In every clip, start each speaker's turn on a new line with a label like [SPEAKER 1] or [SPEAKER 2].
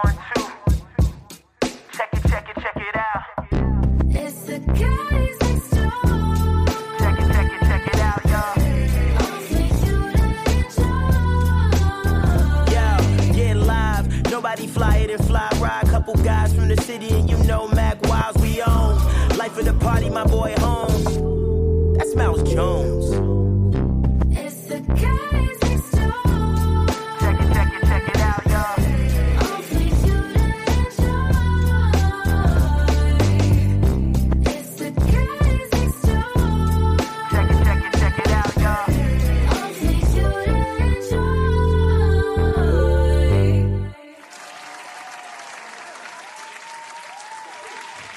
[SPEAKER 1] one, two. Check it, check it, check it out.
[SPEAKER 2] It's the guys next door.
[SPEAKER 1] Check it, check it, check it out, y'all.
[SPEAKER 2] Only you to enjoy.
[SPEAKER 3] Yo, get live. Nobody fly it and fly ride. Couple guys from the city, and you know Mac Wiles we own. Life of the party, my boy Holmes. That's Mouse Jones.
[SPEAKER 2] It's the guys next door.
[SPEAKER 1] Check it, check it, check it out, y'all.
[SPEAKER 2] Only you to enjoy. It's the guys next door.
[SPEAKER 1] Check it, check it, check it out, y'all.
[SPEAKER 2] Only you to enjoy.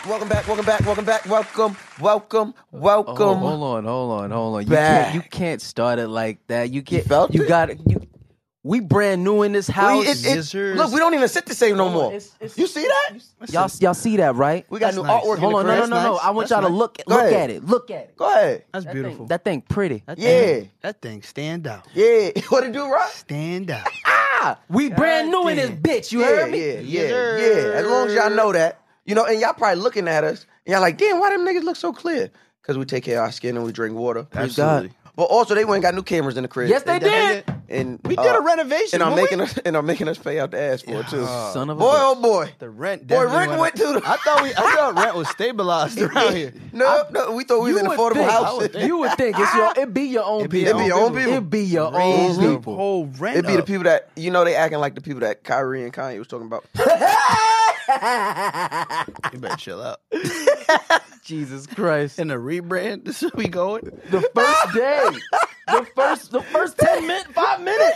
[SPEAKER 4] Welcome back, welcome back, welcome back, welcome, welcome, welcome.
[SPEAKER 5] Oh, hold on, hold on, hold on. You
[SPEAKER 4] back.
[SPEAKER 5] can't, you can't start it like that. You can't.
[SPEAKER 4] felt
[SPEAKER 5] you
[SPEAKER 4] it?
[SPEAKER 5] got you. We brand new in this house.
[SPEAKER 4] We- it- it-
[SPEAKER 5] Scissors.
[SPEAKER 4] look, we don't even sit the same no more. you see that?
[SPEAKER 5] y'all, y'all see that right?
[SPEAKER 4] We got new artwork.
[SPEAKER 5] Hold on,
[SPEAKER 4] in the
[SPEAKER 5] no, no,
[SPEAKER 4] crib.
[SPEAKER 5] no, no. I want y'all to look
[SPEAKER 4] Go
[SPEAKER 5] look
[SPEAKER 4] ahead.
[SPEAKER 5] at it. Look at it.
[SPEAKER 4] Go ahead.
[SPEAKER 6] That's beautiful.
[SPEAKER 5] That thing pretty.
[SPEAKER 6] That
[SPEAKER 4] Yeah.
[SPEAKER 6] thing- that thing stand out.
[SPEAKER 4] Yeah, what it do, right?
[SPEAKER 6] Stand out.
[SPEAKER 4] Ah,
[SPEAKER 5] We brand new in this
[SPEAKER 6] damn.
[SPEAKER 5] bitch. You
[SPEAKER 4] yeah,
[SPEAKER 5] heard me?
[SPEAKER 4] yeah, yeah, yeah. As long as y'all know that, you know, and y'all probably looking at us, and y'all like, damn, why them niggas look so clear? Because we take care of our skin and we drink water.
[SPEAKER 5] Praise God.
[SPEAKER 6] Absolutely.
[SPEAKER 4] But also, they went and got new cameras in the crib.
[SPEAKER 5] Yes, they did.
[SPEAKER 4] And
[SPEAKER 6] We
[SPEAKER 4] uh,
[SPEAKER 6] did a renovation.
[SPEAKER 4] and are
[SPEAKER 6] when we-
[SPEAKER 4] making us and are making us pay out the ass for it too.
[SPEAKER 5] Son of a
[SPEAKER 4] boy,
[SPEAKER 5] bitch.
[SPEAKER 4] oh boy.
[SPEAKER 6] the rent.
[SPEAKER 4] Boy,
[SPEAKER 6] definitely
[SPEAKER 4] Rick went to the-
[SPEAKER 6] I thought we. I thought rent was stabilized around here.
[SPEAKER 4] No, no, we thought we was in affordable
[SPEAKER 5] think,
[SPEAKER 4] house.
[SPEAKER 5] You would think it's your. It be your own
[SPEAKER 6] It be
[SPEAKER 5] people.
[SPEAKER 4] your It be own your own people. people.
[SPEAKER 5] It be your
[SPEAKER 6] Raised
[SPEAKER 5] own
[SPEAKER 6] the
[SPEAKER 5] people.
[SPEAKER 6] whole rent.
[SPEAKER 4] It'd be the
[SPEAKER 6] up.
[SPEAKER 4] people that you know they acting like the people that Kyrie and Kanye was talking about.
[SPEAKER 6] You better chill out.
[SPEAKER 5] Jesus Christ.
[SPEAKER 6] And the rebrand. This is we going.
[SPEAKER 5] the first day, the first, the first ten minutes, five minutes.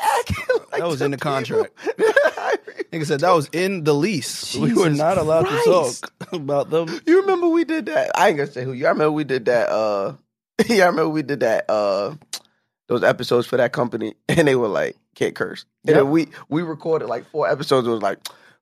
[SPEAKER 6] That was in the contract. Nigga said that was in the lease. we were
[SPEAKER 5] Jesus
[SPEAKER 6] not allowed
[SPEAKER 5] Christ.
[SPEAKER 6] to talk about them.
[SPEAKER 4] you remember we did that? I ain't gonna say who. You I remember we did that. Uh, yeah, I remember we did that. Uh, those episodes for that company, and they were like, "Can't curse." And then we we recorded like four episodes. It was like.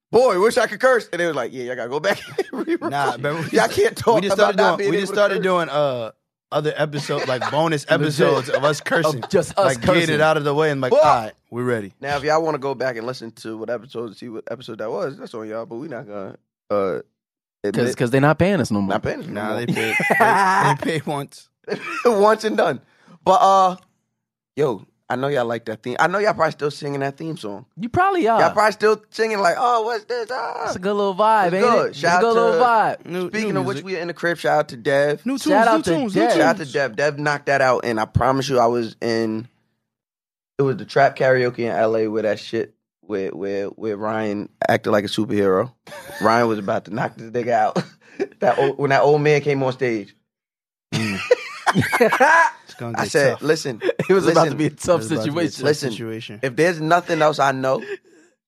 [SPEAKER 4] Boy, wish I could curse. And they was like, "Yeah, y'all gotta go back." and re-record.
[SPEAKER 6] Nah, remember we-
[SPEAKER 4] y'all can't talk.
[SPEAKER 6] we just
[SPEAKER 4] about
[SPEAKER 6] started
[SPEAKER 4] not
[SPEAKER 6] doing.
[SPEAKER 4] being
[SPEAKER 6] We just
[SPEAKER 4] able to
[SPEAKER 6] started
[SPEAKER 4] curse.
[SPEAKER 6] doing uh other episodes, like bonus episodes of us cursing,
[SPEAKER 5] Of just us
[SPEAKER 6] like get
[SPEAKER 5] cursing.
[SPEAKER 6] it out of the way and like, all
[SPEAKER 4] Whoa.
[SPEAKER 6] right, we're ready.
[SPEAKER 4] Now, if y'all want to go back and listen to what episode, see what episode that was, that's on y'all. But we not gonna uh,
[SPEAKER 5] Because
[SPEAKER 4] admit
[SPEAKER 5] because they're not paying us no more.
[SPEAKER 4] not paying.
[SPEAKER 6] Nah,
[SPEAKER 4] Nah,
[SPEAKER 6] they paid. they, they paid once.
[SPEAKER 4] once and done. But uh, yo, I know y'all like that theme. I know y'all probably still singing that theme song.
[SPEAKER 5] you probably are.
[SPEAKER 4] Y'all probably still singing like, oh, what's this? Ah.
[SPEAKER 5] Ah. it's a good little vibe,
[SPEAKER 4] It's
[SPEAKER 5] ain't
[SPEAKER 4] good.
[SPEAKER 5] it? It's
[SPEAKER 4] Shout
[SPEAKER 5] a good
[SPEAKER 4] out
[SPEAKER 5] little
[SPEAKER 4] to-
[SPEAKER 5] vibe.
[SPEAKER 6] New-
[SPEAKER 4] Speaking
[SPEAKER 6] new
[SPEAKER 4] of which,
[SPEAKER 6] music.
[SPEAKER 4] we are in the crib. Shout out to Dev.
[SPEAKER 6] new tunes,
[SPEAKER 5] Shout out
[SPEAKER 6] new
[SPEAKER 5] to
[SPEAKER 6] tunes,
[SPEAKER 5] Dev.
[SPEAKER 6] new
[SPEAKER 4] Shout out to
[SPEAKER 6] tunes.
[SPEAKER 4] Dev. Dev knocked that out, and I promise you, I was in. It was the trap karaoke in L.A. where that shit where where where Ryan acted like a superhero. Ryan was about to knock this nigga out. that old, when that old man came on stage,
[SPEAKER 6] It's gonna get
[SPEAKER 4] I said,
[SPEAKER 6] tough.
[SPEAKER 4] "Listen,
[SPEAKER 5] It was about to
[SPEAKER 4] listen,
[SPEAKER 5] be a tough
[SPEAKER 6] It's about to be a
[SPEAKER 5] situation.
[SPEAKER 6] tough
[SPEAKER 4] Listen.
[SPEAKER 6] situation.
[SPEAKER 4] if there's nothing else I know,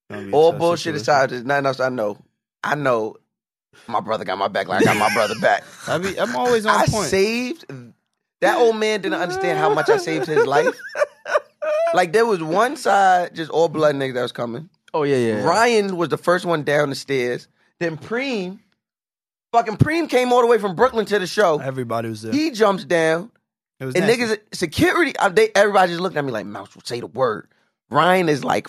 [SPEAKER 6] Gonna be a
[SPEAKER 4] all
[SPEAKER 6] tough
[SPEAKER 4] bullshit
[SPEAKER 6] situation.
[SPEAKER 4] aside, if there's nothing else I know. I know my brother got my back. Like I got my brother back.
[SPEAKER 6] I be, I'm always on
[SPEAKER 4] I
[SPEAKER 6] point.
[SPEAKER 4] saved. That old man didn't understand how much I saved his life. Like there was one side, just all blood niggas that was coming.
[SPEAKER 5] oh yeah, yeah.
[SPEAKER 4] Ryan was the first one down the stairs. Then Preem, fucking Preem came all the way from Brooklyn to the show.
[SPEAKER 6] Everybody was there.
[SPEAKER 4] He jumps down,
[SPEAKER 6] it was
[SPEAKER 4] and
[SPEAKER 6] nasty.
[SPEAKER 4] niggas security. uh, They everybody just looking at me like, "Mouse, say the word." Ryan is like,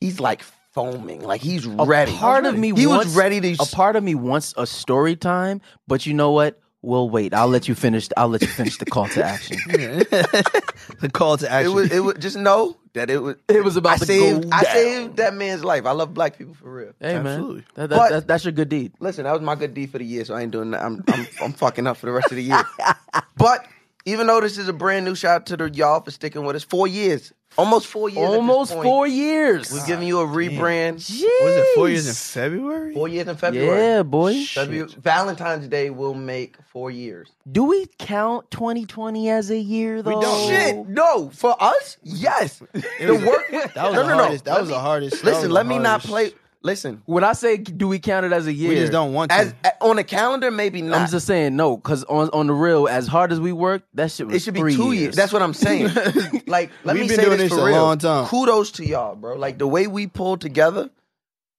[SPEAKER 4] he's like foaming, like he's
[SPEAKER 5] A
[SPEAKER 4] ready.
[SPEAKER 5] part of me
[SPEAKER 4] he
[SPEAKER 5] wants
[SPEAKER 4] was ready to.
[SPEAKER 5] a part of me wants a story time, but you know what? We'll wait. I'll let you finish. I'll let you finish the call to action.
[SPEAKER 6] the call to
[SPEAKER 4] It
[SPEAKER 6] action.
[SPEAKER 4] was. It was just know that it was.
[SPEAKER 5] It was about
[SPEAKER 4] I
[SPEAKER 5] to
[SPEAKER 4] saved.
[SPEAKER 5] go
[SPEAKER 4] I
[SPEAKER 5] down.
[SPEAKER 4] saved that man's life. I love black people for real.
[SPEAKER 5] hey
[SPEAKER 6] Absolutely.
[SPEAKER 5] man, that, that,
[SPEAKER 4] But-
[SPEAKER 5] that- that's your good deed.
[SPEAKER 4] Listen, that was my good deed for the year, so I ain't doing that. I'm, I'm, I'm fucking up for the rest of the year. But even though this is a brand new shout out to the y'all for sticking with us, four years, almost four years, at this
[SPEAKER 5] Almost
[SPEAKER 4] point.
[SPEAKER 5] four years.
[SPEAKER 4] We're giving you a rebrand.
[SPEAKER 6] Was it four
[SPEAKER 5] Jeez.
[SPEAKER 6] years in February?
[SPEAKER 4] Four years in February.
[SPEAKER 5] Yeah, boy.
[SPEAKER 4] February Valentine's Day will make four years.
[SPEAKER 5] Do we count 2020 as a year though?
[SPEAKER 6] don't.
[SPEAKER 4] Shit, no, for us, yes. The
[SPEAKER 6] was-
[SPEAKER 4] work
[SPEAKER 6] That was
[SPEAKER 4] no,
[SPEAKER 6] the
[SPEAKER 4] no, no.
[SPEAKER 6] hardest. That
[SPEAKER 4] Let
[SPEAKER 6] was
[SPEAKER 4] me-
[SPEAKER 6] the hardest. that was
[SPEAKER 4] Listen,
[SPEAKER 6] the
[SPEAKER 4] let me not
[SPEAKER 6] hardest.
[SPEAKER 4] play. Listen,
[SPEAKER 5] When I say do we count it as a year,
[SPEAKER 6] We just don't want to.
[SPEAKER 4] as a- on a calendar, maybe
[SPEAKER 5] I'm
[SPEAKER 4] not.
[SPEAKER 5] just saying no, because on on the real, as hard as we work, that shit was
[SPEAKER 4] it should be
[SPEAKER 5] three
[SPEAKER 4] two years. That's what I'm saying. like, let
[SPEAKER 6] We've
[SPEAKER 4] me
[SPEAKER 6] been
[SPEAKER 4] say
[SPEAKER 6] doing
[SPEAKER 4] this
[SPEAKER 6] this
[SPEAKER 4] for
[SPEAKER 6] a
[SPEAKER 4] real.
[SPEAKER 6] long time.
[SPEAKER 4] Kudos to y'all, bro. Like the way we pulled together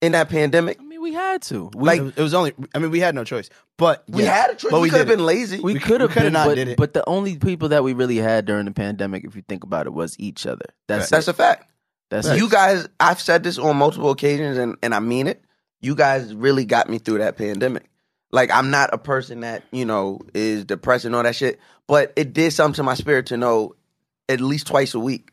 [SPEAKER 4] in that pandemic,
[SPEAKER 5] I mean, we had to.
[SPEAKER 6] We-
[SPEAKER 4] like-
[SPEAKER 6] it was only. I mean, we had no choice. But
[SPEAKER 4] we
[SPEAKER 6] yes,
[SPEAKER 4] had a choice.
[SPEAKER 6] But
[SPEAKER 4] we
[SPEAKER 6] we
[SPEAKER 4] could have
[SPEAKER 6] did
[SPEAKER 4] been lazy.
[SPEAKER 5] We
[SPEAKER 6] We-
[SPEAKER 5] could have
[SPEAKER 6] we coulda
[SPEAKER 5] been,
[SPEAKER 6] not
[SPEAKER 5] but,
[SPEAKER 6] did it.
[SPEAKER 5] but the only people that we really had during the pandemic, if you think about it, was each other. That's
[SPEAKER 4] That's
[SPEAKER 5] it.
[SPEAKER 4] a fact.
[SPEAKER 5] that's
[SPEAKER 4] You
[SPEAKER 5] it.
[SPEAKER 4] guys, I've said this on multiple occasions, and, and I mean it. You guys really got me through that pandemic. Like, I'm not a person that, you know, is depressed and all that shit, but it did something to my spirit to know at least twice a week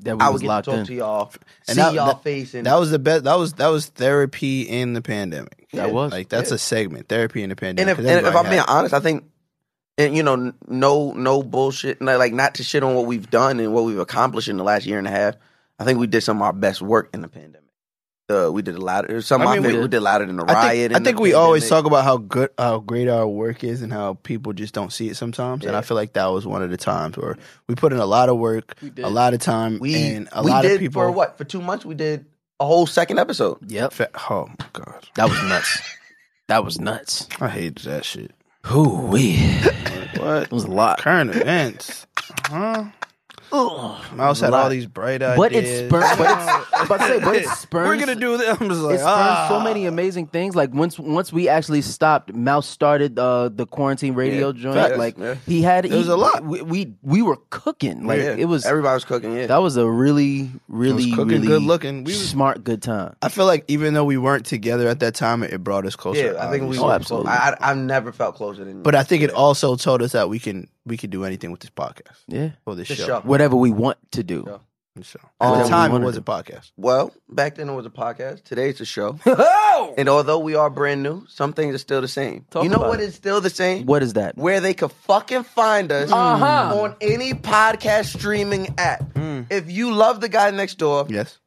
[SPEAKER 5] That we
[SPEAKER 4] I would
[SPEAKER 5] was
[SPEAKER 4] get to
[SPEAKER 5] locked
[SPEAKER 4] talk
[SPEAKER 5] in.
[SPEAKER 4] to y'all,
[SPEAKER 6] And
[SPEAKER 4] see
[SPEAKER 6] that-
[SPEAKER 4] y'all
[SPEAKER 6] that-
[SPEAKER 4] face. And
[SPEAKER 6] That was the best. That was that was therapy in the pandemic.
[SPEAKER 5] That was
[SPEAKER 6] Like that's a segment. Therapy in the
[SPEAKER 4] and
[SPEAKER 6] pandemic.
[SPEAKER 4] if,
[SPEAKER 6] 'cause
[SPEAKER 4] and if
[SPEAKER 6] everybody
[SPEAKER 4] I'm being
[SPEAKER 6] had-
[SPEAKER 4] honest, I think, and you know, n- no, no bullshit, no, like not to shit on what we've done and what we've accomplished in the last year and a half. I think we did some of our best work in the pandemic. Uh, we did a lot. Of, some
[SPEAKER 6] I
[SPEAKER 4] of my
[SPEAKER 6] mean,
[SPEAKER 4] favorite,
[SPEAKER 6] we-
[SPEAKER 4] we, did louder than the riot.
[SPEAKER 6] I think, I
[SPEAKER 4] and the
[SPEAKER 6] think we always
[SPEAKER 4] pandemic.
[SPEAKER 6] talk about how good, how great our work is, and how people just don't see it sometimes. And I feel like that was one of the times where we put in a lot of work, a lot of time,
[SPEAKER 4] We
[SPEAKER 6] and a
[SPEAKER 4] we
[SPEAKER 6] lot
[SPEAKER 4] did
[SPEAKER 6] of people.
[SPEAKER 4] for what for two months. We did a whole second episode.
[SPEAKER 5] Yep,
[SPEAKER 6] Fa- oh my god,
[SPEAKER 5] that was nuts. that was nuts.
[SPEAKER 6] I hated that shit.
[SPEAKER 5] Ooh wee,
[SPEAKER 6] What
[SPEAKER 5] it was a lot.
[SPEAKER 6] current events? Huh? Mouse had all these bright ideas,
[SPEAKER 5] But it's spurred. But it's, but say, but it spurns.
[SPEAKER 6] We're gonna do this. I'm just like,
[SPEAKER 5] it spurred
[SPEAKER 6] ah.
[SPEAKER 5] so many amazing things. Like once once we actually stopped, Mouse started uh, the quarantine radio joint.
[SPEAKER 4] facts,
[SPEAKER 5] Like
[SPEAKER 4] yeah.
[SPEAKER 5] he had it
[SPEAKER 6] was a lot.
[SPEAKER 5] We, we we were cooking. Like
[SPEAKER 4] Yeah.
[SPEAKER 5] it was
[SPEAKER 4] everybody was cooking. Yeah,
[SPEAKER 5] that was a really really
[SPEAKER 6] cooking,
[SPEAKER 5] really
[SPEAKER 6] good looking. We was-
[SPEAKER 5] smart good time.
[SPEAKER 6] I feel like even though we weren't together at that time, it brought us closer.
[SPEAKER 4] yeah. I think we.
[SPEAKER 6] obviously.
[SPEAKER 5] Oh,
[SPEAKER 4] were
[SPEAKER 5] absolutely.
[SPEAKER 4] close. I, I- I've never felt closer than.
[SPEAKER 6] But I think it also told us that we can we can do anything with this podcast
[SPEAKER 5] Yeah,
[SPEAKER 6] or this,
[SPEAKER 4] the
[SPEAKER 6] show.
[SPEAKER 4] show.
[SPEAKER 5] whatever we want to do.
[SPEAKER 6] This show. At
[SPEAKER 4] Um,
[SPEAKER 6] the time, it
[SPEAKER 5] wanted
[SPEAKER 6] was
[SPEAKER 5] to.
[SPEAKER 6] a podcast.
[SPEAKER 4] Well, back then it was a podcast. Today it's a show. and although we are brand new, some things are still the same.
[SPEAKER 5] Talk
[SPEAKER 4] you know
[SPEAKER 5] about
[SPEAKER 4] what
[SPEAKER 5] it.
[SPEAKER 4] is still the same?
[SPEAKER 5] What is that?
[SPEAKER 4] Where they could fucking find us
[SPEAKER 5] Uh-huh. Hmm.
[SPEAKER 4] on any podcast streaming app. If you love the guy next door,
[SPEAKER 6] Yes,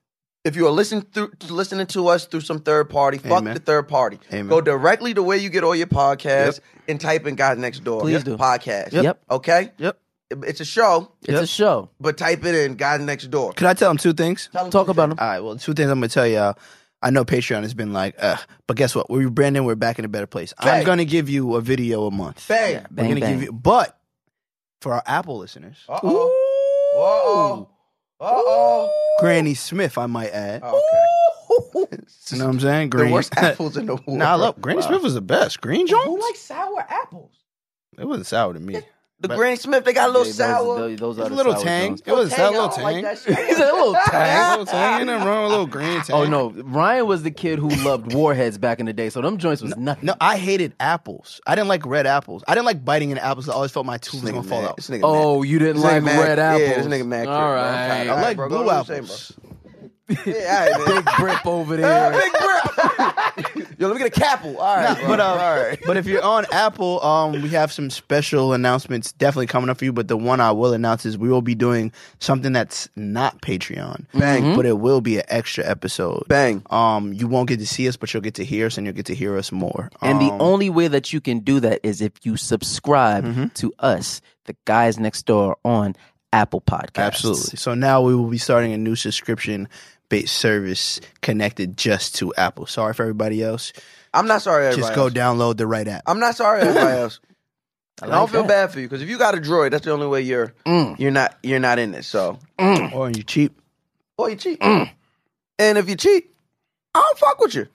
[SPEAKER 4] if you are listening through listening to us through some third party, fuck
[SPEAKER 6] Amen.
[SPEAKER 4] the third party.
[SPEAKER 6] Amen.
[SPEAKER 4] Go directly to where you get all your podcasts and type in guys next door.
[SPEAKER 5] Please do.
[SPEAKER 4] podcast.
[SPEAKER 5] Yep.
[SPEAKER 4] Okay.
[SPEAKER 6] Yep.
[SPEAKER 4] It's a show,
[SPEAKER 5] It's a show.
[SPEAKER 4] but type it in guys next door.
[SPEAKER 6] Can I tell them two things?
[SPEAKER 4] Tell 'em
[SPEAKER 5] Talk
[SPEAKER 4] two
[SPEAKER 5] about
[SPEAKER 4] things.
[SPEAKER 5] them.
[SPEAKER 6] All right. Well, two things I'm gonna tell y'all. I know Patreon has been like, Ugh, but guess what? We're branding. We're back in a better place.
[SPEAKER 4] Fact.
[SPEAKER 6] I'm gonna give you a video a month.
[SPEAKER 4] Bang.
[SPEAKER 6] We're
[SPEAKER 5] Bang,
[SPEAKER 6] gonna
[SPEAKER 5] bang.
[SPEAKER 6] give you, but for our Apple listeners,
[SPEAKER 4] Uh oh. Uh oh.
[SPEAKER 6] Granny Smith, I might add.
[SPEAKER 4] Uh oh. Okay.
[SPEAKER 6] You know what I'm saying?
[SPEAKER 4] the
[SPEAKER 6] Granny.
[SPEAKER 4] worst apples in the world.
[SPEAKER 6] Nah, I love Granny
[SPEAKER 4] Wow.
[SPEAKER 6] Smith was the best. Green Jones.
[SPEAKER 4] Who likes sour apples?
[SPEAKER 6] It wasn't sour to me. It
[SPEAKER 4] The
[SPEAKER 6] But-
[SPEAKER 4] Granny Smith, they got a little
[SPEAKER 5] Yeah, those-
[SPEAKER 4] sour.
[SPEAKER 5] those- those
[SPEAKER 6] was
[SPEAKER 5] are
[SPEAKER 6] a
[SPEAKER 5] the
[SPEAKER 6] little
[SPEAKER 5] sour
[SPEAKER 6] tang.
[SPEAKER 5] jones.
[SPEAKER 6] It was a
[SPEAKER 4] Tang, I
[SPEAKER 6] little
[SPEAKER 4] don't like
[SPEAKER 6] tang.
[SPEAKER 4] that shit.
[SPEAKER 5] He said a little
[SPEAKER 6] tang.
[SPEAKER 5] tang.
[SPEAKER 6] Little tang. Ain't nothing wrong with a little green tang.
[SPEAKER 5] Oh no, Ryan was the kid who loved warheads back in the day, so them joints was nothing.
[SPEAKER 6] No, I hated apples. I didn't like red apples. I didn't like biting into apples. I always felt my tooth was
[SPEAKER 4] This
[SPEAKER 6] gonna
[SPEAKER 4] nigga
[SPEAKER 6] fall
[SPEAKER 4] mad.
[SPEAKER 6] out.
[SPEAKER 4] This nigga mad.
[SPEAKER 5] Oh, you didn't
[SPEAKER 4] This
[SPEAKER 5] like
[SPEAKER 4] nigga mad.
[SPEAKER 5] red apples.
[SPEAKER 4] Yeah, this nigga mad. kid,
[SPEAKER 5] All
[SPEAKER 4] bro. I'm
[SPEAKER 5] right.
[SPEAKER 4] tired.
[SPEAKER 6] I
[SPEAKER 4] All
[SPEAKER 6] like
[SPEAKER 4] right, bro, go
[SPEAKER 6] blue
[SPEAKER 4] do the
[SPEAKER 6] apples.
[SPEAKER 4] same, bro. yeah, all right, man.
[SPEAKER 5] Brip over there.
[SPEAKER 4] Big bro. Yo, let me get a capple. All right, bro.
[SPEAKER 6] But um,
[SPEAKER 4] all right.
[SPEAKER 6] but if you're on Apple, um, we have some special announcements definitely coming up for you. But the one I will announce is we will be doing something that's not Patreon,
[SPEAKER 4] Bang.
[SPEAKER 6] but it will be an extra episode.
[SPEAKER 4] Bang.
[SPEAKER 6] Um, you won't get to see us, but you'll get to hear us, and you'll get to hear us more.
[SPEAKER 5] And the
[SPEAKER 6] Um,
[SPEAKER 5] only way that you can do that is if you subscribe
[SPEAKER 6] Mm-hmm.
[SPEAKER 5] to us, the guys next door on Apple Podcasts.
[SPEAKER 6] Absolutely. So now we will be starting a new subscription based service connected just to Apple. Sorry for everybody else.
[SPEAKER 4] I'm not sorry, everybody.
[SPEAKER 6] just go
[SPEAKER 4] else.
[SPEAKER 6] download the right app.
[SPEAKER 4] I'm not sorry, everybody else. I,
[SPEAKER 5] like
[SPEAKER 4] don't feel
[SPEAKER 5] that. Mm.
[SPEAKER 4] bad for you because if you got a droid, that's the only way you're you're not you're not in this. So,
[SPEAKER 6] Or you cheap.
[SPEAKER 4] or you cheat,
[SPEAKER 5] Mm.
[SPEAKER 4] and if you cheat, I don't fuck with you.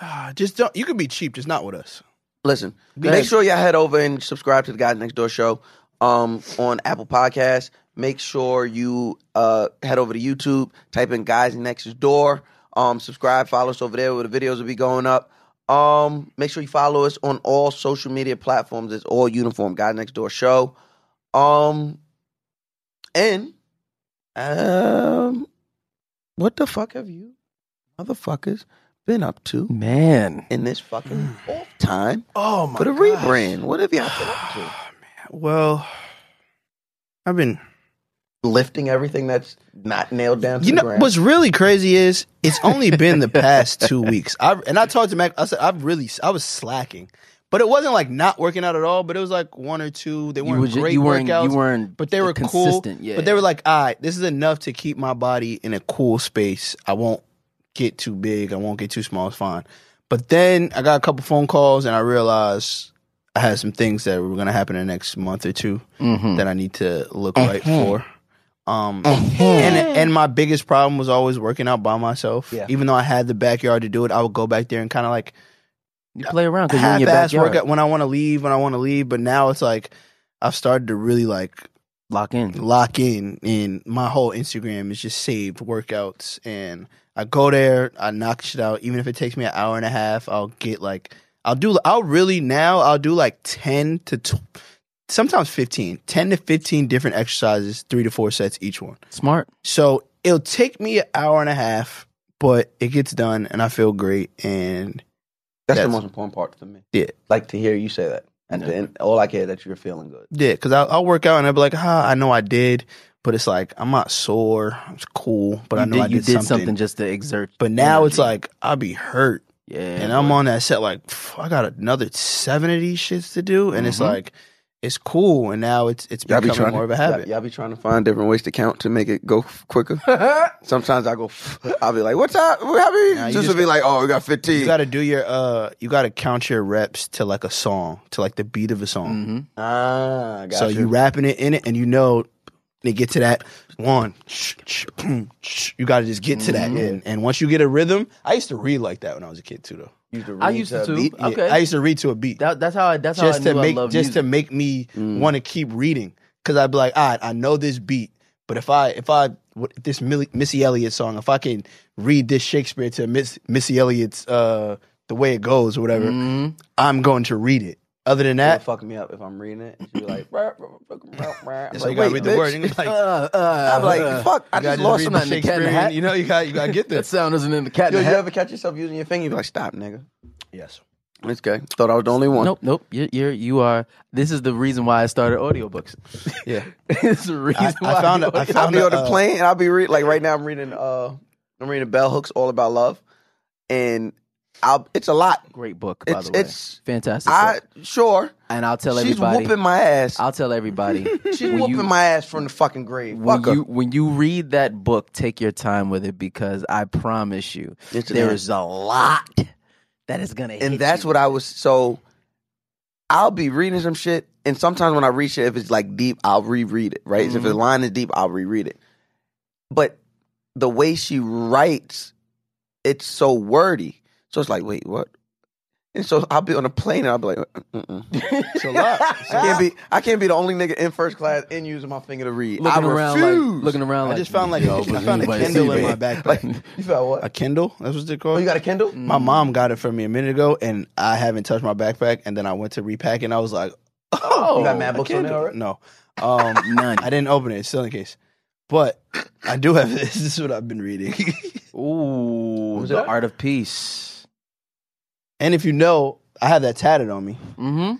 [SPEAKER 6] Ah, Just don't. You could be cheap, just not with us.
[SPEAKER 4] Listen, make
[SPEAKER 6] Because-
[SPEAKER 4] sure y'all head over and subscribe to the Guys Next Door show um, on Apple Podcasts. Make sure you uh, head over to YouTube, type in Guys Next Door, um, subscribe, follow us over there where the videos will be going up. Um, make sure you follow us on all social media platforms. It's all uniform guy next door show. Um, and um, what the fuck have you motherfuckers been up to
[SPEAKER 5] Man.
[SPEAKER 4] in this fucking off time
[SPEAKER 6] Oh my
[SPEAKER 4] for the
[SPEAKER 6] gosh.
[SPEAKER 4] rebrand? What have y'all been up to?
[SPEAKER 6] Well, I've been.
[SPEAKER 4] Lifting everything that's not nailed down. To
[SPEAKER 6] You
[SPEAKER 4] the
[SPEAKER 6] know
[SPEAKER 4] ground.
[SPEAKER 6] what's really crazy is it's only been the past two weeks. I and I talked to Mac. I said I've really I was slacking, but it wasn't like not working out at all. But it was like one or two. They
[SPEAKER 5] You
[SPEAKER 6] weren't
[SPEAKER 5] were ju-
[SPEAKER 6] great
[SPEAKER 5] you weren't- you
[SPEAKER 6] workouts,
[SPEAKER 5] weren't
[SPEAKER 6] but they were
[SPEAKER 5] consistent,
[SPEAKER 6] Cool.
[SPEAKER 5] yeah.
[SPEAKER 6] But they were like, all right, this is enough to keep my body in a cool space. I won't get too big. I won't get too small. It's fine. But then I got a couple phone calls and I realized I had some things that were going to happen in the next month or 2
[SPEAKER 5] Mm. Mm-hmm.
[SPEAKER 6] that I need to look right for. Um, and and my biggest problem was always working out by myself.
[SPEAKER 4] Yeah.
[SPEAKER 6] Even though I had the backyard to do it, I would go back there and kind of like
[SPEAKER 5] You play around because you're in your
[SPEAKER 6] half-ass
[SPEAKER 5] backyard.
[SPEAKER 6] workout when I want to leave, when I want to leave. But now it's like I've started to really like
[SPEAKER 5] Lock in.
[SPEAKER 6] lock in, and my whole Instagram is just saved workouts. And I go there, I knock shit out. Even if it takes me an hour and a half, I'll get like I'll do. I'll really now I'll do like ten to. Tw- Sometimes 15, 10 to 15 different exercises, three to four sets each one.
[SPEAKER 5] Smart.
[SPEAKER 6] So it'll take me an hour and a half, but it gets done and I feel great. And
[SPEAKER 4] that's, the
[SPEAKER 6] That's-
[SPEAKER 4] most important part for me.
[SPEAKER 6] yeah,
[SPEAKER 4] Like to hear you say that, and then all I care that you're feeling good.
[SPEAKER 6] yeah, because I'll, I'll work out and I'll be like, ah, I know I did, but it's like, I'm not sore. It's cool, but I
[SPEAKER 5] you
[SPEAKER 6] know
[SPEAKER 5] did,
[SPEAKER 6] I did,
[SPEAKER 5] you did something.
[SPEAKER 6] something.
[SPEAKER 5] just to exert.
[SPEAKER 6] but now it's
[SPEAKER 5] energy.
[SPEAKER 6] like, I'll be hurt.
[SPEAKER 5] yeah.
[SPEAKER 6] and I'm
[SPEAKER 5] boy.
[SPEAKER 6] on that set like, "Pff, I got another seven of these shits to do. And it's like, it's cool. And now it's, it's
[SPEAKER 4] Mm-hmm. Y'all be
[SPEAKER 6] becoming
[SPEAKER 4] trying
[SPEAKER 6] more
[SPEAKER 4] to,
[SPEAKER 6] of a habit.
[SPEAKER 4] Y'all, y'all be trying to find different ways to count to make it go f- quicker. Sometimes I go, f- I'll be like, "What's up? What happened?"
[SPEAKER 6] Nah, you
[SPEAKER 4] just,
[SPEAKER 6] just
[SPEAKER 4] to be like, "Oh, we got 15.
[SPEAKER 6] You got to do your, uh, you got to count your reps to like a song, to like the beat of a song.
[SPEAKER 4] ah, got
[SPEAKER 6] So you wrapping it in it, and you know they get to that one. sh- sh- boom, sh- You got to just get to
[SPEAKER 4] Mm-hmm.
[SPEAKER 6] that, and, and once you get a rhythm, I used to read like that when I was a kid too, though.
[SPEAKER 5] I used to too.
[SPEAKER 6] Yeah,
[SPEAKER 5] Okay.
[SPEAKER 6] I used to read to a beat
[SPEAKER 5] that, that's how I. That's how
[SPEAKER 6] just
[SPEAKER 5] I
[SPEAKER 6] to
[SPEAKER 5] knew
[SPEAKER 6] make
[SPEAKER 5] I loved
[SPEAKER 6] just to
[SPEAKER 5] music.
[SPEAKER 6] make me want to keep reading because I'd be like, all right, I know this beat, but if I if I what, this Millie, Missy Elliott song, if I can read this Shakespeare to Miss, Missy Elliott's uh, the way it goes or whatever, I'm going to read it. Other than
[SPEAKER 4] It'll
[SPEAKER 6] that,
[SPEAKER 4] fuck me up if I'm reading it. She'll be like, "I'm
[SPEAKER 6] so you gotta read the
[SPEAKER 4] bitch."
[SPEAKER 6] word. And you're like, uh,
[SPEAKER 4] I'm like, "Fuck! I
[SPEAKER 6] You gotta
[SPEAKER 4] just lost
[SPEAKER 6] read
[SPEAKER 4] some
[SPEAKER 6] the
[SPEAKER 4] of that
[SPEAKER 5] cat in the
[SPEAKER 6] Shakespearean,
[SPEAKER 5] hat.
[SPEAKER 6] You know, you got you got to get
[SPEAKER 5] that
[SPEAKER 6] this.
[SPEAKER 5] sound isn't in the cat. in
[SPEAKER 4] Yo,
[SPEAKER 5] the
[SPEAKER 4] you
[SPEAKER 5] hat.
[SPEAKER 4] ever catch yourself using your finger? You be like, "Stop, nigga."
[SPEAKER 6] yes.
[SPEAKER 4] It's okay. Thought I was the only one.
[SPEAKER 5] Nope, nope. You're, you're you are. This is the reason why I started audiobooks.
[SPEAKER 6] Yeah.
[SPEAKER 5] it's the reason
[SPEAKER 6] I,
[SPEAKER 5] why
[SPEAKER 6] I found a, I
[SPEAKER 4] I'll
[SPEAKER 6] found
[SPEAKER 4] be
[SPEAKER 6] a,
[SPEAKER 4] on the
[SPEAKER 6] uh,
[SPEAKER 4] plane and I'll be reading like right now I'm reading uh I'm reading Bell Hooks All About Love. And I'll it's a lot.
[SPEAKER 5] Great book, by
[SPEAKER 4] It's-
[SPEAKER 5] the way.
[SPEAKER 4] it's-
[SPEAKER 5] fantastic.
[SPEAKER 4] I
[SPEAKER 5] book.
[SPEAKER 4] sure.
[SPEAKER 5] and I'll tell
[SPEAKER 4] She's
[SPEAKER 5] everybody.
[SPEAKER 4] whooping my ass.
[SPEAKER 5] I'll tell everybody.
[SPEAKER 4] She's
[SPEAKER 5] when
[SPEAKER 4] whooping
[SPEAKER 5] you-
[SPEAKER 4] my ass from the fucking grave.
[SPEAKER 5] When
[SPEAKER 4] Fuck her.
[SPEAKER 5] you when you read that book, take your time with it because I promise you,
[SPEAKER 4] It's an
[SPEAKER 5] there
[SPEAKER 4] ass.
[SPEAKER 5] is
[SPEAKER 6] uh,
[SPEAKER 5] a lot that is gonna.
[SPEAKER 4] and that's what I was so I'll be reading some shit and sometimes when I read shit if it's like deep, I'll reread it, right?
[SPEAKER 5] Mm-hmm.
[SPEAKER 4] If the line is deep, I'll reread it. But the way she writes, it's so wordy. So it's like, wait, what? And so I'll be on a plane and I'll be like, Mm-mm.
[SPEAKER 6] It's a lot.
[SPEAKER 4] I can't be I can't be the only nigga in first class and using my finger to read.
[SPEAKER 5] looking
[SPEAKER 4] I
[SPEAKER 5] around,
[SPEAKER 4] refuse.
[SPEAKER 5] like, looking around.
[SPEAKER 6] I just found like
[SPEAKER 5] yo,
[SPEAKER 6] I
[SPEAKER 5] but
[SPEAKER 6] found a
[SPEAKER 5] anybody see
[SPEAKER 6] Kindle in
[SPEAKER 5] me?
[SPEAKER 6] my backpack.
[SPEAKER 4] you felt what?
[SPEAKER 6] a Kindle. That's what they call.
[SPEAKER 4] oh, you got a Kindle?
[SPEAKER 6] My mom got it for me a minute ago, and I haven't touched my backpack. And then I went to repack, and I was like, "Oh,
[SPEAKER 4] You got mad
[SPEAKER 6] a
[SPEAKER 4] books on there
[SPEAKER 6] Kindle.
[SPEAKER 4] already?
[SPEAKER 6] No, um,
[SPEAKER 5] None.
[SPEAKER 6] I didn't open it. It's still in the case, but I do have this. This is what I've been reading.
[SPEAKER 5] Ooh,
[SPEAKER 4] Was
[SPEAKER 5] the
[SPEAKER 4] that?
[SPEAKER 5] art of peace.
[SPEAKER 6] and if you know, I have that tatted on me.
[SPEAKER 5] Mm-hmm.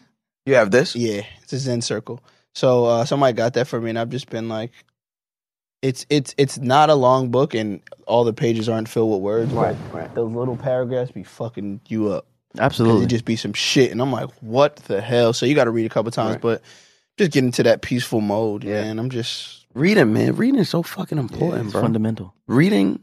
[SPEAKER 4] You have this?
[SPEAKER 6] Yeah, it's a Zen circle. So uh, somebody got that for me, and I've just been like, it's it's it's not a long book, and all the pages aren't filled with words. Right, right. Those little paragraphs be fucking you up.
[SPEAKER 5] Absolutely.
[SPEAKER 6] It just be some shit, and I'm like, what the hell? So you got to read a couple times, but just get into that peaceful mode,
[SPEAKER 4] Yeah.
[SPEAKER 6] man. I'm just
[SPEAKER 4] Reading, man. Reading is so fucking important,
[SPEAKER 5] it's
[SPEAKER 4] bro.
[SPEAKER 5] fundamental.
[SPEAKER 4] reading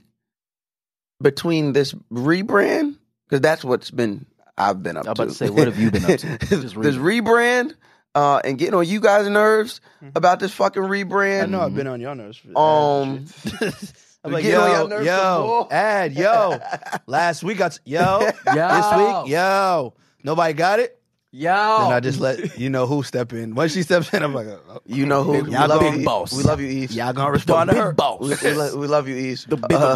[SPEAKER 4] between this rebrand because that's what's been I've been up
[SPEAKER 5] I'm
[SPEAKER 4] to.
[SPEAKER 5] about to say, what have you been up to?
[SPEAKER 4] this
[SPEAKER 5] Just
[SPEAKER 4] this rebrand uh, and getting on you guys' nerves about this fucking rebrand.
[SPEAKER 6] I know I've been on your nerves. for-
[SPEAKER 4] Um,
[SPEAKER 6] I'm like,
[SPEAKER 4] Get on your
[SPEAKER 6] Mm. yo,
[SPEAKER 4] nerves,
[SPEAKER 6] yo,
[SPEAKER 4] fool.
[SPEAKER 6] ad, yo. Last week, I t- yo,
[SPEAKER 5] Yo.
[SPEAKER 6] this week, yo. Nobody got it.
[SPEAKER 7] Yo.
[SPEAKER 6] Then I just let you know who step in. Once she steps in, I'm like, oh, oh.
[SPEAKER 4] You know who?
[SPEAKER 6] Big-
[SPEAKER 4] we
[SPEAKER 6] y'all
[SPEAKER 4] love
[SPEAKER 6] big
[SPEAKER 4] you,
[SPEAKER 6] boss.
[SPEAKER 4] We love you, East.
[SPEAKER 6] Y'all gonna respond
[SPEAKER 4] The
[SPEAKER 6] to
[SPEAKER 4] big
[SPEAKER 6] her?
[SPEAKER 4] boss. We, we lo- we love you, East. The
[SPEAKER 6] bigger
[SPEAKER 4] uh,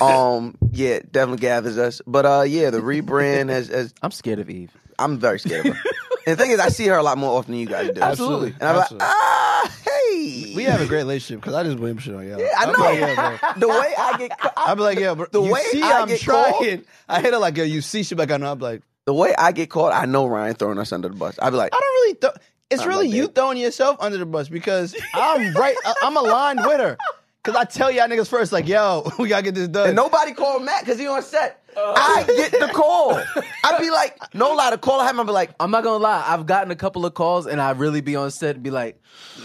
[SPEAKER 4] um, yeah, definitely gathers us. But uh, yeah, the rebrand has, has.
[SPEAKER 5] I'm scared of Eve.
[SPEAKER 4] I'm very scared of her. and the thing is, I see her a lot more often than you guys do.
[SPEAKER 6] Absolutely.
[SPEAKER 4] And I'm
[SPEAKER 6] Absolutely.
[SPEAKER 4] like, ah, hey.
[SPEAKER 6] we have a great relationship because I just blame shit on y'all. Yeah,
[SPEAKER 4] I
[SPEAKER 6] I'll be like,
[SPEAKER 4] know.
[SPEAKER 6] yeah, bro.
[SPEAKER 4] the way I get,
[SPEAKER 6] I'll be like, yeah, bro. The you
[SPEAKER 4] way
[SPEAKER 6] see,
[SPEAKER 4] I
[SPEAKER 6] am
[SPEAKER 4] get
[SPEAKER 6] trying.
[SPEAKER 4] called-
[SPEAKER 6] I hit her like, yo, you see, she be like, I know. I'm like,
[SPEAKER 4] the way I get caught, I know Ryan throwing us under the bus. I'd be like,
[SPEAKER 6] I don't really. Th- it's
[SPEAKER 4] I'm
[SPEAKER 6] really
[SPEAKER 4] like
[SPEAKER 6] you
[SPEAKER 4] that.
[SPEAKER 6] throwing yourself under the bus because I'm right. I- I'm aligned with her because I tell y'all niggas first, like, yo, we gotta get this done.
[SPEAKER 4] And nobody called Matt because he on set.
[SPEAKER 6] Uh.
[SPEAKER 4] I get the call. I'd be like, no lie, the call I have, I'd be like,
[SPEAKER 7] I'm not gonna lie. I've gotten a couple of calls, and I really be on set and be like,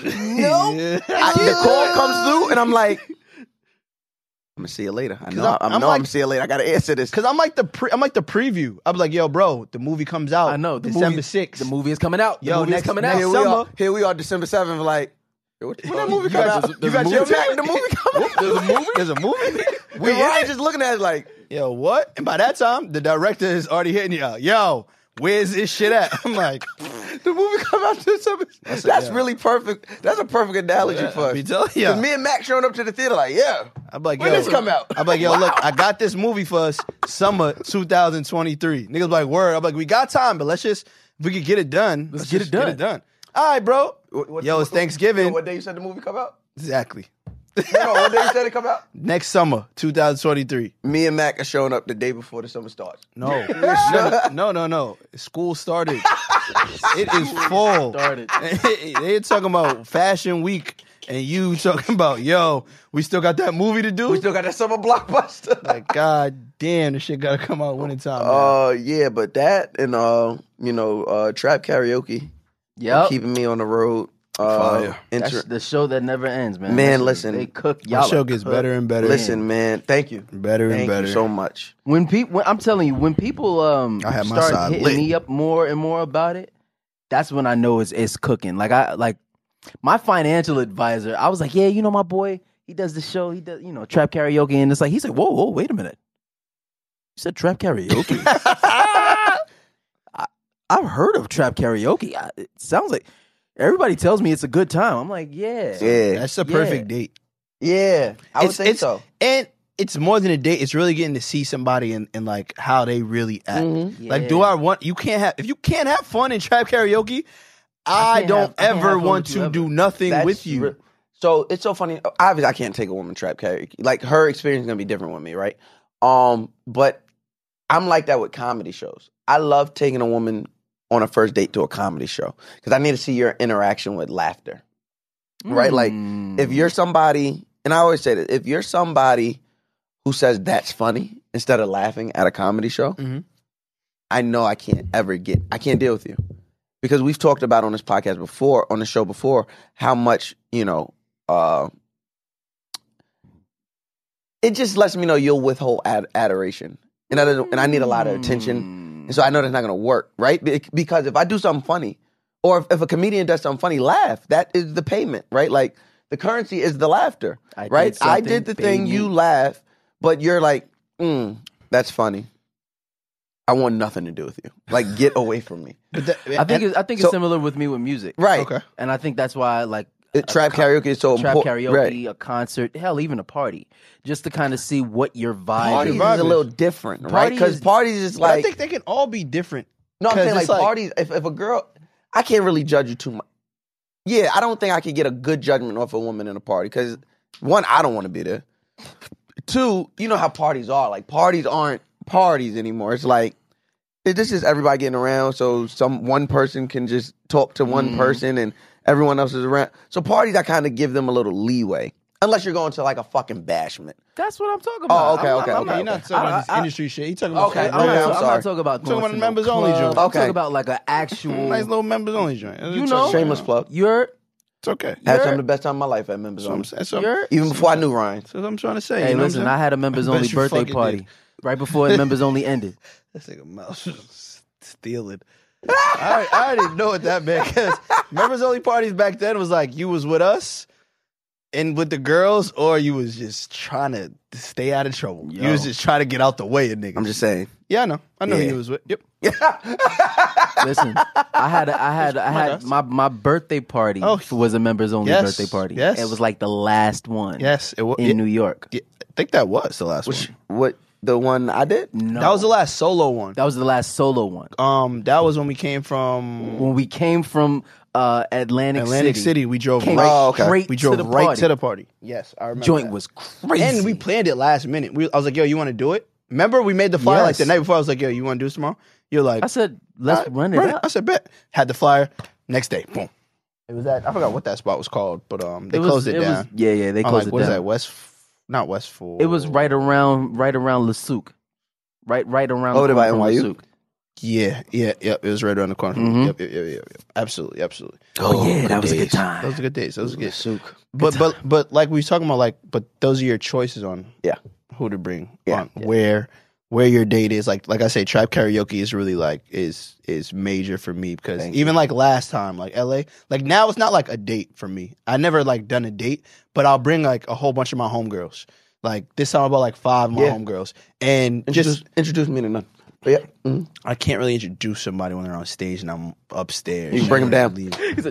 [SPEAKER 4] no. I- the call comes through, and I'm like, I'm gonna see you later. I know.
[SPEAKER 6] I'm-
[SPEAKER 4] I'm,
[SPEAKER 6] I'm
[SPEAKER 4] know
[SPEAKER 6] like-
[SPEAKER 4] I'm see you later. I gotta answer this.
[SPEAKER 6] Cause I'm like the pre- I'm like the preview. I'm like, yo, bro, the movie comes out.
[SPEAKER 7] I know the
[SPEAKER 6] December
[SPEAKER 7] movie-
[SPEAKER 6] sixth.
[SPEAKER 7] The movie is coming out. The
[SPEAKER 6] Yo,
[SPEAKER 7] movie
[SPEAKER 6] next-
[SPEAKER 7] is coming
[SPEAKER 6] next
[SPEAKER 7] out.
[SPEAKER 4] here, we are, here we are, December seventh. Like, yo, what- when that movie
[SPEAKER 6] You
[SPEAKER 4] come out,
[SPEAKER 6] got- there's a-
[SPEAKER 4] you
[SPEAKER 6] there's a
[SPEAKER 4] got your
[SPEAKER 6] movie
[SPEAKER 4] Mac.
[SPEAKER 6] coming?
[SPEAKER 4] The movie coming. out.
[SPEAKER 6] there's a movie. There's a movie. We
[SPEAKER 4] And
[SPEAKER 6] in
[SPEAKER 4] Ryan
[SPEAKER 6] it?
[SPEAKER 4] just looking at it like,
[SPEAKER 6] Yo, what? And by that time, the director is already hitting you. Yo, where's this shit at? I'm like,
[SPEAKER 4] the movie come out December. That's,
[SPEAKER 6] yeah.
[SPEAKER 4] really perfect. That's a perfect analogy
[SPEAKER 6] Yeah,
[SPEAKER 4] for us.
[SPEAKER 6] be telling ya.
[SPEAKER 4] 'Cause Me and Mac showing up to the theater like, yeah.
[SPEAKER 6] I'm like,
[SPEAKER 4] When
[SPEAKER 6] yo,
[SPEAKER 4] this come out?
[SPEAKER 6] I'm like, yo, look, I got this movie for us, summer 2023. Niggas like, word. I'm like, we got time, but let's just if we could get it done. Let's,
[SPEAKER 7] get it
[SPEAKER 6] just
[SPEAKER 7] done.
[SPEAKER 6] Get it done. All right, bro.
[SPEAKER 4] What- what-
[SPEAKER 6] yo, it's
[SPEAKER 4] what-
[SPEAKER 6] Thanksgiving.
[SPEAKER 4] What day you said the movie come out?
[SPEAKER 6] exactly.
[SPEAKER 4] No, no, what day you said it come out?
[SPEAKER 6] Next summer, 2023.
[SPEAKER 4] Me and Mac are showing up the day before the summer starts.
[SPEAKER 6] No, no, no, no, no. School started. It is full.
[SPEAKER 7] Started.
[SPEAKER 6] They're talking about fashion week, and you talking about yo. We still got that movie to do.
[SPEAKER 4] We still got that summer blockbuster.
[SPEAKER 6] like God damn, this shit gotta come out winter time. man.
[SPEAKER 4] Uh, yeah, but that and uh, you know, uh, trap karaoke
[SPEAKER 5] Yep.
[SPEAKER 4] keeping me on the road. Uh,
[SPEAKER 6] Fire.
[SPEAKER 4] inter-
[SPEAKER 5] That's the show that never ends, man.
[SPEAKER 4] Man,
[SPEAKER 5] That's-
[SPEAKER 4] listen.
[SPEAKER 5] they cook.
[SPEAKER 6] My
[SPEAKER 5] Y'all
[SPEAKER 6] show
[SPEAKER 5] are
[SPEAKER 6] gets
[SPEAKER 5] cooked.
[SPEAKER 6] better and better.
[SPEAKER 4] listen, man, thank you,
[SPEAKER 6] better and
[SPEAKER 4] thank
[SPEAKER 6] better.
[SPEAKER 4] you so much.
[SPEAKER 5] When people, I'm telling you, when people um
[SPEAKER 6] I had my
[SPEAKER 5] start
[SPEAKER 6] side
[SPEAKER 5] hitting
[SPEAKER 6] lit.
[SPEAKER 5] me up more and more about it, that's when I know it's it's cooking. Like I like my financial advisor. I was like, yeah, you know, my boy, he does the show. He does, you know, trap karaoke, and it's like he's like, whoa, whoa, wait a minute. You said trap karaoke. I, I've heard of trap karaoke. I, it sounds like everybody tells me it's a good time. I'm like, yeah,
[SPEAKER 4] Yeah,
[SPEAKER 6] that's the perfect date.
[SPEAKER 4] yeah, I would
[SPEAKER 6] It's-
[SPEAKER 4] say
[SPEAKER 6] it's-
[SPEAKER 4] so.
[SPEAKER 6] and it's more than a date. It's really getting to see somebody and, and like how they really act.
[SPEAKER 4] Mm,
[SPEAKER 5] Mm-hmm.
[SPEAKER 6] Like, do
[SPEAKER 5] Yeah.
[SPEAKER 6] I want? You can't have if you can't have fun in trap karaoke.
[SPEAKER 5] I
[SPEAKER 6] I,
[SPEAKER 5] can't
[SPEAKER 6] don't
[SPEAKER 5] have- I can't have
[SPEAKER 6] ever
[SPEAKER 5] fun
[SPEAKER 6] want
[SPEAKER 5] with you
[SPEAKER 6] to
[SPEAKER 5] ever.
[SPEAKER 6] do nothing
[SPEAKER 4] That's
[SPEAKER 6] with you.
[SPEAKER 4] re- so it's so funny. Obviously, I can't take a woman trap karaoke. Like her experience is gonna be different with me, right? Um, but I'm like that with comedy shows. I love taking a woman on a first date to a comedy show because I need to see your interaction with laughter, right? Like
[SPEAKER 5] Mm.
[SPEAKER 4] if you're somebody, and I always say that if you're somebody who says that's funny instead of laughing at a comedy show,
[SPEAKER 6] Mhm.
[SPEAKER 4] I know I can't ever get, I can't deal with you. Because we've talked about on this podcast before, on the show before, how much, you know, uh, it just lets me know you'll withhold ad- adoration. And I, don't- and I need a lot of attention. And so I know that's not going to work, right? Be- because if I do something funny, or if, if a comedian does something funny, laugh. That is the payment, right? Like the currency is the laughter,
[SPEAKER 5] I did
[SPEAKER 4] right? I
[SPEAKER 5] something,
[SPEAKER 4] did the thing,
[SPEAKER 5] pay
[SPEAKER 4] you
[SPEAKER 5] me.
[SPEAKER 4] laugh, but you're like, mm, that's funny. I want nothing to do with you. Like, get away from me.
[SPEAKER 6] But that,
[SPEAKER 5] I think it's, I think
[SPEAKER 4] so-
[SPEAKER 5] it's similar with me with music,
[SPEAKER 4] Right.
[SPEAKER 6] Okay.
[SPEAKER 5] And I think that's why like
[SPEAKER 4] It, trap karaoke is so
[SPEAKER 5] trap
[SPEAKER 4] important.
[SPEAKER 5] karaoke,
[SPEAKER 4] Right.
[SPEAKER 5] a concert, hell, even a party, just to kind of see what your vibe
[SPEAKER 4] Parties
[SPEAKER 5] is.
[SPEAKER 4] is
[SPEAKER 6] vibe
[SPEAKER 4] a
[SPEAKER 6] is-
[SPEAKER 4] little different, right?
[SPEAKER 5] Party
[SPEAKER 4] Because
[SPEAKER 5] is-
[SPEAKER 4] parties is
[SPEAKER 6] but I
[SPEAKER 4] like
[SPEAKER 6] think they can all be different.
[SPEAKER 4] no, I'm
[SPEAKER 6] 'cause
[SPEAKER 4] saying like
[SPEAKER 6] it's like-
[SPEAKER 4] parties. If, if a girl, I can't really judge you too much. Yeah, I don't think I could get a good judgment off a woman in a party because one, I don't want to be there. Two, you know how parties are. Like parties aren't parties anymore. It's like it, this is everybody getting around, so some one person can just talk to one person and everyone else is around. So parties, I kind of give them a little leeway, unless you're going to like a fucking bashment.
[SPEAKER 5] That's what I'm talking
[SPEAKER 4] Oh,
[SPEAKER 5] about.
[SPEAKER 4] okay,
[SPEAKER 5] I'm-
[SPEAKER 4] okay,
[SPEAKER 5] I'm
[SPEAKER 4] okay,
[SPEAKER 5] not-
[SPEAKER 4] okay.
[SPEAKER 6] You're not talking about this
[SPEAKER 5] I- I-
[SPEAKER 6] industry shit. You're talking about
[SPEAKER 4] Okay,
[SPEAKER 6] like,
[SPEAKER 5] I'm,
[SPEAKER 4] Yeah,
[SPEAKER 5] not,
[SPEAKER 4] I'm
[SPEAKER 5] I'm
[SPEAKER 4] sorry.
[SPEAKER 5] not talking about
[SPEAKER 6] talking
[SPEAKER 5] going
[SPEAKER 6] about
[SPEAKER 5] to
[SPEAKER 6] the
[SPEAKER 5] no
[SPEAKER 6] members only
[SPEAKER 5] club.
[SPEAKER 6] joint.
[SPEAKER 5] I'm
[SPEAKER 4] Okay.
[SPEAKER 5] talking about like an actual.
[SPEAKER 6] nice little members only joint.
[SPEAKER 5] Mm. You know-
[SPEAKER 4] Shameless plug.
[SPEAKER 5] You're
[SPEAKER 6] It's okay.
[SPEAKER 4] I had
[SPEAKER 5] You're-
[SPEAKER 4] some of the best time of my life at Members
[SPEAKER 6] That's what I'm
[SPEAKER 4] Only.
[SPEAKER 6] saying. That's what,
[SPEAKER 5] You're-
[SPEAKER 6] I'm-
[SPEAKER 4] Even before I knew Ryan.
[SPEAKER 6] that's what I'm trying to say.
[SPEAKER 5] hey,
[SPEAKER 6] you know
[SPEAKER 5] listen, I had a members
[SPEAKER 6] I bet
[SPEAKER 5] only
[SPEAKER 6] you
[SPEAKER 5] birthday
[SPEAKER 6] fucking did.
[SPEAKER 5] party right before members only ended.
[SPEAKER 6] That's like a mouse stealing. I, I already know what that meant because members only parties back then was like you was with us, and with the girls, or you was just trying to stay out of trouble. You
[SPEAKER 4] Yo.
[SPEAKER 6] was just trying to get out the way of niggas.
[SPEAKER 4] I'm just saying.
[SPEAKER 6] yeah, I know. I know who
[SPEAKER 4] Yeah.
[SPEAKER 6] you was with. Yep.
[SPEAKER 5] Listen, I had a, I had I had
[SPEAKER 6] gosh.
[SPEAKER 5] my, my birthday party
[SPEAKER 6] Oh.
[SPEAKER 5] was a members only
[SPEAKER 6] Yes,
[SPEAKER 5] birthday party.
[SPEAKER 6] yes.
[SPEAKER 5] It was like the last one.
[SPEAKER 6] Yes, it was.
[SPEAKER 5] In New York.
[SPEAKER 6] I think that was the last
[SPEAKER 4] Which
[SPEAKER 6] one.
[SPEAKER 4] what the one I did?
[SPEAKER 5] No.
[SPEAKER 6] That was the last solo one.
[SPEAKER 5] that was the last solo one.
[SPEAKER 6] Um, that was when we came from
[SPEAKER 5] When we came from uh, Atlantic,
[SPEAKER 6] Atlantic City. We drove
[SPEAKER 5] Came
[SPEAKER 6] right.
[SPEAKER 4] Oh, okay.
[SPEAKER 5] straight
[SPEAKER 6] we drove
[SPEAKER 5] to the
[SPEAKER 6] right
[SPEAKER 5] party.
[SPEAKER 6] to the party. Yes, I remember.
[SPEAKER 5] joint
[SPEAKER 6] that.
[SPEAKER 5] was crazy.
[SPEAKER 6] and we planned it last minute. We, I was like, "Yo, you want to do it?" Remember, we made the flyer like
[SPEAKER 5] Yes.
[SPEAKER 6] the night before. I was like, "Yo, you want to do this tomorrow?" You're like,
[SPEAKER 5] I said, let's
[SPEAKER 6] "All right,
[SPEAKER 5] run it up.
[SPEAKER 6] I said, "Bet." Had the flyer next day. Boom. It was at I forgot what that spot was called, but um, they
[SPEAKER 5] was-
[SPEAKER 6] closed it,
[SPEAKER 5] was-
[SPEAKER 6] down.
[SPEAKER 5] yeah, yeah, they
[SPEAKER 6] I'm
[SPEAKER 5] closed
[SPEAKER 6] like,
[SPEAKER 5] it
[SPEAKER 6] what is
[SPEAKER 5] down.
[SPEAKER 6] that? West, not West Four.
[SPEAKER 5] It was right around right around Lesuc. Right right around
[SPEAKER 4] Over there by
[SPEAKER 5] from
[SPEAKER 4] NYU?
[SPEAKER 5] Lesuc.
[SPEAKER 6] Yeah, yeah, yeah. It was right around the corner. from-
[SPEAKER 5] Mhm.
[SPEAKER 6] Yep, yep, yep, yep, yep. Absolutely, absolutely.
[SPEAKER 5] Oh, yeah, that was a good
[SPEAKER 4] Mm-hmm. days.
[SPEAKER 5] time.
[SPEAKER 6] Those are good days. Those are good.
[SPEAKER 4] Souk.
[SPEAKER 6] But but but like we was talking about, like, but those are your choices on
[SPEAKER 4] Yeah.
[SPEAKER 6] who to bring,
[SPEAKER 4] Yeah.
[SPEAKER 6] on where where your date is. Like like I say, trap karaoke is really like is is major for me because
[SPEAKER 4] Thank
[SPEAKER 6] even like last time, like L.A., like now it's not like a date for me. I never like done a date, but I'll bring like a whole bunch of my homegirls. Like this time, I brought like five of my
[SPEAKER 4] Yeah.
[SPEAKER 6] homegirls, and
[SPEAKER 4] Introduce,
[SPEAKER 6] just
[SPEAKER 4] introduce me to none. But yeah, mhm.
[SPEAKER 6] I can't really introduce somebody when they're on stage and I'm upstairs.
[SPEAKER 4] you can bring them down.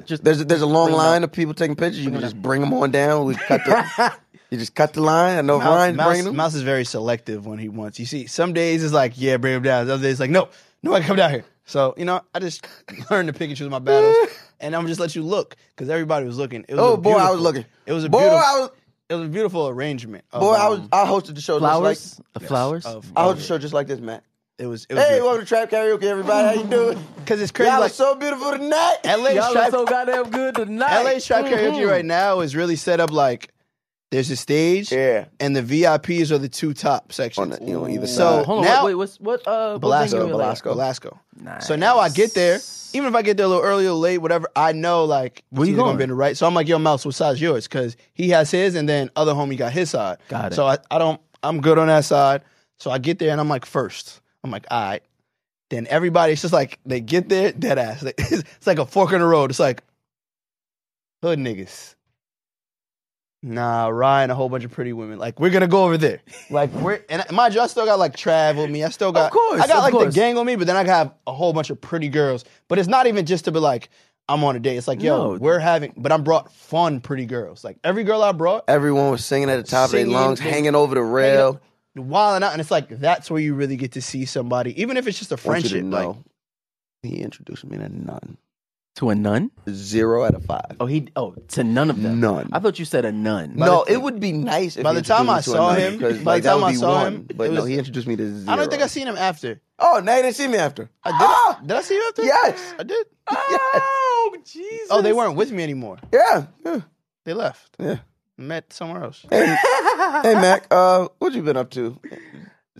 [SPEAKER 5] Just
[SPEAKER 4] There's a, there's a long line of people taking pictures. You can just bring them on down. We cut the you just cut the line. I know
[SPEAKER 6] Mouse,
[SPEAKER 4] Ryan's
[SPEAKER 6] Mouse,
[SPEAKER 4] bringing them.
[SPEAKER 6] Mouse is very selective when he wants. You see, some days it's like, yeah, bring him down. Other days it's like, no, no, I come down here. So you know, I just learned to pick and choose my battles, and I'm just let you look because everybody was looking. It was
[SPEAKER 4] Oh
[SPEAKER 6] a
[SPEAKER 4] boy, I
[SPEAKER 6] beautiful-
[SPEAKER 4] was looking.
[SPEAKER 6] It was a
[SPEAKER 4] boy.
[SPEAKER 6] beautiful.
[SPEAKER 4] I was
[SPEAKER 6] it was a beautiful arrangement. of,
[SPEAKER 4] boy. I was
[SPEAKER 6] um,
[SPEAKER 4] I hosted the show. Just
[SPEAKER 5] flowers?
[SPEAKER 4] like,
[SPEAKER 5] the flowers?
[SPEAKER 6] of-
[SPEAKER 4] I hosted the show just like this, man.
[SPEAKER 6] it was. It was
[SPEAKER 4] Hey, welcome to Trap Karaoke, everybody. How you doing?
[SPEAKER 6] because it's crazy.
[SPEAKER 4] Y'all are
[SPEAKER 6] Like,
[SPEAKER 4] so beautiful tonight.
[SPEAKER 6] LA
[SPEAKER 5] Y'all
[SPEAKER 6] trap,
[SPEAKER 5] are so goddamn good tonight.
[SPEAKER 6] LA trap karaoke right now is really set up like there's a stage,
[SPEAKER 4] Mm-hmm. Yeah.
[SPEAKER 6] and the VIPs are the two top
[SPEAKER 4] On,
[SPEAKER 6] sections.
[SPEAKER 4] the, you know, either
[SPEAKER 6] So-
[SPEAKER 4] so,
[SPEAKER 5] Hold on,
[SPEAKER 6] Now-
[SPEAKER 5] wait, wait, what's what uh what
[SPEAKER 6] Belasco,
[SPEAKER 5] venue we at?
[SPEAKER 6] Belasco, Belasco. So now I get there. Even if I get there a little early or late, whatever, I know like
[SPEAKER 5] Where you
[SPEAKER 6] it's either gonna
[SPEAKER 5] going?
[SPEAKER 6] be in the right. So I'm like, yo, Mouse, what side's yours? Because he has his, and then other homie got his side.
[SPEAKER 5] Got it.
[SPEAKER 6] So I, I don't. I'm good on that side. So I get there and I'm like first. I'm like, all right. Then everybody's just like they get there dead ass. Like, it's, it's like a fork in the road. It's like hood niggas. Nah, Ryan, a whole bunch of pretty women. Like we're gonna go over there. Like we're and mind you, I still got like Trav with me. I still got
[SPEAKER 5] Of course,
[SPEAKER 6] I got
[SPEAKER 5] of
[SPEAKER 6] like the
[SPEAKER 5] course.
[SPEAKER 6] gang on me, but then I have a whole bunch of pretty girls. But it's not even just to be like I'm on a date. It's like yo,
[SPEAKER 5] No.
[SPEAKER 6] we're having. But I brought fun pretty girls. Like every girl I brought,
[SPEAKER 4] everyone was singing at the top of
[SPEAKER 6] Singing,
[SPEAKER 4] their lungs,
[SPEAKER 6] they-
[SPEAKER 4] hanging over the rail.
[SPEAKER 6] wilding out, and it's like that's where you really get to see somebody, even if it's just a
[SPEAKER 4] I want you to
[SPEAKER 6] friendship. Like
[SPEAKER 4] know, he introduced me to none.
[SPEAKER 5] to a nun?
[SPEAKER 4] Zero out of five.
[SPEAKER 5] Oh he oh to none of them.
[SPEAKER 4] None.
[SPEAKER 5] I thought you said a nun.
[SPEAKER 4] no,
[SPEAKER 6] the-
[SPEAKER 4] it would be nice. If
[SPEAKER 6] By
[SPEAKER 4] he
[SPEAKER 6] the time
[SPEAKER 4] introduced
[SPEAKER 6] I
[SPEAKER 4] me to
[SPEAKER 6] saw
[SPEAKER 4] another,
[SPEAKER 6] him-
[SPEAKER 4] 'cause,
[SPEAKER 6] by
[SPEAKER 4] like,
[SPEAKER 6] the
[SPEAKER 4] that
[SPEAKER 6] time
[SPEAKER 4] would
[SPEAKER 6] I
[SPEAKER 4] be
[SPEAKER 6] saw
[SPEAKER 4] one,
[SPEAKER 6] him, it
[SPEAKER 4] but no,
[SPEAKER 6] was-
[SPEAKER 4] he introduced me to zero.
[SPEAKER 6] I don't think I seen him after.
[SPEAKER 4] Oh, now you didn't see me after.
[SPEAKER 6] I did.
[SPEAKER 4] Ah!
[SPEAKER 6] Did I see you after?
[SPEAKER 4] Yes.
[SPEAKER 6] I did.
[SPEAKER 4] Oh, Jesus.
[SPEAKER 6] Oh, they weren't with me anymore.
[SPEAKER 4] Yeah, yeah,
[SPEAKER 6] They left.
[SPEAKER 4] yeah.
[SPEAKER 6] Met somewhere else.
[SPEAKER 4] Hey, Mac, uh, what you been up to? So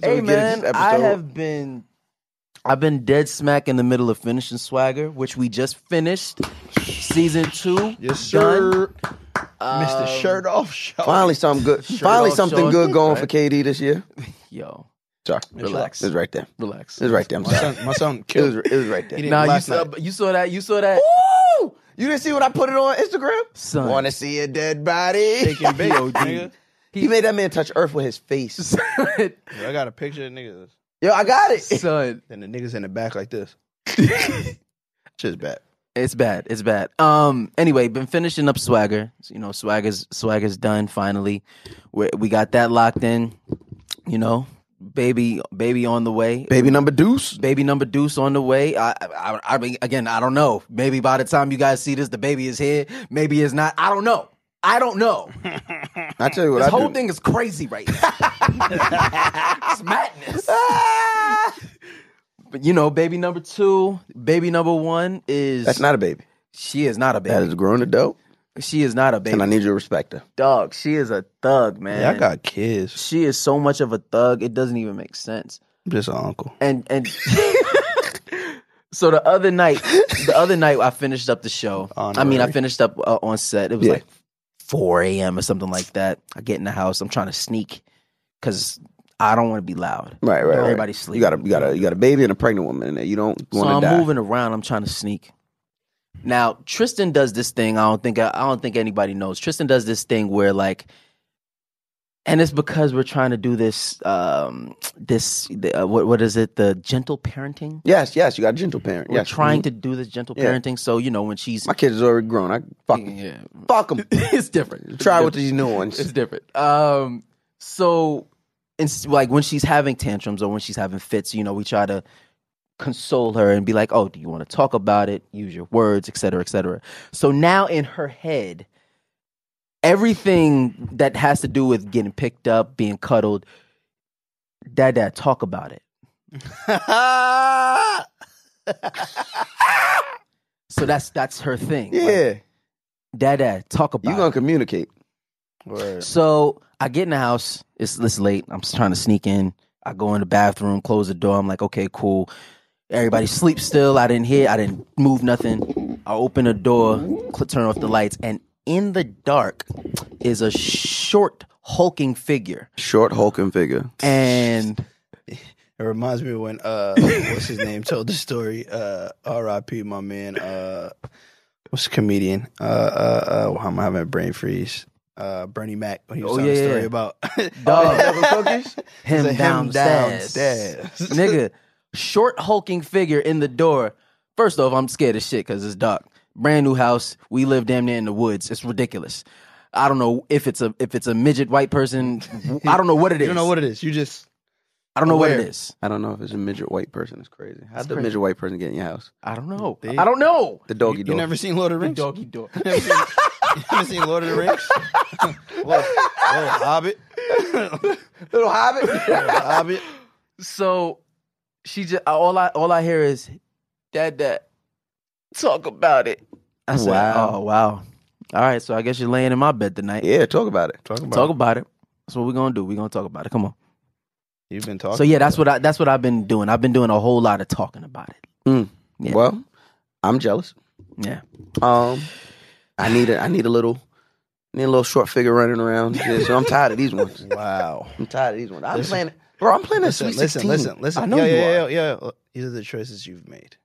[SPEAKER 5] hey
[SPEAKER 4] we get into
[SPEAKER 5] man,
[SPEAKER 4] this
[SPEAKER 5] I
[SPEAKER 4] episode.
[SPEAKER 5] have been, I've been dead smack in the middle of finishing Swagger, which we just finished season two.
[SPEAKER 6] Yes,
[SPEAKER 5] done.
[SPEAKER 6] sir. Um, Missed the shirt off show.
[SPEAKER 4] finally something good. Finally
[SPEAKER 5] off,
[SPEAKER 4] something
[SPEAKER 5] Sean.
[SPEAKER 4] good going
[SPEAKER 5] Right.
[SPEAKER 4] for KD this year.
[SPEAKER 5] Yo,
[SPEAKER 4] Sorry,
[SPEAKER 5] Relax.
[SPEAKER 4] It was right there.
[SPEAKER 5] relax.
[SPEAKER 4] It was right there. I'm
[SPEAKER 6] My
[SPEAKER 4] sorry.
[SPEAKER 6] son, my son
[SPEAKER 4] It was,
[SPEAKER 6] killed.
[SPEAKER 4] it was right there.
[SPEAKER 6] He didn't
[SPEAKER 5] Nah, you
[SPEAKER 6] last
[SPEAKER 5] saw,
[SPEAKER 6] night.
[SPEAKER 5] you saw that. You saw that.
[SPEAKER 4] Woo! You didn't see when I put it on Instagram?
[SPEAKER 5] Son.
[SPEAKER 4] Want to see a dead body?
[SPEAKER 6] Taking bait, nigga.
[SPEAKER 4] He made that man touch earth with his face.
[SPEAKER 6] Yo, I got a picture of niggas.
[SPEAKER 4] Yo, I got it.
[SPEAKER 5] Son,
[SPEAKER 6] And the niggas in the back like this. Just bad.
[SPEAKER 5] it's bad. It's bad. Um. Anyway, been finishing up Swagger. You know, Swagger's Swagger's done finally. We we got that locked in. You know, baby, baby on the way.
[SPEAKER 4] Baby number deuce.
[SPEAKER 5] baby number deuce on the way I, I i mean again i don't know maybe by the time you guys see this the baby is here maybe it's not i don't know i don't know
[SPEAKER 4] I tell you what
[SPEAKER 5] this
[SPEAKER 4] I
[SPEAKER 5] whole
[SPEAKER 4] do.
[SPEAKER 5] thing is crazy right now it's madness but you know baby number two baby number one is
[SPEAKER 4] That's not a baby.
[SPEAKER 5] she is not a
[SPEAKER 4] That
[SPEAKER 5] baby
[SPEAKER 4] is a grown adult,
[SPEAKER 5] she is not a
[SPEAKER 4] and I
[SPEAKER 5] baby
[SPEAKER 4] need you to respect her.
[SPEAKER 5] dog she is a thug man
[SPEAKER 6] Yeah, I got kids.
[SPEAKER 5] she is so much of a thug it doesn't even make sense
[SPEAKER 6] I'm just an uncle.
[SPEAKER 5] and and so the other night the other night i finished up the show i mean i
[SPEAKER 6] Honorary.
[SPEAKER 5] finished up uh, on set it was
[SPEAKER 4] Oh, Yeah.
[SPEAKER 5] like 4 a.m or something like that i get in the house i'm trying to sneak because i don't want to be loud
[SPEAKER 4] Right, right. right.
[SPEAKER 5] Everybody's
[SPEAKER 4] You
[SPEAKER 5] sleeping.
[SPEAKER 4] got a you got a you got a baby and a pregnant woman in there. You don't
[SPEAKER 5] so
[SPEAKER 4] want
[SPEAKER 5] i'm
[SPEAKER 4] to die.
[SPEAKER 5] moving around i'm trying to sneak Now Tristan does this thing. I don't think I don't think anybody knows. Tristan does this thing where like, and it's because we're trying to do this. Um, this the, uh, what what is it? The gentle parenting.
[SPEAKER 4] Yes, yes, you got a gentle parent.
[SPEAKER 5] We're
[SPEAKER 4] yes. Mm-hmm.
[SPEAKER 5] trying to do this gentle
[SPEAKER 4] Yeah.
[SPEAKER 5] parenting. So you know when she's
[SPEAKER 4] My kids is already grown. I fuck 'em.
[SPEAKER 7] Yeah.
[SPEAKER 4] fuck them.
[SPEAKER 7] it's different.
[SPEAKER 4] Try
[SPEAKER 7] It's
[SPEAKER 4] with these new ones.
[SPEAKER 7] It's different. Um,
[SPEAKER 5] so it's like when she's having tantrums or when she's having fits you know we try to console her and be like oh do you want to talk about it use your words etc cetera, etc cetera. so now in her head everything that has to do with getting picked up being cuddled dad dad talk about it so that's that's her thing Like,
[SPEAKER 4] Yeah,
[SPEAKER 5] dad dad talk about
[SPEAKER 4] you
[SPEAKER 5] it
[SPEAKER 4] gonna communicate?
[SPEAKER 5] So I get in the house. It's it's late. I'm just trying to sneak in. I go in the bathroom, close the door. I'm like, okay, cool. Everybody sleeps still. I didn't hear. I didn't move nothing. I open the door, cl- turn off the lights, and in the dark is a short, hulking figure.
[SPEAKER 4] Short hulking figure.
[SPEAKER 5] And
[SPEAKER 6] It reminds me of when uh what's his name told the story. Uh R.I.P. my man, uh what's the comedian? Uh uh uh well, I'm having a brain freeze. Uh Bernie Mac when he was
[SPEAKER 5] Oh,
[SPEAKER 6] telling
[SPEAKER 5] yeah,
[SPEAKER 6] the story
[SPEAKER 5] yeah.
[SPEAKER 6] about
[SPEAKER 5] Dog.
[SPEAKER 6] cookies.
[SPEAKER 5] him,
[SPEAKER 6] Him
[SPEAKER 5] downstairs.
[SPEAKER 6] downstairs.
[SPEAKER 5] Nigga, short hulking figure in the door. First off, I'm scared as shit because it's dark. Brand new house. We live damn near in the woods. It's ridiculous. I don't know if it's a if it's a midget white person. I don't know what it is.
[SPEAKER 6] You don't know what it is. You just
[SPEAKER 5] I don't know what it
[SPEAKER 6] Aware.
[SPEAKER 5] is.
[SPEAKER 4] I don't know if it's a midget white person. It's crazy. How did a midget white person get in your house?
[SPEAKER 5] I don't know.
[SPEAKER 6] They-
[SPEAKER 5] I don't know.
[SPEAKER 4] The doggy
[SPEAKER 6] you,
[SPEAKER 4] dog.
[SPEAKER 6] never seen Lord of the Rings?
[SPEAKER 5] Doggy dog.
[SPEAKER 6] You never seen, you never seen Lord of the Rings? Little Hobbit.
[SPEAKER 4] Little hobbit.
[SPEAKER 6] Little Hobbit.
[SPEAKER 5] So she just all I all I hear is dad dad talk about it. I said,
[SPEAKER 4] Wow.
[SPEAKER 5] Oh wow. All right, so I guess you're laying in my bed tonight.
[SPEAKER 4] yeah, talk about it.
[SPEAKER 6] Talk about
[SPEAKER 5] Talk about it. That's what we're gonna do. We're gonna talk about it. Come on.
[SPEAKER 6] You've been talking.
[SPEAKER 5] So yeah, that's what I that's what I've been doing. I've been doing a whole lot of talking about it. Yeah.
[SPEAKER 4] Well, I'm jealous.
[SPEAKER 5] Yeah.
[SPEAKER 4] Um, I need a I need a little need a little short figure running around. Yeah, so I'm tired of these ones.
[SPEAKER 6] Wow.
[SPEAKER 4] I'm tired of these ones. I'm
[SPEAKER 6] Listen.
[SPEAKER 4] playing, bro. I'm playing a
[SPEAKER 6] Listen,
[SPEAKER 4] sweet
[SPEAKER 6] listen,
[SPEAKER 4] 16.
[SPEAKER 6] listen, listen.
[SPEAKER 4] I know
[SPEAKER 6] yeah,
[SPEAKER 4] you
[SPEAKER 6] yeah,
[SPEAKER 4] are.
[SPEAKER 6] Yeah, yeah, yeah. These are the choices you've made.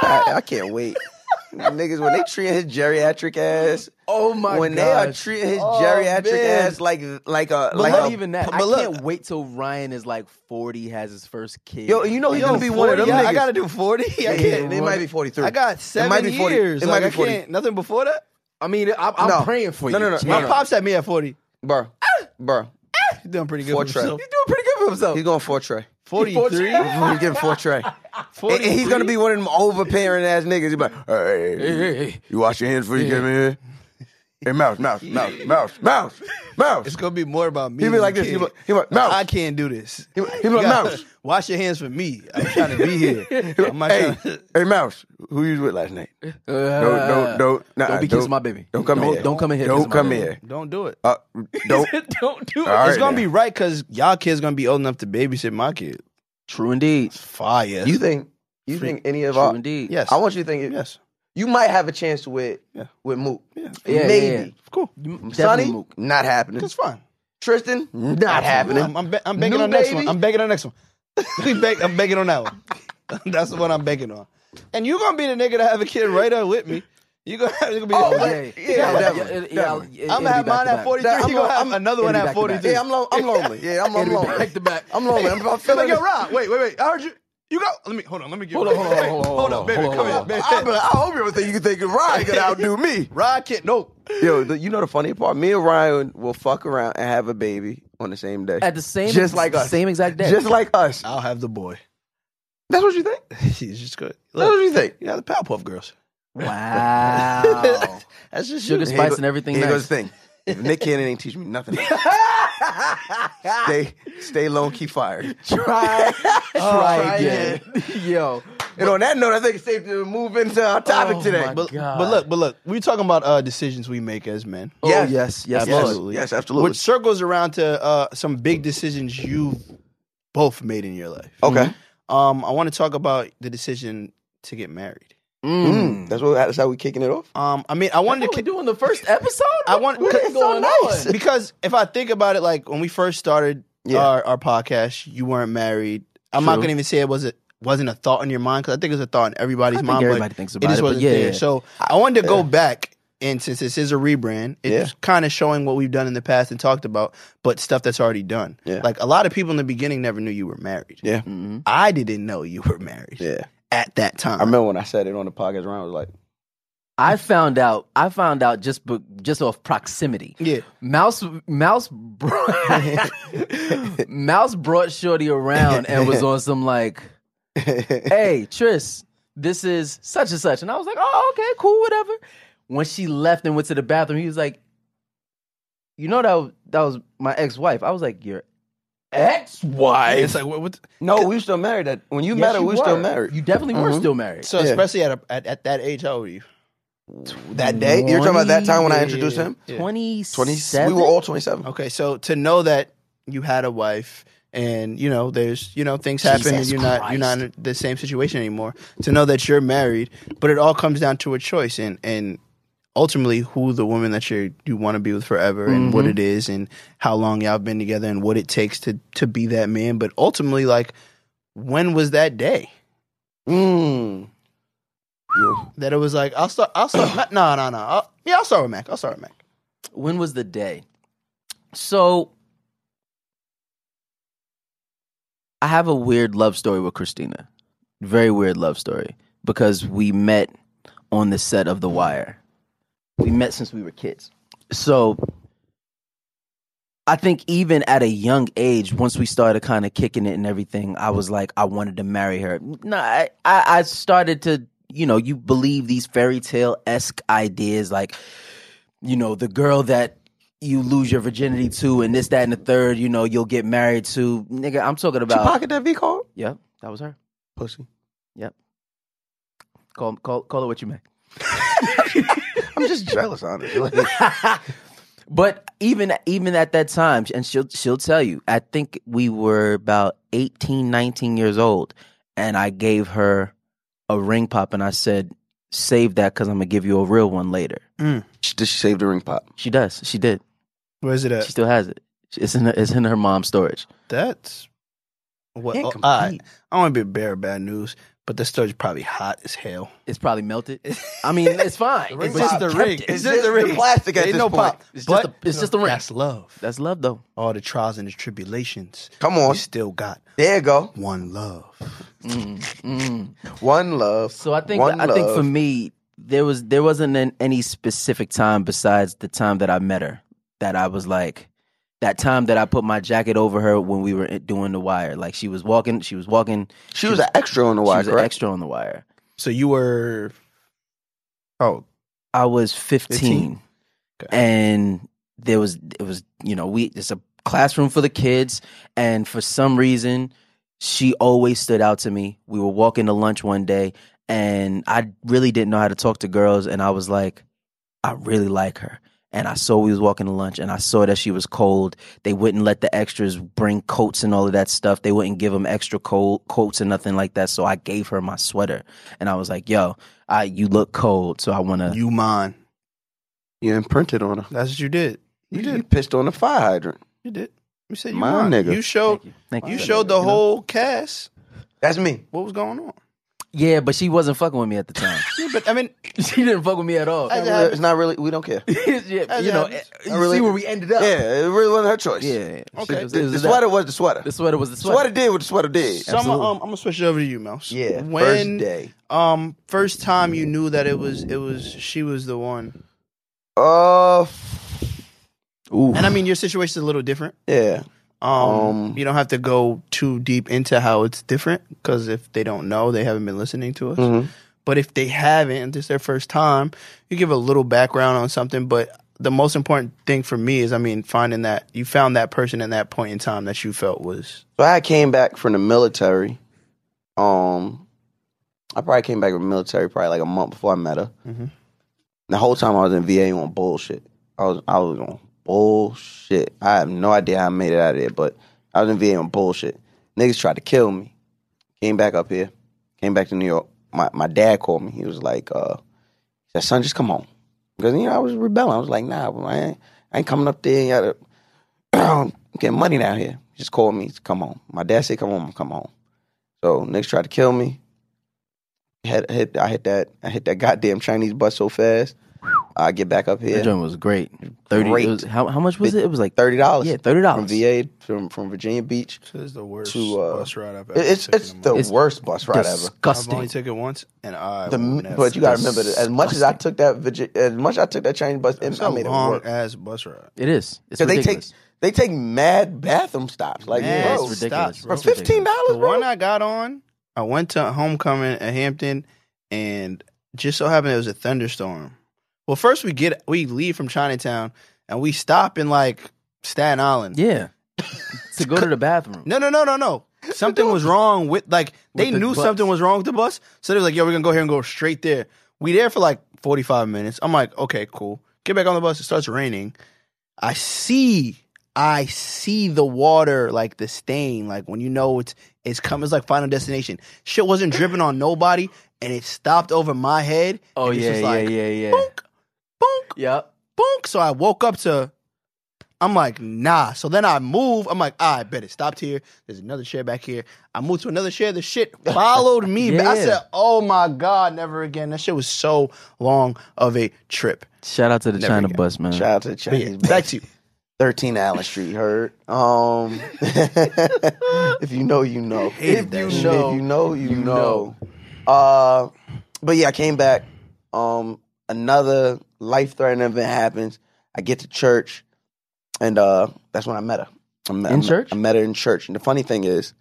[SPEAKER 4] Tired. I can't wait. Niggas, when they treat his geriatric ass,
[SPEAKER 5] Oh my
[SPEAKER 4] when they are treating his
[SPEAKER 5] Oh,
[SPEAKER 4] geriatric
[SPEAKER 5] man.
[SPEAKER 4] ass like like a
[SPEAKER 5] but
[SPEAKER 4] like
[SPEAKER 5] not
[SPEAKER 4] a,
[SPEAKER 5] even that.
[SPEAKER 6] but
[SPEAKER 5] I
[SPEAKER 6] look-
[SPEAKER 5] can't wait till Ryan is like forty, has his first kid.
[SPEAKER 4] Yo,
[SPEAKER 6] Oh,
[SPEAKER 4] you know he's gonna be one of them niggas.
[SPEAKER 6] I gotta do forty. I
[SPEAKER 4] Yeah,
[SPEAKER 6] can't.
[SPEAKER 4] it might be 43.
[SPEAKER 6] I got seven
[SPEAKER 4] it might be 40.
[SPEAKER 6] years.
[SPEAKER 4] It
[SPEAKER 6] like,
[SPEAKER 4] might
[SPEAKER 6] I
[SPEAKER 4] be 40.
[SPEAKER 6] can't. Nothing before that.
[SPEAKER 5] I mean, I'm, I'm
[SPEAKER 4] No.
[SPEAKER 5] praying for
[SPEAKER 4] No,
[SPEAKER 5] you.
[SPEAKER 4] no, no,
[SPEAKER 5] Chad.
[SPEAKER 6] My
[SPEAKER 4] no, no.
[SPEAKER 6] pops had me at forty.
[SPEAKER 4] Bro, bro,
[SPEAKER 6] He's doing pretty good.
[SPEAKER 4] Four
[SPEAKER 6] for
[SPEAKER 4] track.
[SPEAKER 6] himself.
[SPEAKER 5] He's doing pretty good for himself.
[SPEAKER 4] he's going for Trey.
[SPEAKER 6] Forty-three.
[SPEAKER 4] He's getting for Trey. And- and he's gonna be one of them overbearing ass niggas. He's like, hey, you wash your hands before you came in here. Hey, mouse, mouse, mouse, mouse, mouse, mouse.
[SPEAKER 6] It's gonna be more about me.
[SPEAKER 4] He be
[SPEAKER 6] than
[SPEAKER 4] like
[SPEAKER 6] the
[SPEAKER 4] this. He
[SPEAKER 6] kid.
[SPEAKER 4] be- he be like, "Mouse."
[SPEAKER 6] I can't do this.
[SPEAKER 4] He be- he be like,
[SPEAKER 6] You gotta
[SPEAKER 4] "Mouse."
[SPEAKER 6] Wash your hands for me. I'm trying to be here. I'm not
[SPEAKER 4] Hey,
[SPEAKER 6] trying to-
[SPEAKER 4] hey, mouse, who you was with last night? Don't, don't, don't, nah,
[SPEAKER 5] Uh, don't be kissing my baby.
[SPEAKER 4] Don't come
[SPEAKER 5] Don't-
[SPEAKER 4] here.
[SPEAKER 5] don't come in here
[SPEAKER 4] Don't
[SPEAKER 5] kissing my
[SPEAKER 4] come
[SPEAKER 5] baby.
[SPEAKER 4] here.
[SPEAKER 6] Don't do it.
[SPEAKER 4] Uh, don't.
[SPEAKER 5] don't do it.
[SPEAKER 4] All right,
[SPEAKER 6] it's gonna
[SPEAKER 4] then.
[SPEAKER 6] be right because y'all kids gonna be old enough to babysit my kid.
[SPEAKER 5] True indeed.
[SPEAKER 6] Fire.
[SPEAKER 4] You think? You
[SPEAKER 6] Free-
[SPEAKER 4] think any of
[SPEAKER 5] True
[SPEAKER 4] our?
[SPEAKER 5] indeed.
[SPEAKER 6] yes.
[SPEAKER 4] I want you to think.
[SPEAKER 6] Yes.
[SPEAKER 4] You might have a chance with
[SPEAKER 6] Yeah.
[SPEAKER 4] with Mook.
[SPEAKER 6] Yeah.
[SPEAKER 5] Yeah,
[SPEAKER 4] Maybe.
[SPEAKER 5] yeah, yeah.
[SPEAKER 6] Cool.
[SPEAKER 5] Definitely
[SPEAKER 4] Sonny,
[SPEAKER 5] Mook.
[SPEAKER 4] not happening.
[SPEAKER 6] It's fine.
[SPEAKER 4] Tristan, not happening.
[SPEAKER 6] I'm, I'm, be- I'm begging
[SPEAKER 4] New
[SPEAKER 6] on the next
[SPEAKER 4] baby?
[SPEAKER 6] one. I'm begging on the next one. we beg- I'm begging on that one. That's the one I'm begging on. And you're gonna be the nigga to have a kid right up with me. You gonna, you gonna be.
[SPEAKER 4] Oh, yeah,
[SPEAKER 6] the-
[SPEAKER 4] yeah, definitely,
[SPEAKER 5] it-
[SPEAKER 4] definitely.
[SPEAKER 5] it-
[SPEAKER 6] I'm
[SPEAKER 5] it'll
[SPEAKER 6] gonna have
[SPEAKER 5] be back
[SPEAKER 6] mine
[SPEAKER 5] to
[SPEAKER 6] at
[SPEAKER 5] back.
[SPEAKER 6] 43.
[SPEAKER 4] That-
[SPEAKER 6] you
[SPEAKER 4] I'm
[SPEAKER 6] gonna
[SPEAKER 4] gonna-
[SPEAKER 6] have another one
[SPEAKER 5] it'll be back
[SPEAKER 6] at
[SPEAKER 5] to back.
[SPEAKER 6] 42.
[SPEAKER 4] yeah, I'm, lo- I'm lonely. Yeah, I'm, I'm
[SPEAKER 5] It'll be
[SPEAKER 4] lonely.
[SPEAKER 5] back to back.
[SPEAKER 4] I'm lonely. I'm, I'm feeling
[SPEAKER 6] like, yo,
[SPEAKER 4] it.
[SPEAKER 6] Rob, wait, wait, wait. I heard you. You got. Let me hold on. Let me get.
[SPEAKER 5] Hold on, hold on,
[SPEAKER 6] Hey,
[SPEAKER 5] hold on, hold on,
[SPEAKER 6] baby.
[SPEAKER 5] hold on,
[SPEAKER 6] Come
[SPEAKER 5] hold
[SPEAKER 6] here,
[SPEAKER 5] on.
[SPEAKER 6] baby.
[SPEAKER 4] Oh, I'm like, I hope you don't think you think Ryan could outdo me.
[SPEAKER 6] Rod can't. No.
[SPEAKER 4] Yo, the, you know the funny part? Me and Ryan will fuck around and have a baby on the same day.
[SPEAKER 5] At the same
[SPEAKER 4] just like us,
[SPEAKER 5] same exact day.
[SPEAKER 4] just like us.
[SPEAKER 6] I'll have the boy.
[SPEAKER 4] That's what you think.
[SPEAKER 6] He's just good.
[SPEAKER 4] That's what
[SPEAKER 6] Look,
[SPEAKER 4] you think.
[SPEAKER 6] you got the Powerpuff Girls.
[SPEAKER 5] wow.
[SPEAKER 6] That's just
[SPEAKER 5] Sugar
[SPEAKER 6] you.
[SPEAKER 5] spice and everything
[SPEAKER 4] Here
[SPEAKER 5] nice.
[SPEAKER 4] goes the thing. If Nick Cannon ain't teach me nothing, stay, stay low, and keep fired.
[SPEAKER 5] Try, try again.
[SPEAKER 4] again.
[SPEAKER 5] Yo,
[SPEAKER 4] And on that note, I think it's safe to move into our topic
[SPEAKER 5] Oh
[SPEAKER 4] today.
[SPEAKER 5] my
[SPEAKER 4] But-
[SPEAKER 5] God.
[SPEAKER 6] But look, but look, we're talking about uh, decisions we make as men.
[SPEAKER 4] Yes.
[SPEAKER 5] Oh, yes, yes,
[SPEAKER 4] yes,
[SPEAKER 5] Lord.
[SPEAKER 6] Absolutely.
[SPEAKER 4] yes, absolutely.
[SPEAKER 6] Which circles around to uh, some big decisions you've both made in your life.
[SPEAKER 4] okay,
[SPEAKER 6] Um, I want to talk about the decision to get married.
[SPEAKER 4] Mm-hmm.
[SPEAKER 5] Mm.
[SPEAKER 4] that's what. That's how we kicking it off.
[SPEAKER 6] Um, I mean, I wanted
[SPEAKER 5] What
[SPEAKER 6] to
[SPEAKER 5] we doing the first episode?
[SPEAKER 6] I want
[SPEAKER 5] what is
[SPEAKER 6] it's so
[SPEAKER 5] going
[SPEAKER 6] nice.
[SPEAKER 5] on?
[SPEAKER 6] because if I think about it, like when we first started
[SPEAKER 4] Yeah.
[SPEAKER 6] our, our podcast, you weren't married. I'm not
[SPEAKER 5] True.
[SPEAKER 6] gonna even say it was a, wasn't a thought in your mind because I think it's a thought in everybody's
[SPEAKER 5] I think
[SPEAKER 6] mind.
[SPEAKER 5] everybody
[SPEAKER 6] but
[SPEAKER 5] thinks
[SPEAKER 6] it
[SPEAKER 5] about
[SPEAKER 6] just
[SPEAKER 5] it, but
[SPEAKER 6] wasn't
[SPEAKER 5] yeah,
[SPEAKER 6] there.
[SPEAKER 5] yeah.
[SPEAKER 6] So I wanted to go back, and since this is a rebrand, it's
[SPEAKER 4] Yeah.
[SPEAKER 6] kind of showing what we've done in the past and talked about, but stuff that's already done.
[SPEAKER 4] Yeah.
[SPEAKER 6] Like a lot of people in the beginning never knew you were married.
[SPEAKER 4] Yeah.
[SPEAKER 5] Mm-hmm.
[SPEAKER 6] I didn't know you were married
[SPEAKER 4] Yeah.
[SPEAKER 6] at that time.
[SPEAKER 4] Mm. I remember when I said it on the podcast around, I was like,
[SPEAKER 5] I found out. I found out just be, just off proximity.
[SPEAKER 6] Yeah.
[SPEAKER 5] Mouse Mouse brought Mouse brought Shorty around and was on some like, "Hey, Tris, this is such and such," and I was like, "Oh, okay, cool, whatever." When she left and went to the bathroom, he was like, "You know that that was my ex wife." I was like, "Your ex wife?"
[SPEAKER 6] It's like what? what
[SPEAKER 4] No, we were still married. That when you met her, we were still married. Mm-hmm.
[SPEAKER 5] You definitely were still married.
[SPEAKER 6] so especially at, a, at at that age, how old were you?
[SPEAKER 4] that day, you're talking about that time when I introduced him.
[SPEAKER 5] Twenty
[SPEAKER 4] Twenty.
[SPEAKER 5] seven.
[SPEAKER 4] We were all twenty-seven.
[SPEAKER 6] Okay, so to know that you had a wife and you know there's you know things happen and you're not you're not in the same situation anymore. To know that you're married, but it all comes down to a choice and and ultimately who the woman that you you want to be with forever and
[SPEAKER 4] Mm-hmm.
[SPEAKER 6] what it is and how long y'all been together and what it takes to to be that man, but ultimately like when was that day?
[SPEAKER 4] Mm.
[SPEAKER 6] That it was like I'll start I'll start no no no. I'll, yeah, I'll start with Mac. I'll start with Mac.
[SPEAKER 5] when was the day? So I have a weird love story with Christina. Very weird love story because we met on the set of The Wire. We met since we were kids. So I think even at a young age, once we started kind of kicking it and everything, I was like, I wanted to marry her. No, I, I, I started to, you know, you believe these fairy tale esque ideas like, you know, the girl that you lose your virginity to and this, that, and the third, you know, you'll get married to. Nigga, I'm talking
[SPEAKER 4] Did you
[SPEAKER 5] about.
[SPEAKER 4] pocket that V card?
[SPEAKER 5] Yep, that was her.
[SPEAKER 4] Pussy.
[SPEAKER 5] Call, call, call it what you may.
[SPEAKER 4] I'm just jealous, honestly. Like,
[SPEAKER 5] But even even at that time, and she'll she'll tell you, I think we were about 18, 19 years old, and I gave her a ring pop and I said, save that because I'm gonna give you a real one later.
[SPEAKER 6] Mm.
[SPEAKER 4] she- did she save the ring pop?
[SPEAKER 5] She does. She did.
[SPEAKER 6] Where's it
[SPEAKER 5] She
[SPEAKER 6] at?
[SPEAKER 5] still has it. It's in her, it's in her mom's storage.
[SPEAKER 6] That's what oh, all right. I don't want to be a bearer of bad news, but the store's probably hot as hell.
[SPEAKER 5] It's probably melted. I mean, it's fine. It's
[SPEAKER 6] But
[SPEAKER 5] just,
[SPEAKER 6] it's the ring.
[SPEAKER 4] It's just the ring. plastic at
[SPEAKER 6] Ain't
[SPEAKER 4] this
[SPEAKER 6] no
[SPEAKER 4] point.
[SPEAKER 6] pop.
[SPEAKER 5] it's
[SPEAKER 6] But
[SPEAKER 5] just a, it's just the ring.
[SPEAKER 6] that's love.
[SPEAKER 5] That's love though.
[SPEAKER 6] All the trials and the tribulations.
[SPEAKER 4] Come on.
[SPEAKER 6] We still got
[SPEAKER 4] There you go.
[SPEAKER 6] one love.
[SPEAKER 5] Mm.
[SPEAKER 4] One love.
[SPEAKER 5] So I think
[SPEAKER 4] One
[SPEAKER 5] I think
[SPEAKER 4] love.
[SPEAKER 5] for me there was there wasn't an, any specific time besides the time that I met her that I was like that time that I put my jacket over her when we were doing the wire like she was walking she was walking
[SPEAKER 4] she was an extra on the
[SPEAKER 5] she
[SPEAKER 4] wire,
[SPEAKER 5] was an
[SPEAKER 4] correct?
[SPEAKER 5] extra on the wire.
[SPEAKER 6] So you were oh
[SPEAKER 5] I was 15,
[SPEAKER 6] 15?
[SPEAKER 5] and there was it was you know we it's a classroom for the kids and for some reason she always stood out to me. We were walking to lunch one day and I really didn't know how to talk to girls and I was like I really like her. And I saw we was walking to lunch and I saw that she was cold. They wouldn't let the extras bring coats and all of that stuff. They wouldn't give them extra cold coats and nothing like that. So I gave her my sweater and I was like, yo, I, you look cold. So I want to
[SPEAKER 6] you mine.
[SPEAKER 4] You imprinted on her.
[SPEAKER 6] That's what you did.
[SPEAKER 4] You, you pissed on the fire hydrant.
[SPEAKER 6] You did. You said you
[SPEAKER 4] My
[SPEAKER 6] mine.
[SPEAKER 4] nigga.
[SPEAKER 6] You showed you,
[SPEAKER 5] Thank you.
[SPEAKER 6] showed the whole cast
[SPEAKER 4] That's me.
[SPEAKER 6] what was going on.
[SPEAKER 5] Yeah, but she wasn't fucking with me at the time.
[SPEAKER 6] Yeah, but I mean
[SPEAKER 5] she didn't fuck with me at all.
[SPEAKER 6] As it
[SPEAKER 4] It's
[SPEAKER 6] happens.
[SPEAKER 4] not really. We don't care. Yeah,
[SPEAKER 5] yeah, you know,
[SPEAKER 4] eh,
[SPEAKER 6] happens.
[SPEAKER 5] you
[SPEAKER 4] I really-
[SPEAKER 5] see where we ended up.
[SPEAKER 4] it really wasn't her choice.
[SPEAKER 5] yeah. yeah.
[SPEAKER 6] Okay.
[SPEAKER 5] It was- it
[SPEAKER 4] The,
[SPEAKER 5] was
[SPEAKER 4] the
[SPEAKER 5] that.
[SPEAKER 4] sweater was the sweater.
[SPEAKER 5] The sweater was the
[SPEAKER 4] sweater.
[SPEAKER 5] sweater.
[SPEAKER 4] did what the sweater did.
[SPEAKER 6] So I'm, um, I'm gonna switch it over to you, Mouse.
[SPEAKER 4] Yeah,
[SPEAKER 6] When
[SPEAKER 4] first day.
[SPEAKER 6] um first time you knew that it was it was she was the one.
[SPEAKER 4] Uh,
[SPEAKER 5] Ooh.
[SPEAKER 6] And I mean your situation's a little different.
[SPEAKER 4] yeah.
[SPEAKER 6] Um,
[SPEAKER 4] Um,
[SPEAKER 6] you don't have to go too deep into how it's different because if they don't know, they haven't been listening to us.
[SPEAKER 4] Mm-hmm.
[SPEAKER 6] But if they haven't, and this is their first time, you give a little background on something. But the most important thing for me is, I mean, finding that you found that person in that point in time that you felt was
[SPEAKER 4] So I came back from the military. Um, I probably came back from the military probably like a month before I met her.
[SPEAKER 6] Mm-hmm.
[SPEAKER 4] The whole time I was in VA on bullshit. I was I was on bullshit. I have no idea how I made it out of there, but I was in VA on bullshit. Niggas tried to kill me. Came back up here. Came back to New York. My my dad called me. He was like, uh, he said, son, just come home. Because you know I was rebelling. I was like, nah, but I ain't, I ain't coming up there and gotta I'm getting money down here. He just called me to come home. My dad said, come home, come home. So niggas tried to kill me. Had hit I hit that I hit that goddamn Chinese bus so fast. I get back up
[SPEAKER 5] That
[SPEAKER 4] here.
[SPEAKER 5] joint was great. Thirty.
[SPEAKER 4] Great.
[SPEAKER 5] It was, how how much was it? It was like
[SPEAKER 4] Thirty dollars.
[SPEAKER 5] Yeah, thirty
[SPEAKER 4] from
[SPEAKER 5] dollars.
[SPEAKER 4] VA from from Virginia Beach.
[SPEAKER 6] This is the worst
[SPEAKER 4] To, uh,
[SPEAKER 6] bus ride I've ever
[SPEAKER 4] It's
[SPEAKER 6] taken
[SPEAKER 4] it's
[SPEAKER 6] in my
[SPEAKER 4] the
[SPEAKER 6] life.
[SPEAKER 4] worst bus ride ever.
[SPEAKER 6] I've only
[SPEAKER 5] Disgusting.
[SPEAKER 6] taken it once, and I.
[SPEAKER 4] The,
[SPEAKER 6] will
[SPEAKER 4] m-
[SPEAKER 6] never-
[SPEAKER 4] but you gotta remember that as much as I took that Virgi- as much as I took that Chinese bus,
[SPEAKER 6] It's
[SPEAKER 4] and I
[SPEAKER 6] a
[SPEAKER 4] made it
[SPEAKER 6] long
[SPEAKER 4] work.
[SPEAKER 6] ass bus ride.
[SPEAKER 5] It is. It's
[SPEAKER 4] Cause they take
[SPEAKER 5] ridiculous.
[SPEAKER 4] they take mad bathroom stops. Like
[SPEAKER 6] Yeah,
[SPEAKER 4] bro,
[SPEAKER 6] it's
[SPEAKER 5] it's ridiculous.
[SPEAKER 6] stops,
[SPEAKER 4] for
[SPEAKER 6] bro.
[SPEAKER 5] It's ridiculous.
[SPEAKER 4] fifteen dollars,
[SPEAKER 6] The
[SPEAKER 4] bro.
[SPEAKER 6] one I got on, I went to homecoming at Hampton, and just so happened it was a thunderstorm. Well, first we get we leave from Chinatown, and we stop in like Staten Island.
[SPEAKER 5] Yeah. to go to the bathroom.
[SPEAKER 6] No, no, no, no, no. Something was wrong with like they
[SPEAKER 5] With the
[SPEAKER 6] knew
[SPEAKER 5] bus.
[SPEAKER 6] something was wrong with the bus, so they was like, "Yo, we're gonna go here and go straight there." We there for like forty five minutes. I'm like, "Okay, cool." Get back on the bus. It starts raining. I see, I see the water like the stain, like when you know it's it's coming. It's like Final Destination. Shit wasn't dripping on nobody, and it stopped over my head.
[SPEAKER 5] Oh
[SPEAKER 6] and it's
[SPEAKER 5] yeah,
[SPEAKER 6] just
[SPEAKER 5] yeah,
[SPEAKER 6] like,
[SPEAKER 5] yeah, yeah,
[SPEAKER 6] Boonk, boonk,
[SPEAKER 5] Yep.
[SPEAKER 6] boonk. So I woke up to, I'm like, nah. So then I move. I'm like, ah, I bet it stopped here. There's another chair back here. I moved to another chair. The shit followed me. back. I
[SPEAKER 5] Yeah.
[SPEAKER 6] said, oh my God, never again. That shit was so long of a trip.
[SPEAKER 5] Shout out to the
[SPEAKER 6] Never
[SPEAKER 5] China
[SPEAKER 6] again.
[SPEAKER 5] bus, man.
[SPEAKER 4] Shout out to the
[SPEAKER 6] But
[SPEAKER 4] Chinese
[SPEAKER 6] yeah,
[SPEAKER 4] bus.
[SPEAKER 6] back to you.
[SPEAKER 4] Thirteen Allen Street, heard. Um, if you know, you know. If
[SPEAKER 6] Hated
[SPEAKER 4] you
[SPEAKER 6] that shit.
[SPEAKER 4] know, if you know, you, know. Uh, but yeah, I came back. Um, another life threatening event happens. I get to church, and uh, that's when I met her. I met,
[SPEAKER 5] In
[SPEAKER 4] I met-
[SPEAKER 5] church?
[SPEAKER 4] I met her in church. And the funny thing is,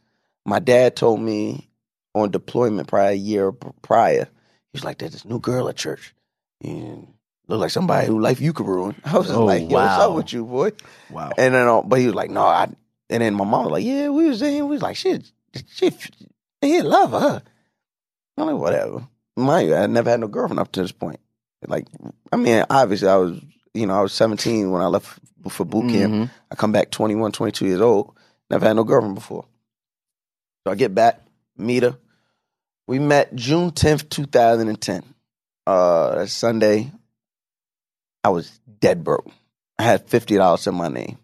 [SPEAKER 4] my dad told me on deployment prior a year p- prior, he's like, "There's this new girl at church, and look like somebody who life you could ruin." I was just
[SPEAKER 5] Oh,
[SPEAKER 4] like, Yo, "What's up
[SPEAKER 5] wow.
[SPEAKER 4] with you, boy?"
[SPEAKER 5] Wow.
[SPEAKER 4] And then, uh, but he was like, no, I. And then my mom was like, yeah, we was in. here." We was like, shit, shit, he love her. I'm like, whatever. Mind you, I never had no girlfriend up to this point. Like, I mean, obviously, I was, you know, I was 17 when I left for boot camp.
[SPEAKER 5] Mhm.
[SPEAKER 4] I come back 21, 22 years old. Never had no girlfriend before. So I get back, meet her. We met June 10th, 2010. Uh, that's Sunday. I was dead broke. I had $50 in my name.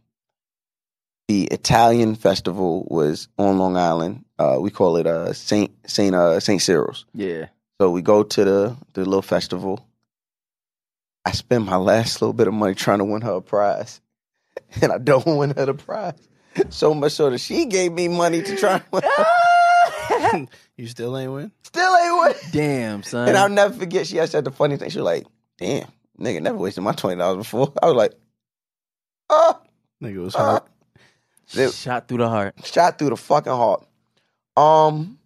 [SPEAKER 4] The Italian festival was on Long Island. Uh, we call it uh, Saint Saint uh, Saint Cyril's.
[SPEAKER 5] Yeah.
[SPEAKER 4] So we go to the the little festival. I spend my last little bit of money trying to win her a prize, and I don't win her the prize. So much so that she gave me money to try and win.
[SPEAKER 6] You still ain't win?
[SPEAKER 4] Still ain't win.
[SPEAKER 5] Damn, son.
[SPEAKER 4] And I'll never forget. She had said the funny thing. She was like, "Damn, nigga, never wasted my twenty dollars before." I was like, "Oh,
[SPEAKER 6] Nigga was
[SPEAKER 4] uh,
[SPEAKER 6] hurt.
[SPEAKER 4] They-
[SPEAKER 5] Shot through the heart.
[SPEAKER 4] shot through the fucking heart." Um,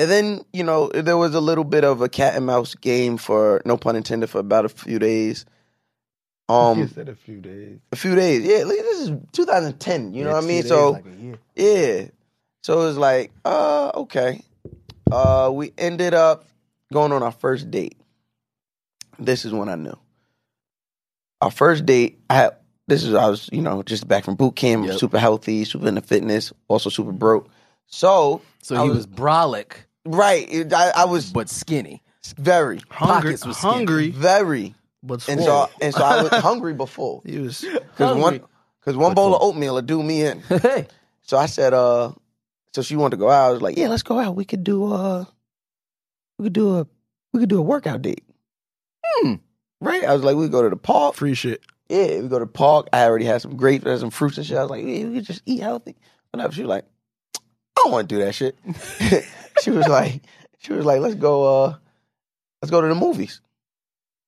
[SPEAKER 4] and then you know there was a little bit of a cat and mouse game for no pun intended for about a few days. Um,
[SPEAKER 6] said a few days.
[SPEAKER 4] a few days. Yeah, look, this is 2010. You know what I mean? So yeah, so it was like, uh, okay. Uh, we ended up going on our first date. This is when I knew. Our first date, I had, this is I was you know just back from boot camp,
[SPEAKER 5] Yep.
[SPEAKER 4] super healthy, super into fitness, also super broke. So
[SPEAKER 5] So
[SPEAKER 4] I
[SPEAKER 5] he
[SPEAKER 4] was-
[SPEAKER 5] was brolic
[SPEAKER 4] right, it- I, I was
[SPEAKER 5] but skinny.
[SPEAKER 4] very,
[SPEAKER 6] Hungry,
[SPEAKER 5] Pockets was skinny.
[SPEAKER 6] hungry,
[SPEAKER 4] very,
[SPEAKER 6] but
[SPEAKER 4] and
[SPEAKER 6] swole.
[SPEAKER 4] so and so I was hungry before
[SPEAKER 6] he was.
[SPEAKER 4] because one because one bowl of oatmeal will do me in.
[SPEAKER 5] Hey.
[SPEAKER 4] So I said, uh, so she wanted to go out. I was like, yeah, let's go out. We could do uh we could do a we could do a workout date. Hmm. Right? I was like, we could go to the park.
[SPEAKER 6] Free shit.
[SPEAKER 4] Yeah, we go to the park. I already had some grapes, I had some fruits and shit. I was like, yeah, we could just eat healthy. Whatever. She was like, I don't want to do that shit. she was like, she was like, let's go, uh, let's go to the movies.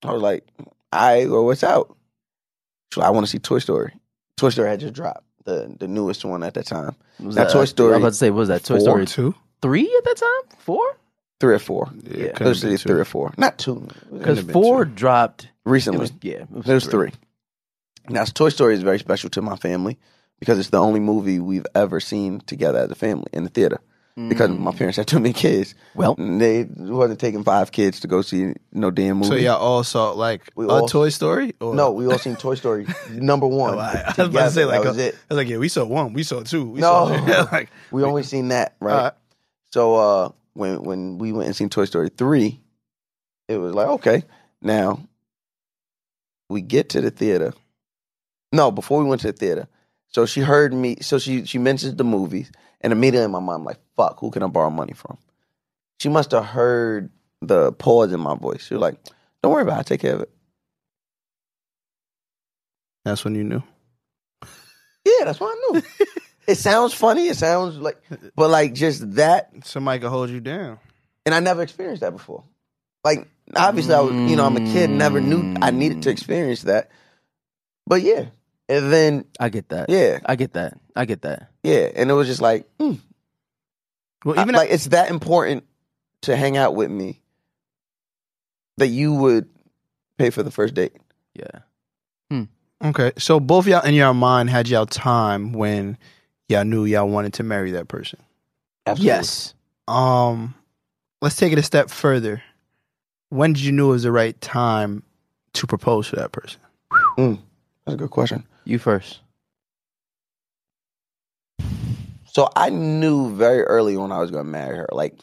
[SPEAKER 4] I was like, I well, what's out? She was like, I want to see Toy Story. Toy Story had just dropped the the newest one at that time.
[SPEAKER 5] Was
[SPEAKER 4] Now, Toy Story
[SPEAKER 5] I was about to say, what was that Toy
[SPEAKER 4] four.
[SPEAKER 5] Story
[SPEAKER 6] Two.
[SPEAKER 5] three at that time? Four?
[SPEAKER 4] three or four.
[SPEAKER 6] Yeah,
[SPEAKER 4] Yeah,
[SPEAKER 6] couldn't
[SPEAKER 4] those
[SPEAKER 6] be
[SPEAKER 4] are the
[SPEAKER 6] two.
[SPEAKER 4] three or four, not two.
[SPEAKER 5] Because four dropped. It
[SPEAKER 4] Recently,
[SPEAKER 5] was, yeah, it was,
[SPEAKER 4] there's three. Now, Toy Story is very special to my family because it's the only movie we've ever seen together as a family in the theater. Because
[SPEAKER 6] Mm.
[SPEAKER 4] my parents had too many kids,
[SPEAKER 5] Well.
[SPEAKER 4] And they wasn't taking five kids to go see no damn movie.
[SPEAKER 6] So y'all all saw like
[SPEAKER 4] We
[SPEAKER 6] a
[SPEAKER 4] all-
[SPEAKER 6] Toy Story? Or?
[SPEAKER 4] no, we all seen Toy Story number one.
[SPEAKER 6] Oh, I, I was about
[SPEAKER 4] together.
[SPEAKER 6] to say like
[SPEAKER 4] that was
[SPEAKER 6] uh,
[SPEAKER 4] it.
[SPEAKER 6] I was like, yeah, we saw one, we saw two, we
[SPEAKER 4] No.
[SPEAKER 6] saw like Uh-huh.
[SPEAKER 4] We only seen that right.
[SPEAKER 6] Alright.
[SPEAKER 4] So uh, when when we went and seen Toy Story three, it was like okay. Now we get to the theater. No, before we went to the theater, so she heard me. So she she mentions the movies, And immediately in my mind, I'm like, fuck, who can I borrow money from? She must have heard the pause in my voice. She was like, don't worry about it, I'll take care of it.
[SPEAKER 6] That's when you knew.
[SPEAKER 4] Yeah, that's what I knew. it sounds funny, it sounds like but like just that
[SPEAKER 6] Somebody could hold you down.
[SPEAKER 4] and I never experienced that before. Like obviously, I was you know I'm a kid, never knew I needed to experience that. But yeah, and then
[SPEAKER 5] I get that.
[SPEAKER 4] yeah,
[SPEAKER 5] I get that. I get that.
[SPEAKER 4] yeah, and it was just like, hmm,
[SPEAKER 6] Well, even
[SPEAKER 4] I- like it's that important to hang out with me that you would pay for the first date.
[SPEAKER 5] Yeah.
[SPEAKER 6] okay, so both y'all in your mind had y'all time when y'all knew y'all wanted to marry that person.
[SPEAKER 5] Yes.
[SPEAKER 6] Um, let's take it a step further. When did you know it was the right time to propose to that person?
[SPEAKER 4] Hmm. that's a good question.
[SPEAKER 5] You first.
[SPEAKER 4] So I knew very early on I was gonna marry her. Like,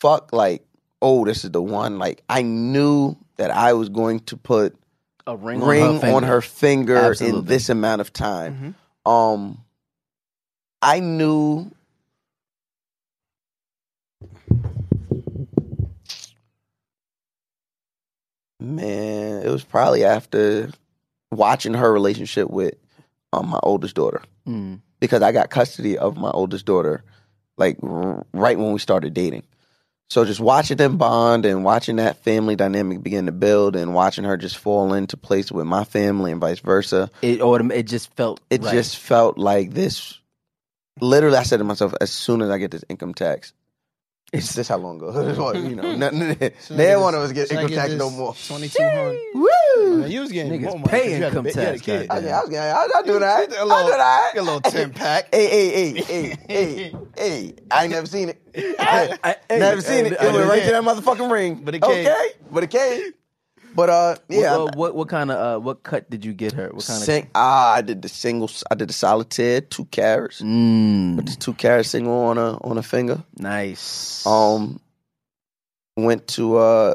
[SPEAKER 4] fuck, like, oh, this is the one. Like, I knew that I was going to put
[SPEAKER 5] A ring,
[SPEAKER 4] ring, on, her finger
[SPEAKER 5] Absolutely.
[SPEAKER 4] in this amount of time. Um, I knew. Man, it was probably after watching her relationship with um, my oldest daughter
[SPEAKER 5] Mm.
[SPEAKER 4] because I got custody of my oldest daughter, like r- right when we started dating. So just watching them bond and watching that family dynamic begin to build, and watching her just fall into place with my family and vice versa.
[SPEAKER 5] It autom- It just felt.
[SPEAKER 4] It
[SPEAKER 5] right.
[SPEAKER 4] just felt like this. Literally, I said to myself, as soon as I get this income tax, it's this how long ago? you know, nothing. Neither one of us get income tax no more.
[SPEAKER 6] Twenty two hundred.
[SPEAKER 4] Woo!
[SPEAKER 6] You was getting
[SPEAKER 5] Niggas
[SPEAKER 6] more money 'cause
[SPEAKER 5] pay
[SPEAKER 6] oh you had a
[SPEAKER 5] income
[SPEAKER 6] ba- you had a
[SPEAKER 5] tax,
[SPEAKER 6] kid.
[SPEAKER 5] goddamn.
[SPEAKER 4] Okay, I was gonna, I, I do that. I do that.
[SPEAKER 6] A little ten pack.
[SPEAKER 4] Hey, hey, hey, hey, hey, hey. I ain't never seen it.
[SPEAKER 5] hey,
[SPEAKER 4] never seen it.
[SPEAKER 5] hey,
[SPEAKER 4] It went right
[SPEAKER 6] hey.
[SPEAKER 4] to that motherfucking ring.
[SPEAKER 6] But it came.
[SPEAKER 4] Okay. But it came. But uh yeah.
[SPEAKER 5] What, what what kind of uh, what cut did you get her? What kind
[SPEAKER 4] Sing- ah, I did the single I did the solitaire, two carrots.
[SPEAKER 5] of? Mm,
[SPEAKER 4] Just two carrots single on a on a finger.
[SPEAKER 5] nice.
[SPEAKER 4] Um went to uh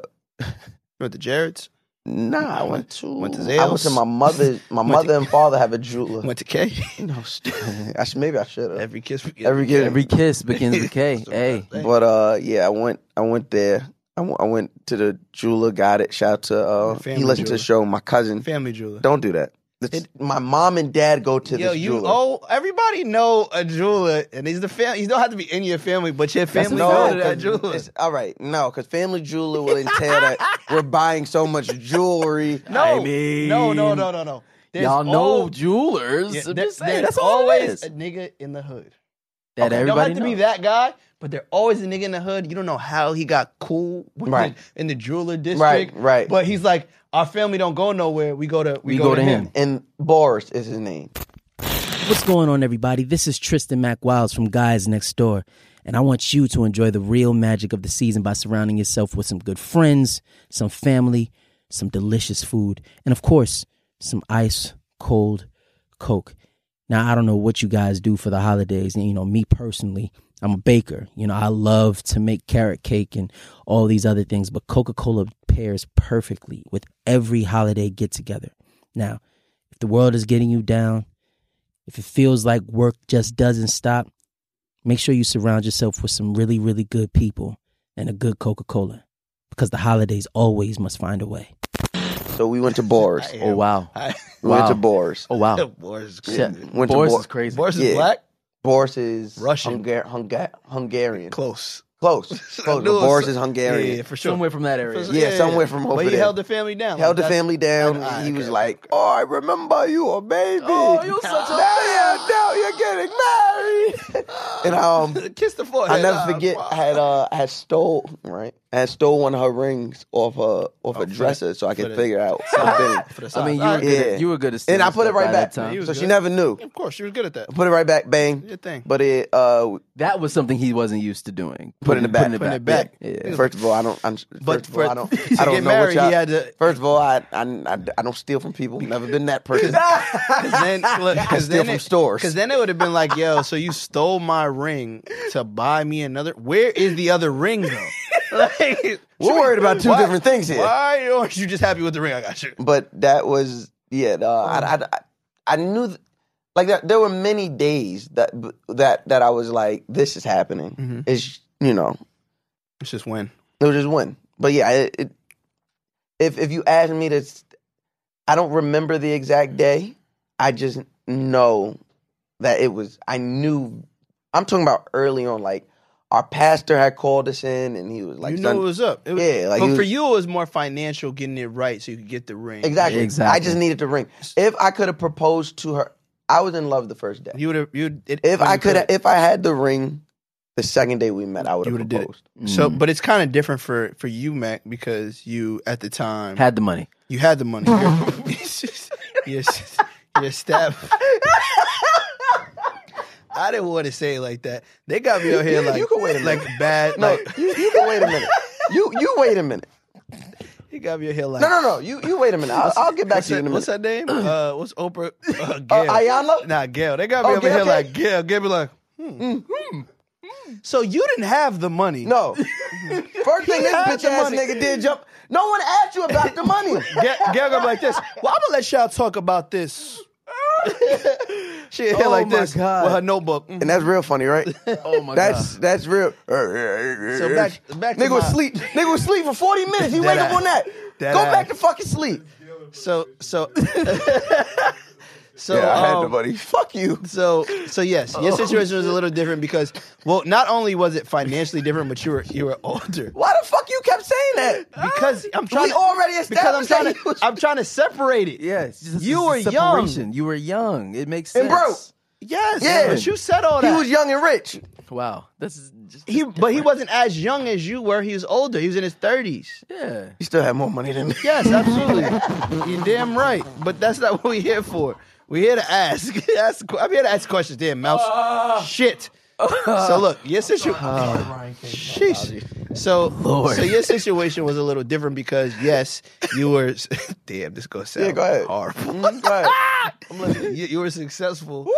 [SPEAKER 6] With the Jareds,
[SPEAKER 4] nah, I went to
[SPEAKER 6] Went to
[SPEAKER 4] I went to
[SPEAKER 6] Zales.
[SPEAKER 4] my mother my
[SPEAKER 6] Went
[SPEAKER 4] mother
[SPEAKER 6] to-
[SPEAKER 4] and father have a jeweler.
[SPEAKER 6] went to K.
[SPEAKER 4] no, stupid. I should, maybe I should have.
[SPEAKER 6] Every kiss, we get.
[SPEAKER 4] Every kid,
[SPEAKER 5] Every kiss begins with K. hey,
[SPEAKER 4] But uh, yeah, I went. I went there. I went, I went to the jeweler. Got it. Shout out to uh,
[SPEAKER 6] Family
[SPEAKER 4] he listened to
[SPEAKER 6] jeweler.
[SPEAKER 4] the show. My cousin.
[SPEAKER 6] family jeweler.
[SPEAKER 4] Don't do that. It's- my mom and dad go to
[SPEAKER 6] Yo,
[SPEAKER 4] this
[SPEAKER 6] you
[SPEAKER 4] jeweler.
[SPEAKER 6] oh everybody know a jeweler, and he's the family. You don't have to be in your family, but your family know that
[SPEAKER 4] 'cause
[SPEAKER 6] jeweler.
[SPEAKER 4] it's- all right, no, because family jeweler will entail that we're buying so much jewelry.
[SPEAKER 6] No, no, no, no, no, no. There's
[SPEAKER 5] y'all know
[SPEAKER 6] al-
[SPEAKER 5] jewelers.
[SPEAKER 6] Oh. Yeah,
[SPEAKER 5] I'm
[SPEAKER 6] there-
[SPEAKER 5] just saying,
[SPEAKER 6] there's
[SPEAKER 5] that's
[SPEAKER 6] always
[SPEAKER 5] always is.
[SPEAKER 6] a nigga in the hood.
[SPEAKER 5] that
[SPEAKER 6] Okay,
[SPEAKER 5] everybody
[SPEAKER 6] don't have to be
[SPEAKER 5] knows.
[SPEAKER 6] that guy, but they're always a nigga in the hood. You don't know how he got cool with
[SPEAKER 4] Right.
[SPEAKER 6] the, in the jeweler district,
[SPEAKER 4] Right, right.
[SPEAKER 6] But he's like, our family don't go nowhere. We go to we,
[SPEAKER 5] We go to him.
[SPEAKER 4] And Boris is his name.
[SPEAKER 8] What's going on, everybody? This is Tristan Mack Wiles from Guys Next Door, and I want you to enjoy the real magic of the season by surrounding yourself with some good friends, some family, some delicious food, and of course, some ice cold Coke. Now, I don't know what you guys do for the holidays, and you know, me personally, I'm a baker. You know, I love to make carrot cake and all these other things, but Coca Cola pairs perfectly with every holiday get together. Now, if the world is getting you down, if it feels like work just doesn't stop, make sure you surround yourself with some really, really good people and a good Coca Cola because the holidays always must find a way.
[SPEAKER 4] So we went to Boris.
[SPEAKER 5] Oh wow!
[SPEAKER 4] We went to
[SPEAKER 5] Wow.
[SPEAKER 4] Boris.
[SPEAKER 5] Oh wow!
[SPEAKER 6] Boris,
[SPEAKER 5] Shit.
[SPEAKER 4] Went to
[SPEAKER 5] Boris
[SPEAKER 4] Bor-
[SPEAKER 5] is crazy.
[SPEAKER 6] Boris is
[SPEAKER 4] Yeah.
[SPEAKER 6] black.
[SPEAKER 4] Boris is
[SPEAKER 6] Russian.
[SPEAKER 4] Hungar- Hunga- Hungarian.
[SPEAKER 6] Close.
[SPEAKER 4] Close.
[SPEAKER 6] I
[SPEAKER 4] Close.
[SPEAKER 6] knew it was-
[SPEAKER 4] Boris is Hungarian.
[SPEAKER 6] Yeah, for sure.
[SPEAKER 5] Somewhere from that area.
[SPEAKER 6] For-
[SPEAKER 4] Yeah, somewhere from over
[SPEAKER 6] But he
[SPEAKER 4] there.
[SPEAKER 6] held the family down.
[SPEAKER 4] held the
[SPEAKER 6] Like, that's-
[SPEAKER 4] family down.
[SPEAKER 6] I know, I
[SPEAKER 4] he was
[SPEAKER 6] agree.
[SPEAKER 4] like, "Oh, I remember you, a baby.
[SPEAKER 5] Oh, you such a-
[SPEAKER 4] now, you, now you're getting married." and um,
[SPEAKER 6] Kiss the forehead.
[SPEAKER 4] I never
[SPEAKER 6] Ah,
[SPEAKER 4] forget.
[SPEAKER 6] wow.
[SPEAKER 4] I had uh, I had stole right. I had stole one of her rings off her
[SPEAKER 5] Oh,
[SPEAKER 4] off her
[SPEAKER 6] for
[SPEAKER 4] dresser,
[SPEAKER 6] the-
[SPEAKER 4] so I
[SPEAKER 6] for
[SPEAKER 4] could
[SPEAKER 6] the-
[SPEAKER 4] figure out something.
[SPEAKER 6] For the
[SPEAKER 5] I
[SPEAKER 6] size.
[SPEAKER 5] mean, you were good.
[SPEAKER 4] Yeah.
[SPEAKER 5] At, you were good at
[SPEAKER 4] and I
[SPEAKER 5] stealing
[SPEAKER 4] put it
[SPEAKER 5] stuff
[SPEAKER 4] right
[SPEAKER 5] by
[SPEAKER 4] back.
[SPEAKER 5] That, time.
[SPEAKER 6] was
[SPEAKER 4] So she
[SPEAKER 6] good.
[SPEAKER 4] never knew.
[SPEAKER 6] of course, you were good at that.
[SPEAKER 4] Put it right back, bang.
[SPEAKER 6] Good thing.
[SPEAKER 4] But it uh,
[SPEAKER 5] that was something he wasn't used to doing.
[SPEAKER 4] put it in the back.
[SPEAKER 5] Putting it back. Yeah. Yeah.
[SPEAKER 4] First of all, I don't. I'm, first
[SPEAKER 6] But
[SPEAKER 4] of all, I
[SPEAKER 6] for-
[SPEAKER 4] don't.
[SPEAKER 6] to
[SPEAKER 4] I don't
[SPEAKER 6] get
[SPEAKER 4] know what
[SPEAKER 6] married,
[SPEAKER 4] y'all.
[SPEAKER 6] he had to-
[SPEAKER 4] first of all, I, I I I don't steal from people. Never been that person.
[SPEAKER 6] then, look,
[SPEAKER 4] I
[SPEAKER 6] cause
[SPEAKER 4] steal
[SPEAKER 6] then
[SPEAKER 4] from
[SPEAKER 6] it,
[SPEAKER 4] stores.
[SPEAKER 6] Because then it would have been like, yo, so you stole my ring to buy me another. Where is the other ring though? like,
[SPEAKER 4] We're worried about two different things here.
[SPEAKER 6] Why aren't you just happy with the ring I got you? Oh.
[SPEAKER 4] but that was yeah. Uh, I, I I I knew th- like that, there were many days that that that I was like, this is happening.
[SPEAKER 6] Mm-hmm.
[SPEAKER 4] It's you know,
[SPEAKER 6] It's just when.
[SPEAKER 4] it was just one. But yeah, it, it, if if you ask me to, s- I don't remember the exact day. I just know that it was. I knew. I'm talking about early on. Like our pastor had called us in, and he was like,
[SPEAKER 6] you knew
[SPEAKER 4] "Son-
[SPEAKER 6] it was up. It was-
[SPEAKER 4] Yeah, like
[SPEAKER 6] but
[SPEAKER 4] it
[SPEAKER 6] for
[SPEAKER 4] was-
[SPEAKER 6] you, it was more financial getting it right so you could get the ring.
[SPEAKER 4] Exactly.
[SPEAKER 5] Exactly.
[SPEAKER 4] I just needed the ring. If I could have proposed to her, I was in love the first day.
[SPEAKER 6] You would have. You
[SPEAKER 4] if I could, if I had the ring, the second day we met, I would
[SPEAKER 6] You
[SPEAKER 4] have
[SPEAKER 6] would've did it.
[SPEAKER 4] proposed.
[SPEAKER 6] So,
[SPEAKER 4] Mm.
[SPEAKER 6] but it's kind of different for for you, Mac, because you at the time
[SPEAKER 5] Had the money.
[SPEAKER 6] you had the money. yes, yes, your staff. I didn't want to say it like that. They got me out here
[SPEAKER 4] You-
[SPEAKER 6] like
[SPEAKER 4] you can wait a
[SPEAKER 6] like bad.
[SPEAKER 4] No,
[SPEAKER 6] like,
[SPEAKER 4] you, you can wait a minute. You you wait a minute.
[SPEAKER 6] they got me out here like
[SPEAKER 4] No no no. You you wait a minute. I'll, I'll get back
[SPEAKER 6] What's,
[SPEAKER 4] to you in a
[SPEAKER 6] that, what's
[SPEAKER 4] minute.
[SPEAKER 6] her name? Uh, what's Oprah? Uh, Gail.
[SPEAKER 4] Uh, Ayala?
[SPEAKER 6] Nah, Gail. They got me
[SPEAKER 4] Oh,
[SPEAKER 6] over
[SPEAKER 4] Gail,
[SPEAKER 6] here
[SPEAKER 4] okay. Mm-hmm.
[SPEAKER 6] like Gail. Gail be like, hmm. hmm. So you didn't have the money.
[SPEAKER 4] No. First thing this
[SPEAKER 6] had
[SPEAKER 4] bitch
[SPEAKER 6] the
[SPEAKER 4] ass
[SPEAKER 6] money.
[SPEAKER 4] nigga did jump. No one asked you about the money.
[SPEAKER 6] Gail, Gail go like this. Well, I'm gonna let y'all talk about this. she hit
[SPEAKER 5] Oh
[SPEAKER 6] like
[SPEAKER 5] my
[SPEAKER 6] this
[SPEAKER 5] God.
[SPEAKER 6] with her notebook. Mhm.
[SPEAKER 4] And that's real funny, right?
[SPEAKER 5] Oh my
[SPEAKER 4] That's that's real.
[SPEAKER 6] So
[SPEAKER 4] So
[SPEAKER 6] back- back to
[SPEAKER 4] nigga was
[SPEAKER 6] my-
[SPEAKER 4] sleep. Nigga was sleep for forty minutes. He
[SPEAKER 6] Dead
[SPEAKER 4] wake up
[SPEAKER 6] ass.
[SPEAKER 4] on that.
[SPEAKER 6] Dead
[SPEAKER 4] Go
[SPEAKER 6] ass.
[SPEAKER 4] back to fucking sleep.
[SPEAKER 6] So so so um,
[SPEAKER 4] money. Fuck you.
[SPEAKER 6] So so yes,
[SPEAKER 4] Oh.
[SPEAKER 6] your situation was a little different because well, not only was it financially different, but you were you were older.
[SPEAKER 4] Why the fuck you kept saying that?
[SPEAKER 6] Because I'm trying
[SPEAKER 4] We
[SPEAKER 6] to,
[SPEAKER 4] already
[SPEAKER 6] because I'm
[SPEAKER 4] established
[SPEAKER 6] trying
[SPEAKER 4] that you
[SPEAKER 6] to
[SPEAKER 4] was-
[SPEAKER 6] I'm trying to separate it.
[SPEAKER 5] Yes. it's just-
[SPEAKER 6] You
[SPEAKER 5] it's a
[SPEAKER 6] were young.
[SPEAKER 5] separation. You were young. It makes sense.
[SPEAKER 4] And bro,
[SPEAKER 6] Yes.
[SPEAKER 4] Yeah.
[SPEAKER 6] But you said all
[SPEAKER 4] he
[SPEAKER 6] that.
[SPEAKER 4] was young and rich.
[SPEAKER 5] Wow. This is just
[SPEAKER 6] He- but he wasn't as young as you were. He was older. He was in his thirties.
[SPEAKER 5] yeah.
[SPEAKER 4] You still had more money than me.
[SPEAKER 6] Yes, absolutely. You're damn right. But that's not what we're here for. We're here to ask. ask I'm here to ask questions. Damn, mouse.
[SPEAKER 4] Uh.
[SPEAKER 6] Shit. so look, your situation. Sheesh. So, so your situation was a little different because yes, you were. damn, this goes sound
[SPEAKER 4] Yeah, go ahead.
[SPEAKER 6] horrible.
[SPEAKER 4] Mm, go ahead.
[SPEAKER 6] I'm like, you, you were successful.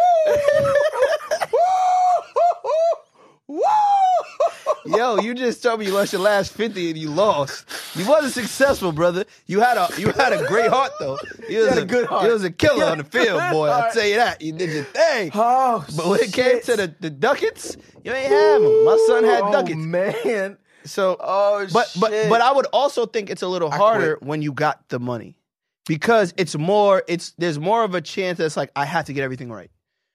[SPEAKER 6] Yo, you just told me you lost your last fifty and you lost. You wasn't successful, brother. You had a you had a great heart though. You was
[SPEAKER 4] had a good heart.
[SPEAKER 6] You was a killer on the field, boy.
[SPEAKER 4] All
[SPEAKER 6] I'll
[SPEAKER 4] right.
[SPEAKER 6] tell you that. You did your thing.
[SPEAKER 4] Oh,
[SPEAKER 6] But when it came
[SPEAKER 4] shit.
[SPEAKER 6] to the, the ducats, you ain't have them. My son had
[SPEAKER 4] Oh,
[SPEAKER 6] ducats.
[SPEAKER 4] man.
[SPEAKER 6] So,
[SPEAKER 4] Oh,
[SPEAKER 6] but but
[SPEAKER 4] shit.
[SPEAKER 6] but I would also think it's a little
[SPEAKER 4] I
[SPEAKER 6] harder when you got the money because it's more. It's there's more of a chance that's like I have to get everything right.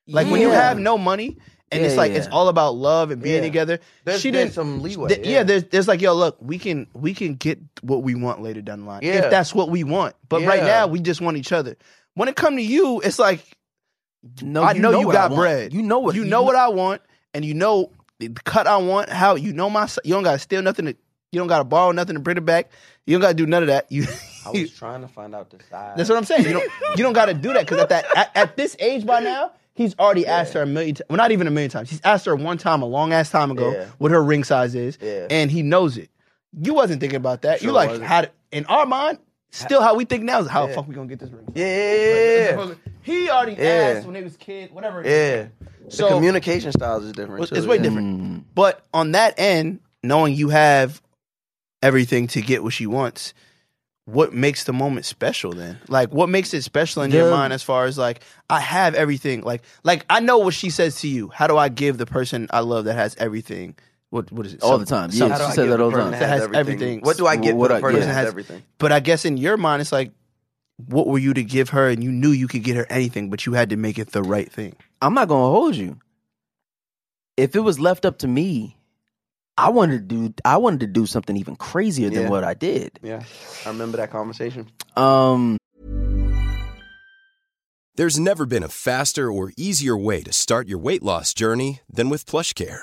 [SPEAKER 6] Like when you
[SPEAKER 4] Yeah.
[SPEAKER 6] have no money and it's
[SPEAKER 5] Yeah,
[SPEAKER 6] like
[SPEAKER 5] yeah.
[SPEAKER 6] it's all about love and being
[SPEAKER 4] Yeah.
[SPEAKER 6] together.
[SPEAKER 4] There's-
[SPEAKER 6] she
[SPEAKER 4] there's
[SPEAKER 6] didn't
[SPEAKER 4] some leeway,
[SPEAKER 6] th- yeah.
[SPEAKER 4] yeah.
[SPEAKER 6] there's there's like yo, look, we can we can get what we want later down the line
[SPEAKER 4] Yeah.
[SPEAKER 6] if that's what we want. But right
[SPEAKER 4] Yeah.
[SPEAKER 6] now we just want each other. When it come to you, it's like
[SPEAKER 5] No,
[SPEAKER 6] I know, you
[SPEAKER 5] Oh, what
[SPEAKER 6] got
[SPEAKER 5] want.
[SPEAKER 6] bread.
[SPEAKER 5] You know what
[SPEAKER 6] you know what I want, and you know the cut I want. How you know my? You don't got to steal nothing. To, you don't got to borrow nothing to bring it back. You don't got to do none of that. You.
[SPEAKER 4] I was trying to find out the side.
[SPEAKER 6] that's what I'm saying. You don't. You don't got to do that because at that at, at this age by now. He's already asked her a million times. Well, not even a million times. He's asked her one time, a long ass time ago,
[SPEAKER 4] Yeah.
[SPEAKER 6] what her ring size is,
[SPEAKER 4] Yeah.
[SPEAKER 6] and he knows it. You wasn't thinking about that. you
[SPEAKER 4] Sure
[SPEAKER 6] like
[SPEAKER 4] wasn't.
[SPEAKER 6] had in our mind, still how we think now is how the fuck we gonna get this ring.
[SPEAKER 4] Yeah, yeah, yeah,
[SPEAKER 6] He already
[SPEAKER 4] Yeah.
[SPEAKER 6] asked when he was kid, whatever.
[SPEAKER 4] yeah. yeah.
[SPEAKER 6] So
[SPEAKER 4] the communication styles is different.
[SPEAKER 6] Well,
[SPEAKER 4] too,
[SPEAKER 6] it's way
[SPEAKER 4] yeah.
[SPEAKER 6] different. But on that end, knowing you have everything to get what she wants, what makes the moment special then? Like what makes it special in your
[SPEAKER 5] The-
[SPEAKER 6] mind as far as like I have everything. Like like I know what she says to you. How do I give the person I love that has everything? What what is it?
[SPEAKER 5] All the time. Yeah,
[SPEAKER 6] something.
[SPEAKER 5] she
[SPEAKER 4] I
[SPEAKER 5] said
[SPEAKER 4] give
[SPEAKER 5] that
[SPEAKER 4] the
[SPEAKER 5] all the
[SPEAKER 4] person
[SPEAKER 5] time.
[SPEAKER 6] That has everything.
[SPEAKER 4] What do I get
[SPEAKER 5] What
[SPEAKER 4] for
[SPEAKER 5] I-
[SPEAKER 4] the person
[SPEAKER 5] yeah.
[SPEAKER 4] that has everything?
[SPEAKER 6] But I guess in your mind it's like what were you to give her and you knew you could get her anything, but you had to make it the right thing.
[SPEAKER 5] I'm not gonna hold you. If it was left up to me, I wanted to do I wanted to do something even crazier than
[SPEAKER 4] Yeah.
[SPEAKER 5] what I did.
[SPEAKER 4] Yeah, I remember that conversation.
[SPEAKER 5] Um
[SPEAKER 9] There's never been a faster or easier way to start your weight loss journey than with PlushCare.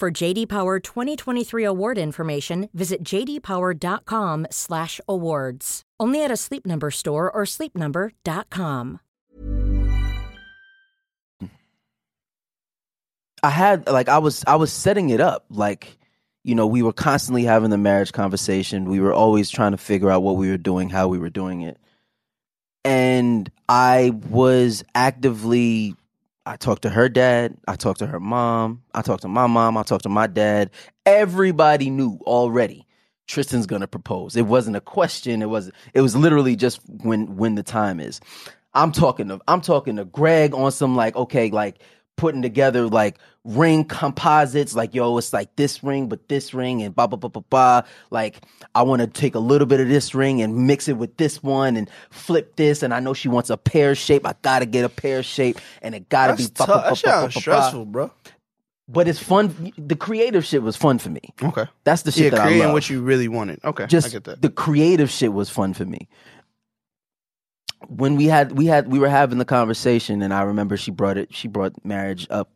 [SPEAKER 10] For JD Power 2023 award information, visit jdpower.com/awards. Only at a Sleep Number store or sleepnumber.com.
[SPEAKER 5] I had like I was I was setting it up like you know we were constantly having the marriage conversation we were always trying to figure out what we were doing how we were doing it and I was actively I talked to her dad I talked to her mom I talked to my mom I talked to my dad everybody knew already Tristan's going to propose it wasn't a question it was it was literally just when when the time is I'm talking to I'm talking to Greg on some like okay like putting together like ring composites like yo it's like this ring but this ring and blah blah blah blah blah like I want to take a little bit of this ring and mix it with this one and flip this and I know she wants a pear shape I gotta get a pear shape and it gotta
[SPEAKER 6] That's
[SPEAKER 5] be blah,
[SPEAKER 6] tou-
[SPEAKER 5] blah,
[SPEAKER 6] that
[SPEAKER 5] blah,
[SPEAKER 6] sounds
[SPEAKER 5] blah, blah, blah.
[SPEAKER 6] stressful, bro.
[SPEAKER 5] but it's fun the creative shit was fun for me
[SPEAKER 6] Okay.
[SPEAKER 5] that's the shit
[SPEAKER 6] yeah,
[SPEAKER 5] that I
[SPEAKER 6] creating
[SPEAKER 5] love
[SPEAKER 6] what you really wanted. Okay,
[SPEAKER 5] just
[SPEAKER 6] I get that.
[SPEAKER 5] the creative shit was fun for me. When we had we had we were having the conversation, and I remember she brought it. She brought marriage up.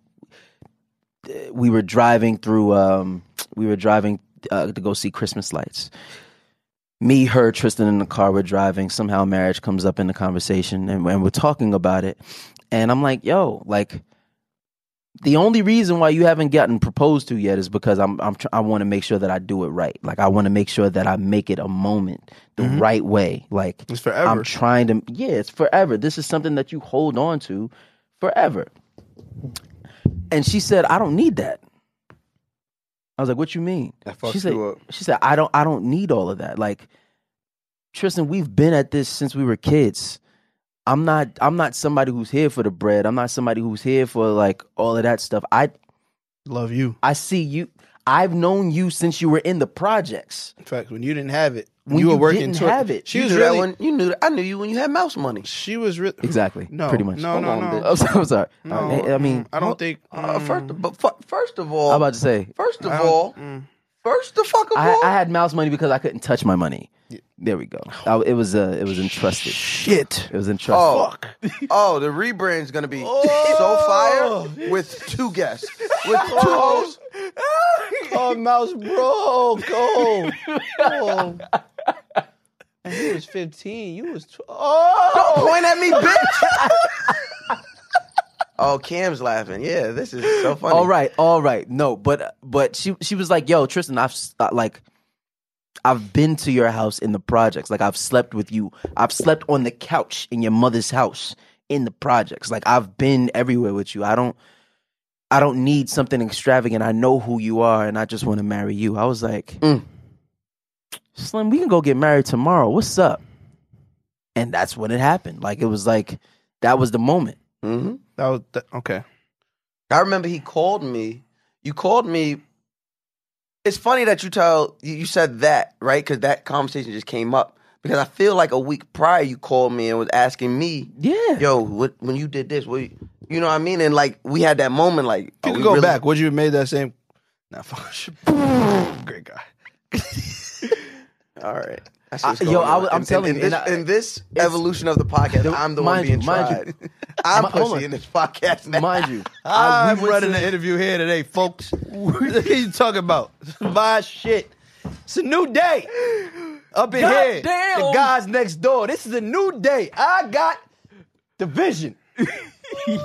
[SPEAKER 5] Uh, We were driving through. Um, we were driving uh, to go see Christmas lights. Me, her, Tristan in the car. We're driving. Somehow, marriage comes up in the conversation, and, and we're talking about it. And I'm like, "Yo, like, the only reason why you haven't gotten proposed to yet is because I'm, I'm tr- I want to make sure that I do it right. Like I want to make sure that I make it a moment the
[SPEAKER 6] Mhm.
[SPEAKER 5] right way. Like
[SPEAKER 6] It's forever.
[SPEAKER 5] I'm trying to yeah, it's forever. This is something that you hold on to forever. And she said, "I don't need that." I was like, "What you mean?" she said, "She said I don't I don't need all of that. Like Tristan, we've been at this since we were kids. I'm not I'm not somebody who's here for the bread. I'm not somebody who's here for like all of that stuff. I
[SPEAKER 6] love you.
[SPEAKER 5] I see you. I've known you since you were in the projects.
[SPEAKER 6] In fact, when you didn't have it,
[SPEAKER 5] When
[SPEAKER 6] you were
[SPEAKER 5] you
[SPEAKER 6] working
[SPEAKER 5] didn't
[SPEAKER 6] toward-
[SPEAKER 5] have it.
[SPEAKER 6] She
[SPEAKER 5] You
[SPEAKER 6] was
[SPEAKER 5] knew that
[SPEAKER 6] really.
[SPEAKER 5] when-
[SPEAKER 4] you knew I knew you when you had mouse money.
[SPEAKER 6] She was really
[SPEAKER 5] Exactly.
[SPEAKER 6] No,
[SPEAKER 5] Pretty much.
[SPEAKER 6] No, no,
[SPEAKER 5] Hold on,
[SPEAKER 6] no.
[SPEAKER 5] bitch. I'm, so- I'm sorry.
[SPEAKER 6] No, mm,
[SPEAKER 5] I, I mean,
[SPEAKER 6] I don't think.
[SPEAKER 4] Uh,
[SPEAKER 6] Mm.
[SPEAKER 4] first, but fu- first of all,
[SPEAKER 5] I'm about to say,
[SPEAKER 4] first of
[SPEAKER 5] I don't-
[SPEAKER 4] all, first the fuck of
[SPEAKER 5] I,
[SPEAKER 4] all,
[SPEAKER 5] I had mouse money because I couldn't touch my money. There we go. I, it was uh, it was entrusted.
[SPEAKER 6] Shit.
[SPEAKER 5] It was entrusted.
[SPEAKER 4] oh, oh, the rebrand's gonna be
[SPEAKER 5] Oh.
[SPEAKER 4] so fire with two guests, with two hosts.
[SPEAKER 6] Oh, mouse broke. Oh, oh. And he was fifteen. You was. Tw- oh,
[SPEAKER 4] Don't point at me, bitch. oh, Cam's laughing. Yeah, this is so funny.
[SPEAKER 5] All right, all right. No, but but she she was like, "Yo, Tristan, I've s- uh, like I've been to your house in the projects. Like I've slept with you. I've slept on the couch in your mother's house in the projects. Like I've been everywhere with you. I don't I don't need something extravagant. I know who you are and I just want to marry you." I was like, "Slim, we can go get married tomorrow. What's up?" And that's when it happened. Like it was like that was the moment.
[SPEAKER 4] Mm-hmm.
[SPEAKER 6] That was the, okay.
[SPEAKER 4] I remember he called me. You called me. It's funny that you tell you you said that right because that conversation just came up because I feel like a week prior you called me and was asking me,
[SPEAKER 5] Yeah.
[SPEAKER 4] yo, what when you did this, what you, you know what I mean? And like we had that moment, like
[SPEAKER 6] You
[SPEAKER 4] are
[SPEAKER 6] could
[SPEAKER 4] we
[SPEAKER 6] go
[SPEAKER 4] really-
[SPEAKER 6] back. Would you have made that same? Nah, fuck. Great guy.
[SPEAKER 4] All right. I see
[SPEAKER 5] I-
[SPEAKER 4] what's going
[SPEAKER 5] yo,
[SPEAKER 4] on.
[SPEAKER 5] I was- I'm
[SPEAKER 4] In- in-
[SPEAKER 5] telling
[SPEAKER 4] in
[SPEAKER 5] you,
[SPEAKER 4] this,
[SPEAKER 5] and I-
[SPEAKER 4] in this evolution of the podcast, I'm the one
[SPEAKER 5] mind you,
[SPEAKER 4] being
[SPEAKER 5] mind
[SPEAKER 4] tried. I'm
[SPEAKER 5] Mi- hold
[SPEAKER 4] pussy
[SPEAKER 5] on.
[SPEAKER 4] in this podcast now.
[SPEAKER 5] Mind you, I- we
[SPEAKER 6] I'm
[SPEAKER 5] went
[SPEAKER 6] running
[SPEAKER 5] to-
[SPEAKER 6] the interview here today, folks. what are you talking about? My shit. It's a new day. Up in here. The guys next door. This is a new day. I got the vision.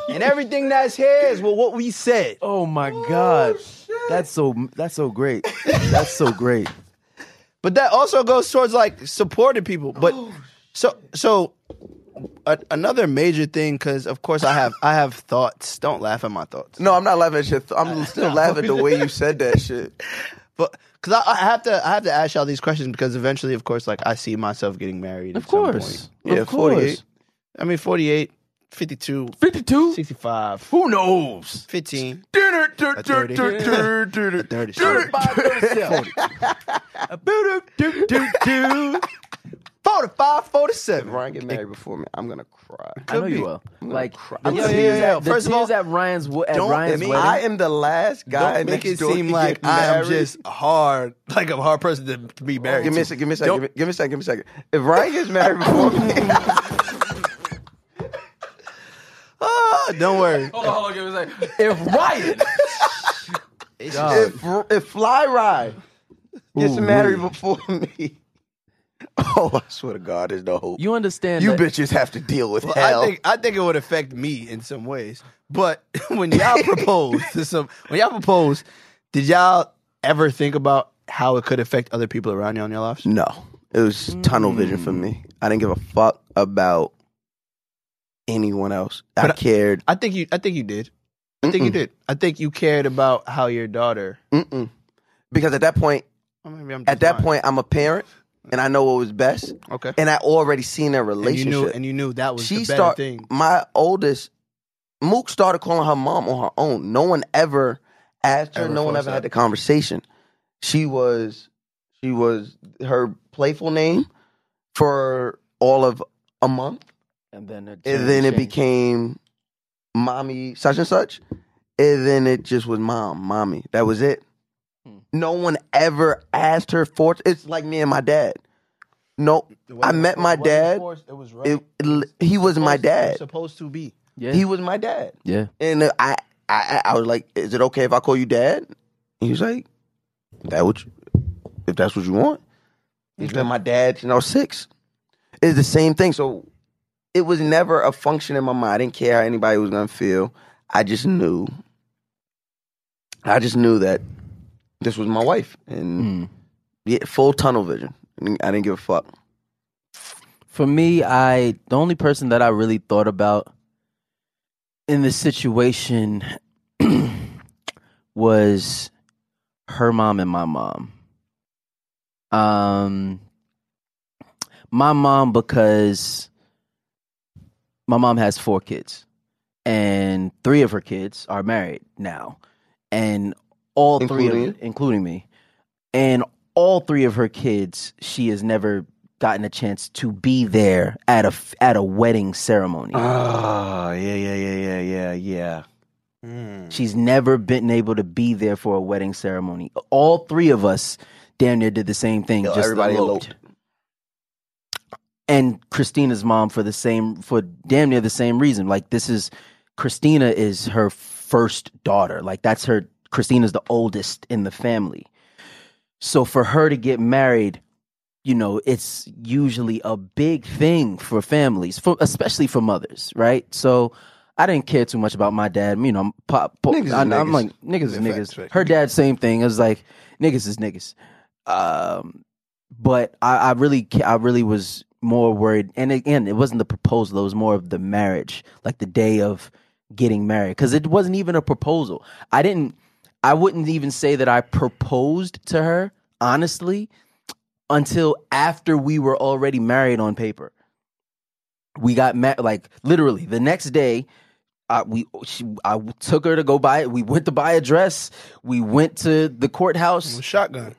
[SPEAKER 6] and everything that's here is well, what we said.
[SPEAKER 5] Oh my god. That's so that's so great. That's so great.
[SPEAKER 6] But that also goes towards like supporting people. But
[SPEAKER 5] Oh,
[SPEAKER 6] so so a, another major thing cuz of course I have I have thoughts. Don't laugh at my thoughts.
[SPEAKER 4] No, I'm not laughing at your. Th-
[SPEAKER 5] Uh,
[SPEAKER 4] I'm still laughing at the way you said that shit.
[SPEAKER 6] But because I, I have to, I have to ask y'all these questions because eventually, of course, like I see myself getting married.
[SPEAKER 5] Of
[SPEAKER 6] at some
[SPEAKER 5] course.
[SPEAKER 6] point.
[SPEAKER 4] Yeah,
[SPEAKER 5] of course.
[SPEAKER 4] 48.
[SPEAKER 6] I mean, 48, 52,
[SPEAKER 5] 52?
[SPEAKER 6] 65,
[SPEAKER 5] Who knows?
[SPEAKER 6] 15,
[SPEAKER 5] That's
[SPEAKER 6] 30, 30, 40, 45, 45, 47.
[SPEAKER 4] Ryan get married before me. I'm gonna cry.
[SPEAKER 5] I know you will. Like the
[SPEAKER 6] Yeah, yeah,
[SPEAKER 5] tears
[SPEAKER 6] yeah.
[SPEAKER 5] at- the
[SPEAKER 6] First of all,
[SPEAKER 5] tears at Ryan's wo- at
[SPEAKER 6] don't-
[SPEAKER 5] Ryan's
[SPEAKER 6] I mean,
[SPEAKER 5] wedding.
[SPEAKER 4] I am the last guy.
[SPEAKER 6] Don't make
[SPEAKER 4] next
[SPEAKER 6] it
[SPEAKER 4] door
[SPEAKER 6] seem
[SPEAKER 4] to
[SPEAKER 6] like
[SPEAKER 4] get
[SPEAKER 6] I'm
[SPEAKER 4] married.
[SPEAKER 6] just hard, like I'm a hard person to- to be married.
[SPEAKER 4] Give me a
[SPEAKER 6] to.
[SPEAKER 4] second. Give me a second.
[SPEAKER 6] Don't-
[SPEAKER 4] Give me, give me a second. Give me a second. If Ryan gets married before me,
[SPEAKER 5] Oh
[SPEAKER 6] Ah, don't worry.
[SPEAKER 7] Hold on, hold on, give me a second.
[SPEAKER 5] if Ryan, Dog.
[SPEAKER 4] if if Fly Rye gets married before me, oh, I swear to God, there's no hope.
[SPEAKER 5] you understand
[SPEAKER 4] You
[SPEAKER 5] that-
[SPEAKER 4] bitches have to deal with
[SPEAKER 6] Well,
[SPEAKER 4] hell.
[SPEAKER 6] I think I think it would affect me in some ways. But when y'all propose to some, when y'all propose, did y'all ever think about how it could affect other people around you in your lives?
[SPEAKER 4] No, it was tunnel vision for me. I didn't give a fuck about anyone else. I
[SPEAKER 6] But I-
[SPEAKER 4] cared.
[SPEAKER 6] I think you. I think you did. I think you
[SPEAKER 4] Mm-mm.
[SPEAKER 6] did. I think you cared about how your daughter.
[SPEAKER 4] Mm-mm. Because at that point,
[SPEAKER 6] Or maybe I'm
[SPEAKER 4] at
[SPEAKER 6] just
[SPEAKER 4] that
[SPEAKER 6] lying.
[SPEAKER 4] point, I'm a parent, and I know what was best,
[SPEAKER 6] okay.
[SPEAKER 4] and I already seen their
[SPEAKER 6] And you
[SPEAKER 4] relationship.
[SPEAKER 6] knew, and you knew that was the better
[SPEAKER 4] start-
[SPEAKER 6] thing.
[SPEAKER 4] My oldest Mook started calling her mom on her own. No one ever asked her.
[SPEAKER 6] Ever
[SPEAKER 4] no one
[SPEAKER 6] forced
[SPEAKER 4] ever had
[SPEAKER 6] that.
[SPEAKER 4] the conversation. She was she was her playful name for all of a month,
[SPEAKER 5] and then it,
[SPEAKER 4] and then it
[SPEAKER 5] changed.
[SPEAKER 4] became mommy such and such, and then it just was mom, mommy. That was it.
[SPEAKER 6] Hmm.
[SPEAKER 4] No one ever asked her for. It's like me and my dad. No, I met my dad.
[SPEAKER 6] it was
[SPEAKER 4] It, it- he was my dad.
[SPEAKER 6] Supposed to be.
[SPEAKER 5] yeah.
[SPEAKER 4] He was my dad.
[SPEAKER 5] yeah.
[SPEAKER 4] And uh, I, I, I was like, "Is it okay if I call you dad?" And he was like, "That what you, if that's what you want." He's been my dad since I was six. It's the same thing. So it was never a function in my mind. I didn't care how anybody was gonna feel. I just knew. I just knew that this was my wife, and
[SPEAKER 5] Mm.
[SPEAKER 4] yeah, full tunnel vision. I didn't- I didn't give a fuck.
[SPEAKER 5] For me, I the only person that I really thought about in this situation was her mom and my mom. Um my mom because my mom has four kids and three of her kids are married now and all three
[SPEAKER 4] Including
[SPEAKER 5] of including me and all three of her kids she has never gotten a chance to be there at a at a wedding ceremony
[SPEAKER 6] Oh, yeah, yeah, yeah, yeah, yeah, yeah. Hmm.
[SPEAKER 5] She's never been able to be there for a wedding ceremony. All three of us damn near did the same thing.
[SPEAKER 4] Yo,
[SPEAKER 5] just
[SPEAKER 4] everybody
[SPEAKER 5] eloped.
[SPEAKER 4] eloped.
[SPEAKER 5] And Christina's mom for the same for damn near the same reason. Like this is Christina is her first daughter. Like that's her Christina's the oldest in the family. So for her to get married, you know, it's usually a big thing for families, for, especially for mothers, right? So I didn't care too much about my dad. You know, I'm, pop, pop,
[SPEAKER 4] Niggas is
[SPEAKER 5] I, am
[SPEAKER 4] niggas.
[SPEAKER 5] like niggas is
[SPEAKER 6] In fact,
[SPEAKER 5] niggas.
[SPEAKER 6] fact.
[SPEAKER 5] Her dad, same thing. It was like niggas is niggas. Um, but I, I really, ca- I really was more worried. And again, it wasn't the proposal; it was more of the marriage, like the day of getting married, because it wasn't even a proposal. I didn't, I wouldn't even say that I proposed to her honestly until after we were already married on paper. We got met like literally the next day. I we she, I took her to go buy. We went to buy a dress. We went to the courthouse
[SPEAKER 6] Shotgun.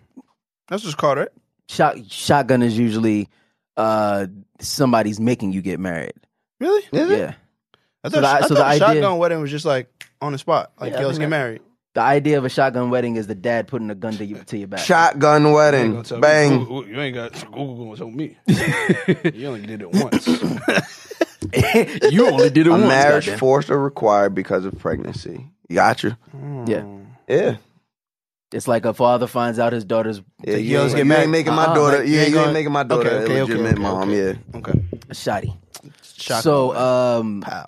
[SPEAKER 6] That's what's called, right?
[SPEAKER 5] shot, shotgun is usually uh somebody's making you get married.
[SPEAKER 6] Really?
[SPEAKER 5] yeah.
[SPEAKER 6] I
[SPEAKER 5] So
[SPEAKER 6] thought,
[SPEAKER 5] the-
[SPEAKER 6] I
[SPEAKER 5] so the
[SPEAKER 6] thought
[SPEAKER 5] idea-
[SPEAKER 6] shotgun wedding was just like on the spot. Like,
[SPEAKER 4] Yeah, I
[SPEAKER 6] yo, let's
[SPEAKER 4] think
[SPEAKER 6] get
[SPEAKER 4] that-
[SPEAKER 6] married.
[SPEAKER 5] The idea of a shotgun wedding is the dad putting a gun to, you, to your back.
[SPEAKER 4] Shotgun wedding, bang.
[SPEAKER 6] you ain't got Google gonna tell me. you only did it once.
[SPEAKER 5] you only did
[SPEAKER 4] A marriage forced or required because of pregnancy. Gotcha.
[SPEAKER 5] Yeah.
[SPEAKER 4] Yeah.
[SPEAKER 5] It's like a father finds out his daughter's
[SPEAKER 4] Yeah,
[SPEAKER 6] Like,
[SPEAKER 4] you,
[SPEAKER 6] yo,
[SPEAKER 4] ain't,
[SPEAKER 6] let's get
[SPEAKER 4] you
[SPEAKER 6] married.
[SPEAKER 4] ain't making my
[SPEAKER 5] Uh-uh,
[SPEAKER 4] daughter.
[SPEAKER 6] like, you
[SPEAKER 4] yeah,
[SPEAKER 6] ain't
[SPEAKER 4] you
[SPEAKER 6] gonna-
[SPEAKER 4] ain't making my daughter
[SPEAKER 6] Okay, okay,
[SPEAKER 4] a
[SPEAKER 6] okay,
[SPEAKER 4] legitimate
[SPEAKER 6] okay,
[SPEAKER 4] mom.
[SPEAKER 6] okay.
[SPEAKER 4] Yeah,
[SPEAKER 6] okay.
[SPEAKER 5] shotty.
[SPEAKER 6] Shotgun
[SPEAKER 5] so
[SPEAKER 6] wedding.
[SPEAKER 5] um
[SPEAKER 6] pow.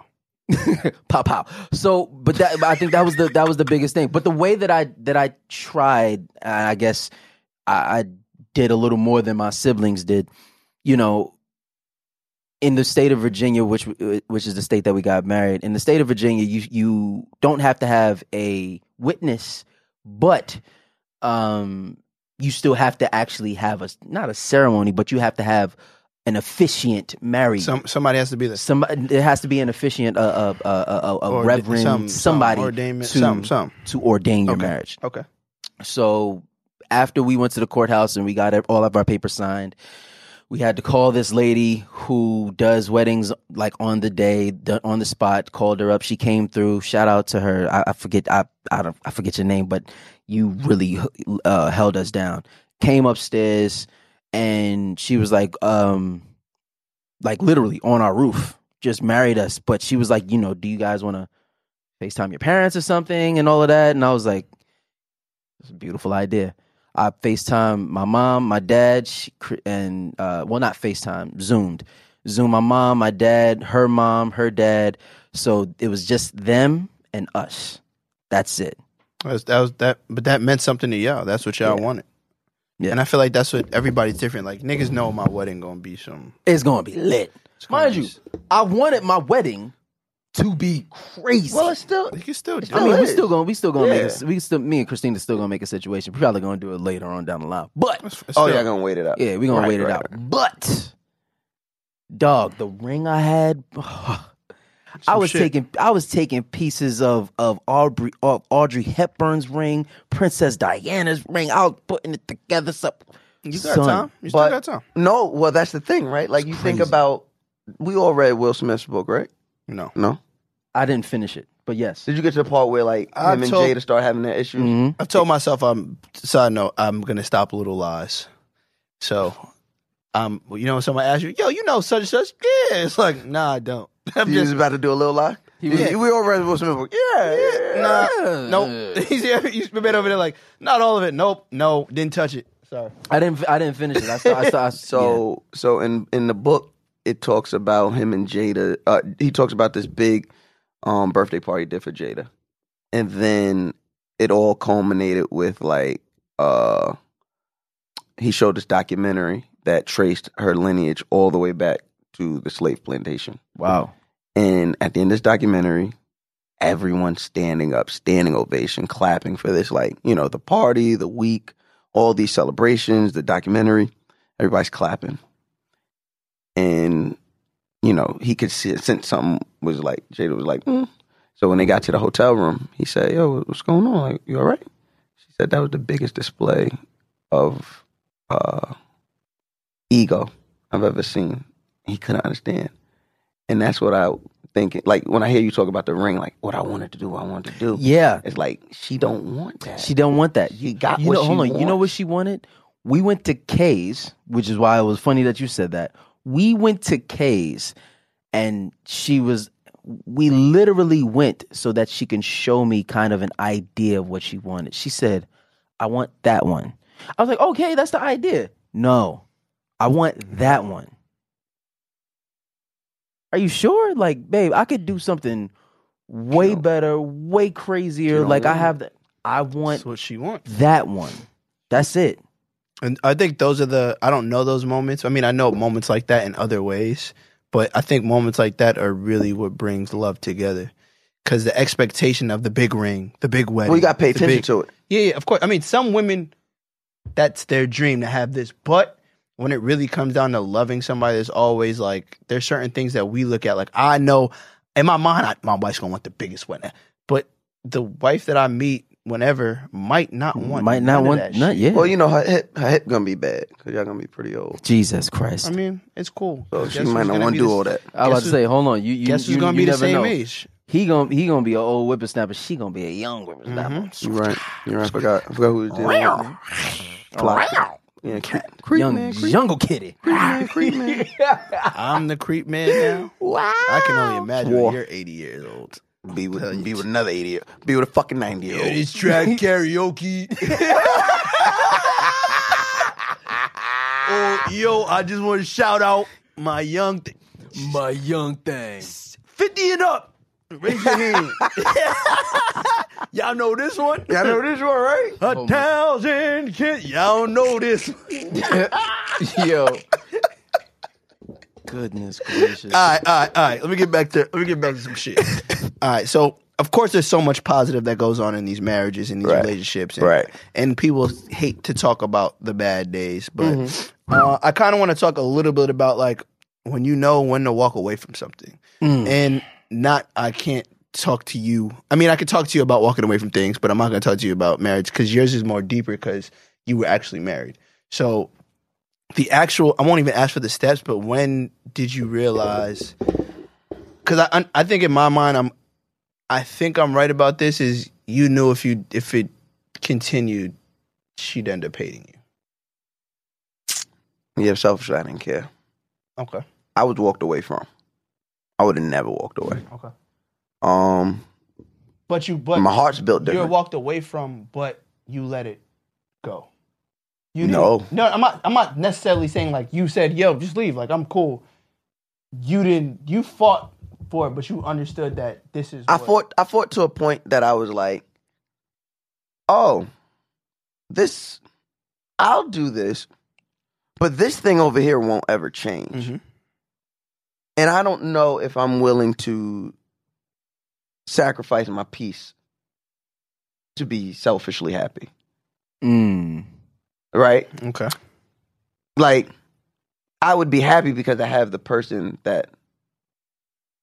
[SPEAKER 5] pop out. So, but that but I think that was the that was the biggest thing. But the way that I that I tried, and I guess I, I did a little more than my siblings did. You know, in the state of Virginia, which which is the state that we got married, in the state of Virginia, you you don't have to have a witness, but um, you still have to actually have a not a ceremony, but you have to have an officiant marry you.
[SPEAKER 6] Some somebody has to be there.
[SPEAKER 5] Somebody, there has to be an officiant, a a a, a, a
[SPEAKER 6] Or
[SPEAKER 5] reverend,
[SPEAKER 6] some- some
[SPEAKER 5] somebody
[SPEAKER 6] ordainment-
[SPEAKER 5] to
[SPEAKER 6] some- some.
[SPEAKER 5] to ordain your
[SPEAKER 6] Okay.
[SPEAKER 5] marriage.
[SPEAKER 6] Okay.
[SPEAKER 5] So after we went to the courthouse and we got ev- all of our papers signed, we had to call this lady who does weddings like on the day, done on the spot. Called her up. She came through. Shout out to her. I, I forget. I I, don't, I forget your name, but you really uh, held us down. Came upstairs and she was like, um, like literally on our roof, just married us. But she was like, you know, do you guys want to FaceTime your parents or something and all of that? And I was like, it's a beautiful idea. I FaceTime my mom, my dad, she, cr- and uh, well, not FaceTime, Zoomed. Zoom my mom, my dad, her mom, her dad. So it was just them and us. That's it.
[SPEAKER 6] That's- that was that, but that meant something to y'all. That's what y'all wanted.
[SPEAKER 5] Yeah.
[SPEAKER 6] And I feel like that's what everybody's different. Like niggas know my wedding gonna be some.
[SPEAKER 5] It's gonna be lit. Mind you, I wanted my wedding to be crazy.
[SPEAKER 6] Well,
[SPEAKER 5] it's still
[SPEAKER 6] you can still.
[SPEAKER 5] I mean, we still gonna we still gonna
[SPEAKER 6] Yeah.
[SPEAKER 5] make a, we still me and Christina still gonna make a situation. We're probably gonna do it later on down the line. But
[SPEAKER 4] Oh, yeah, gonna wait it out.
[SPEAKER 5] Yeah, we gonna
[SPEAKER 4] Right,
[SPEAKER 5] wait it
[SPEAKER 4] right,
[SPEAKER 5] out. But dog, the ring I had, I was
[SPEAKER 6] shit.
[SPEAKER 5] taking I was taking pieces of of Aubrey of Audrey Hepburn's ring, Princess Diana's ring. I was putting it together. So
[SPEAKER 6] You
[SPEAKER 4] got
[SPEAKER 6] time. You still got time.
[SPEAKER 4] No, well, that's the thing, right? Like, you think about, we all read Will Smith's book, right?
[SPEAKER 6] No.
[SPEAKER 4] No.
[SPEAKER 5] I didn't finish it, but yes.
[SPEAKER 4] Did you get to the part where, like,
[SPEAKER 6] I
[SPEAKER 4] him and
[SPEAKER 6] told-
[SPEAKER 4] Jada start having their issues?
[SPEAKER 6] I told myself I'm. Side note, I'm gonna stop little lies. So, um, well, you know, when someone asks you, "Yo, you know such and such?" Yeah, it's like, nah, I don't. I'm
[SPEAKER 4] You was
[SPEAKER 6] just
[SPEAKER 4] about to do a little lie? Yeah, we all read Will Smith's book. Yeah, yeah.
[SPEAKER 6] nah, nope. He's he's been over there like, not all of it. Nope, no, didn't touch it. Sorry.
[SPEAKER 5] I didn't I didn't finish it. I saw, I saw, I-
[SPEAKER 4] So so in in the book it talks about him and Jada. Uh, he talks about this big um, birthday party he did for Jada, and then it all culminated with like uh, he showed this documentary that traced her lineage all the way back to the slave plantation.
[SPEAKER 5] Wow.
[SPEAKER 4] And at the end of this documentary, everyone standing up, standing ovation, clapping for this, like, you know, the party, the week, all these celebrations, the documentary, everybody's clapping. And, you know, he could see, since something was like, Jada was like, mm. so when they got to the hotel room, he said, yo, what's going on? Like, you all right? She said that was the biggest display of uh, ego I've ever seen. He couldn't understand. And that's what I think. Like when I hear you talk about the ring, like what I wanted to do, what I wanted to do.
[SPEAKER 5] Yeah.
[SPEAKER 4] it's like she don't want that.
[SPEAKER 5] She don't want that.
[SPEAKER 4] She got
[SPEAKER 5] you
[SPEAKER 4] what
[SPEAKER 5] know,
[SPEAKER 4] she
[SPEAKER 5] hold on. You know
[SPEAKER 4] wants.
[SPEAKER 5] what she wanted? We went to K's, which is why it was funny that you said that. We went to K's, and she was. We literally went so that she can show me kind of an idea of what she wanted. She said, "I want that one." I was like, "Okay, that's the idea." No, I want that one. Are you sure? Like, babe, I could do something way better, way crazier.
[SPEAKER 6] don't
[SPEAKER 5] Like, I
[SPEAKER 6] want
[SPEAKER 5] have that. I want
[SPEAKER 6] That's what she wants.
[SPEAKER 5] that one. That's it.
[SPEAKER 6] And I think those are the I don't know those moments. I mean, I know moments like that in other ways, but I think moments like that are really what brings love together. Cause the expectation of the big ring, the big wedding.
[SPEAKER 4] Well, you got to pay
[SPEAKER 6] the
[SPEAKER 4] attention
[SPEAKER 6] big-
[SPEAKER 4] to it.
[SPEAKER 6] Yeah, yeah, of course. I mean, some women that's their dream to have this, but when it really comes down to loving somebody, there's always like there's certain things that we look at. Like I know in my mind, I, my wife's gonna want the biggest one, but the wife that I meet whenever might not want
[SPEAKER 5] Might not
[SPEAKER 6] none of
[SPEAKER 5] want
[SPEAKER 6] that
[SPEAKER 5] not
[SPEAKER 6] shit.
[SPEAKER 5] yet.
[SPEAKER 4] Well, you know her hip, her hip gonna be bad because y'all gonna be pretty old.
[SPEAKER 5] Jesus Christ.
[SPEAKER 6] I mean, it's cool.
[SPEAKER 4] So
[SPEAKER 6] Guess
[SPEAKER 4] she
[SPEAKER 6] who's
[SPEAKER 4] might not
[SPEAKER 6] gonna
[SPEAKER 4] want
[SPEAKER 6] be
[SPEAKER 4] to do
[SPEAKER 6] the-
[SPEAKER 4] all that.
[SPEAKER 5] I was about
[SPEAKER 6] Guess
[SPEAKER 5] to
[SPEAKER 6] who-
[SPEAKER 5] say, hold on. You, you
[SPEAKER 6] guess who's
[SPEAKER 5] you-
[SPEAKER 6] gonna
[SPEAKER 5] you
[SPEAKER 6] be the
[SPEAKER 5] never
[SPEAKER 6] same
[SPEAKER 5] know.
[SPEAKER 6] age?
[SPEAKER 5] He gonna he gonna be an old whippersnapper. She gonna be a young whippersnapper.
[SPEAKER 6] Mm-hmm.
[SPEAKER 4] You're right. You're right. I forgot. I forgot who was dealing with. Flop. Yeah, creep, creep
[SPEAKER 5] Young
[SPEAKER 4] man, creep,
[SPEAKER 5] jungle kitty.
[SPEAKER 4] man, creep man.
[SPEAKER 6] I'm the creep man now.
[SPEAKER 4] Wow.
[SPEAKER 6] I can only imagine
[SPEAKER 4] War.
[SPEAKER 6] when you're 80 years old.
[SPEAKER 4] Be with be with another eighty year. Be with a fucking ninety year old.
[SPEAKER 6] track karaoke. oh, yo, I just want to shout out my young, th-
[SPEAKER 7] My young thing.
[SPEAKER 6] 50 and up. Raise your hand. Y'all know this one?
[SPEAKER 4] Y'all know this one, right?
[SPEAKER 6] A thousand kids. Y'all know this. one.
[SPEAKER 7] Yo.
[SPEAKER 5] Goodness gracious.
[SPEAKER 6] all right, all right, all right. Let me get back to let me get back to some shit. all right, so of course there's so much positive that goes on in these marriages and these
[SPEAKER 4] Right.
[SPEAKER 6] relationships, and,
[SPEAKER 4] Right.
[SPEAKER 6] And people hate to talk about the bad days, but
[SPEAKER 4] Mm-hmm.
[SPEAKER 6] uh, I kind of want to talk a little bit about like when you know when to walk away from something,
[SPEAKER 4] Mm.
[SPEAKER 6] and not I can't talk to you. I mean, I could talk to you about walking away from things, but I'm not going to talk to you about marriage because yours is more deeper because you were actually married. So the actual i won't even ask for the steps but when did you realize because I, I i think in my mind i'm i think i'm right about this is you knew if you if it continued she'd end up hating you
[SPEAKER 4] Yeah, selfishly, I didn't care.
[SPEAKER 6] okay
[SPEAKER 4] I was walked away from. I would have never walked away.
[SPEAKER 6] okay
[SPEAKER 4] Um,
[SPEAKER 6] but you but
[SPEAKER 4] my heart's built
[SPEAKER 6] you
[SPEAKER 4] different.
[SPEAKER 6] walked away from but you let it go you didn't-
[SPEAKER 4] No.
[SPEAKER 6] no i'm not i'm not necessarily saying like you said yo just leave like i'm cool you didn't you fought for it but you understood that this is
[SPEAKER 4] I fought. I fought to a point that I was like, "Oh, this, I'll do this, but this thing over here won't ever change."
[SPEAKER 5] Mm-hmm.
[SPEAKER 4] And I don't know if I'm willing to sacrifice my peace to be selfishly happy.
[SPEAKER 5] Mm.
[SPEAKER 4] Right?
[SPEAKER 6] okay
[SPEAKER 4] Like, I would be happy because I have the person that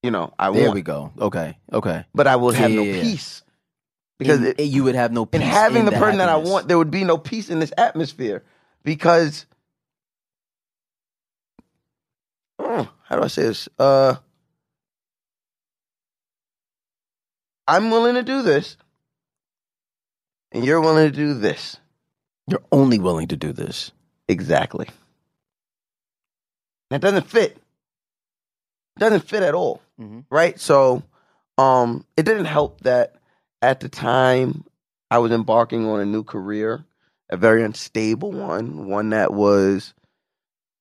[SPEAKER 4] you know I
[SPEAKER 5] There
[SPEAKER 4] want.
[SPEAKER 5] we go. Okay. Okay.
[SPEAKER 4] But I will have no
[SPEAKER 5] Yeah.
[SPEAKER 4] peace because
[SPEAKER 5] And-
[SPEAKER 4] it,
[SPEAKER 5] and you would have no peace
[SPEAKER 4] and having
[SPEAKER 5] in
[SPEAKER 4] the, person that I
[SPEAKER 5] happiness.
[SPEAKER 4] want, there would be no peace in this atmosphere because Mm, how do I say this? Uh, I'm willing to do this, and you're willing to do this.
[SPEAKER 5] You're only willing to do this.
[SPEAKER 4] Exactly. That doesn't fit. Doesn't fit at all, right?
[SPEAKER 5] Mhm.
[SPEAKER 4] So, um, it didn't help that at the time I was embarking on a new career, a very unstable one, one that was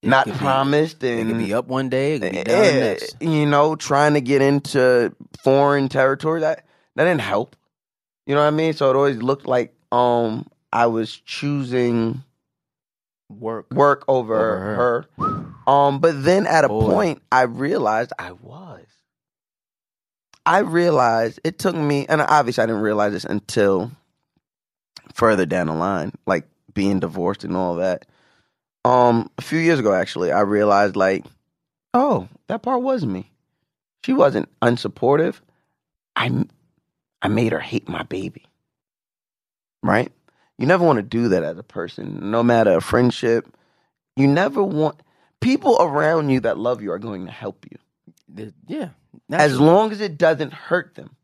[SPEAKER 5] It
[SPEAKER 4] not
[SPEAKER 5] could be-
[SPEAKER 4] promised
[SPEAKER 5] It
[SPEAKER 4] and
[SPEAKER 5] could be up one day, it could be down the
[SPEAKER 4] yeah,
[SPEAKER 5] next.
[SPEAKER 4] you know, trying to get into foreign territory that that didn't help. You know what I mean? So it always looked like um I was choosing
[SPEAKER 5] Work.
[SPEAKER 4] work over,
[SPEAKER 5] Over
[SPEAKER 4] her. Um, but then at a
[SPEAKER 5] Boy.
[SPEAKER 4] point, I realized I was. I realized it took me, and obviously I didn't realize this until further down the line, like being divorced and all that. Um, a few years ago, actually, I realized like, oh, that part was me. She wasn't unsupportive. I, I made her hate my baby. Right? You never want to do that as a person, no matter a friendship. You never want people around you that love you are going to help you
[SPEAKER 5] The- Yeah.
[SPEAKER 4] as long as it doesn't hurt them.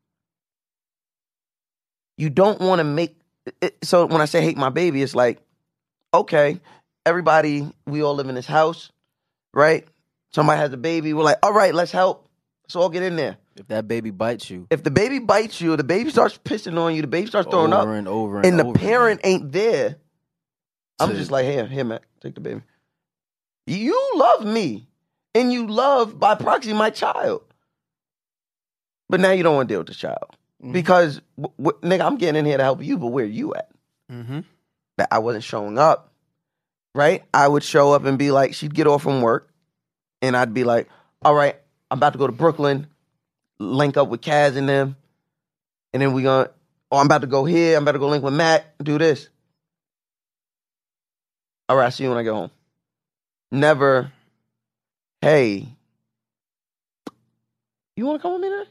[SPEAKER 4] You don't want to make it, so when I say hate my baby, it's like, okay, everybody, we all live in this house, right? Somebody has a baby, we're like, all right, let's help. Let's all get in there.
[SPEAKER 5] If that baby bites you
[SPEAKER 4] If the baby bites you, the baby starts pissing on you, the baby starts throwing
[SPEAKER 5] over
[SPEAKER 4] up,
[SPEAKER 5] and over and,
[SPEAKER 4] and the
[SPEAKER 5] over again,
[SPEAKER 4] parent ain't there, I'm
[SPEAKER 5] to-
[SPEAKER 4] just like, here, here, Mac, take the baby. You love me, and you love by proxy my child. But now you don't want to deal with the child
[SPEAKER 5] Mhm.
[SPEAKER 4] because, w- w- nigga, I'm getting in here to help you, but where you at?
[SPEAKER 6] mm-hmm.
[SPEAKER 4] That I wasn't showing up, right? I would show up and be like, she'd get off from work, and I'd be like, all right, I'm about to go to Brooklyn, link up with Kaz and them, and then we gonna, oh, I'm about to go here, I'm about to go link with Matt, do this. All right, I'll see you when I get home. Never, hey, you wanna come with me today?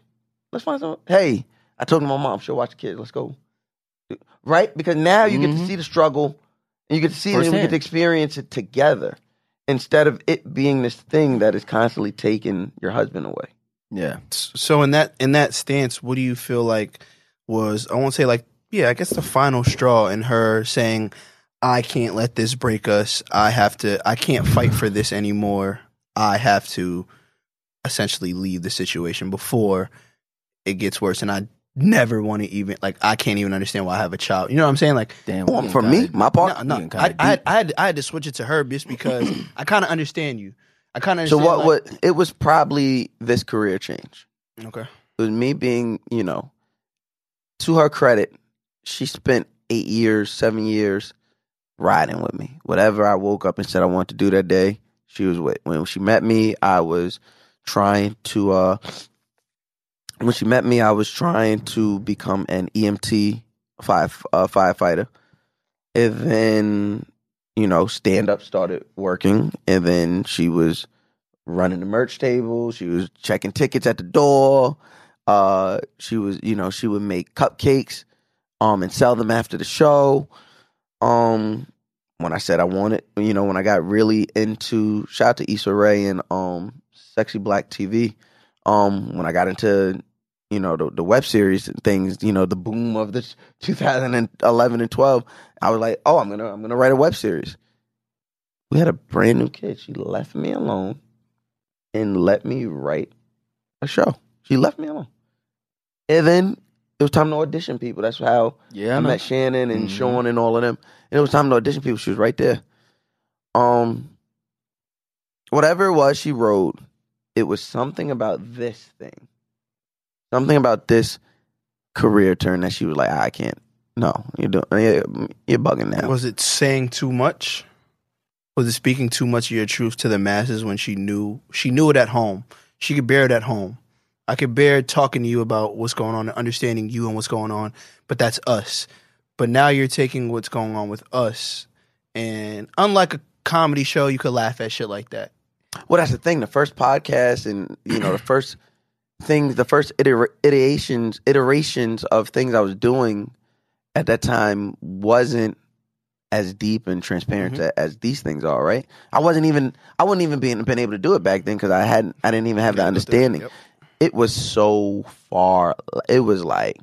[SPEAKER 4] Let's find some. Hey, I told my mom, she'll watch the kids, let's go. Right? Because now you get to
[SPEAKER 5] Mhm.
[SPEAKER 4] see the struggle, and you get to see it, and we get
[SPEAKER 5] Firsthand.
[SPEAKER 4] to experience it together instead of it being this thing that is constantly taking your husband away.
[SPEAKER 5] Yeah.
[SPEAKER 6] so in that in that stance what do you feel like was i won't say like yeah i guess the final straw in her saying i can't let this break us i have to i can't fight for this anymore i have to essentially leave the situation before it gets worse and i never want to even like i can't even understand why i have a child you know what i'm saying like
[SPEAKER 5] Damn.
[SPEAKER 4] Well,
[SPEAKER 5] we
[SPEAKER 4] for
[SPEAKER 5] got
[SPEAKER 4] me,
[SPEAKER 5] it.
[SPEAKER 4] my part.
[SPEAKER 6] no,
[SPEAKER 5] you
[SPEAKER 6] no,
[SPEAKER 5] kinda
[SPEAKER 6] I, I,
[SPEAKER 5] deep.
[SPEAKER 6] I, had, I had to switch it to her just because i kind of understand you i kind of
[SPEAKER 4] so what? what? It was probably this career change.
[SPEAKER 6] what okay
[SPEAKER 4] It was me being, you know, to her credit, she spent eight years, seven years riding with me. Whatever I woke up and said I wanted to do that day, she was with. When she met me, I was trying to. uh When she met me, I was trying to become an E EMT fire uh, firefighter, and then you know stand up started working, and then she was running the merch table. She was checking tickets at the door. Uh, she was, you know, she would make cupcakes, um, and sell them after the show. Um, when I said I wanted, you know, when I got really into shout out to Issa Rae and um Sexy Black TV, um, when I got into you know the, the web series and things, you know, the boom of the 2011 and 12, I was like, oh, I'm gonna I'm gonna write a web series. We had a brand new kid. She left me alone and let me write a show. She left me alone, and then it was time to audition people. That's how
[SPEAKER 5] Yeah, I
[SPEAKER 4] I
[SPEAKER 5] know.
[SPEAKER 4] met Shannon and
[SPEAKER 5] Mhm.
[SPEAKER 4] Sean and all of them. And it was time to audition people. She was right there. Um, whatever it was she wrote, it was something about this thing, something about this career turn that she was like, "Ah, I can't. No, you're doing, you're, you're bugging now.
[SPEAKER 6] Was it saying too much? Was it speaking too much of your truth to the masses when she knew she knew it at home? She could bear it at home. I could bear talking to you about what's going on and understanding you and what's going on, but that's us. But now you're taking what's going on with us, and unlike a comedy show, you could laugh at shit like that.
[SPEAKER 4] Well, that's the thing. The first podcast and you know the first things, the first iter- iterations, iterations of things I was doing at that time wasn't as deep and transparent
[SPEAKER 6] Mm-hmm.
[SPEAKER 4] a- as these things are. Right? I wasn't even I wouldn't even been been able to do it back then because I hadn't I didn't even have the understanding. It was so far. It was like,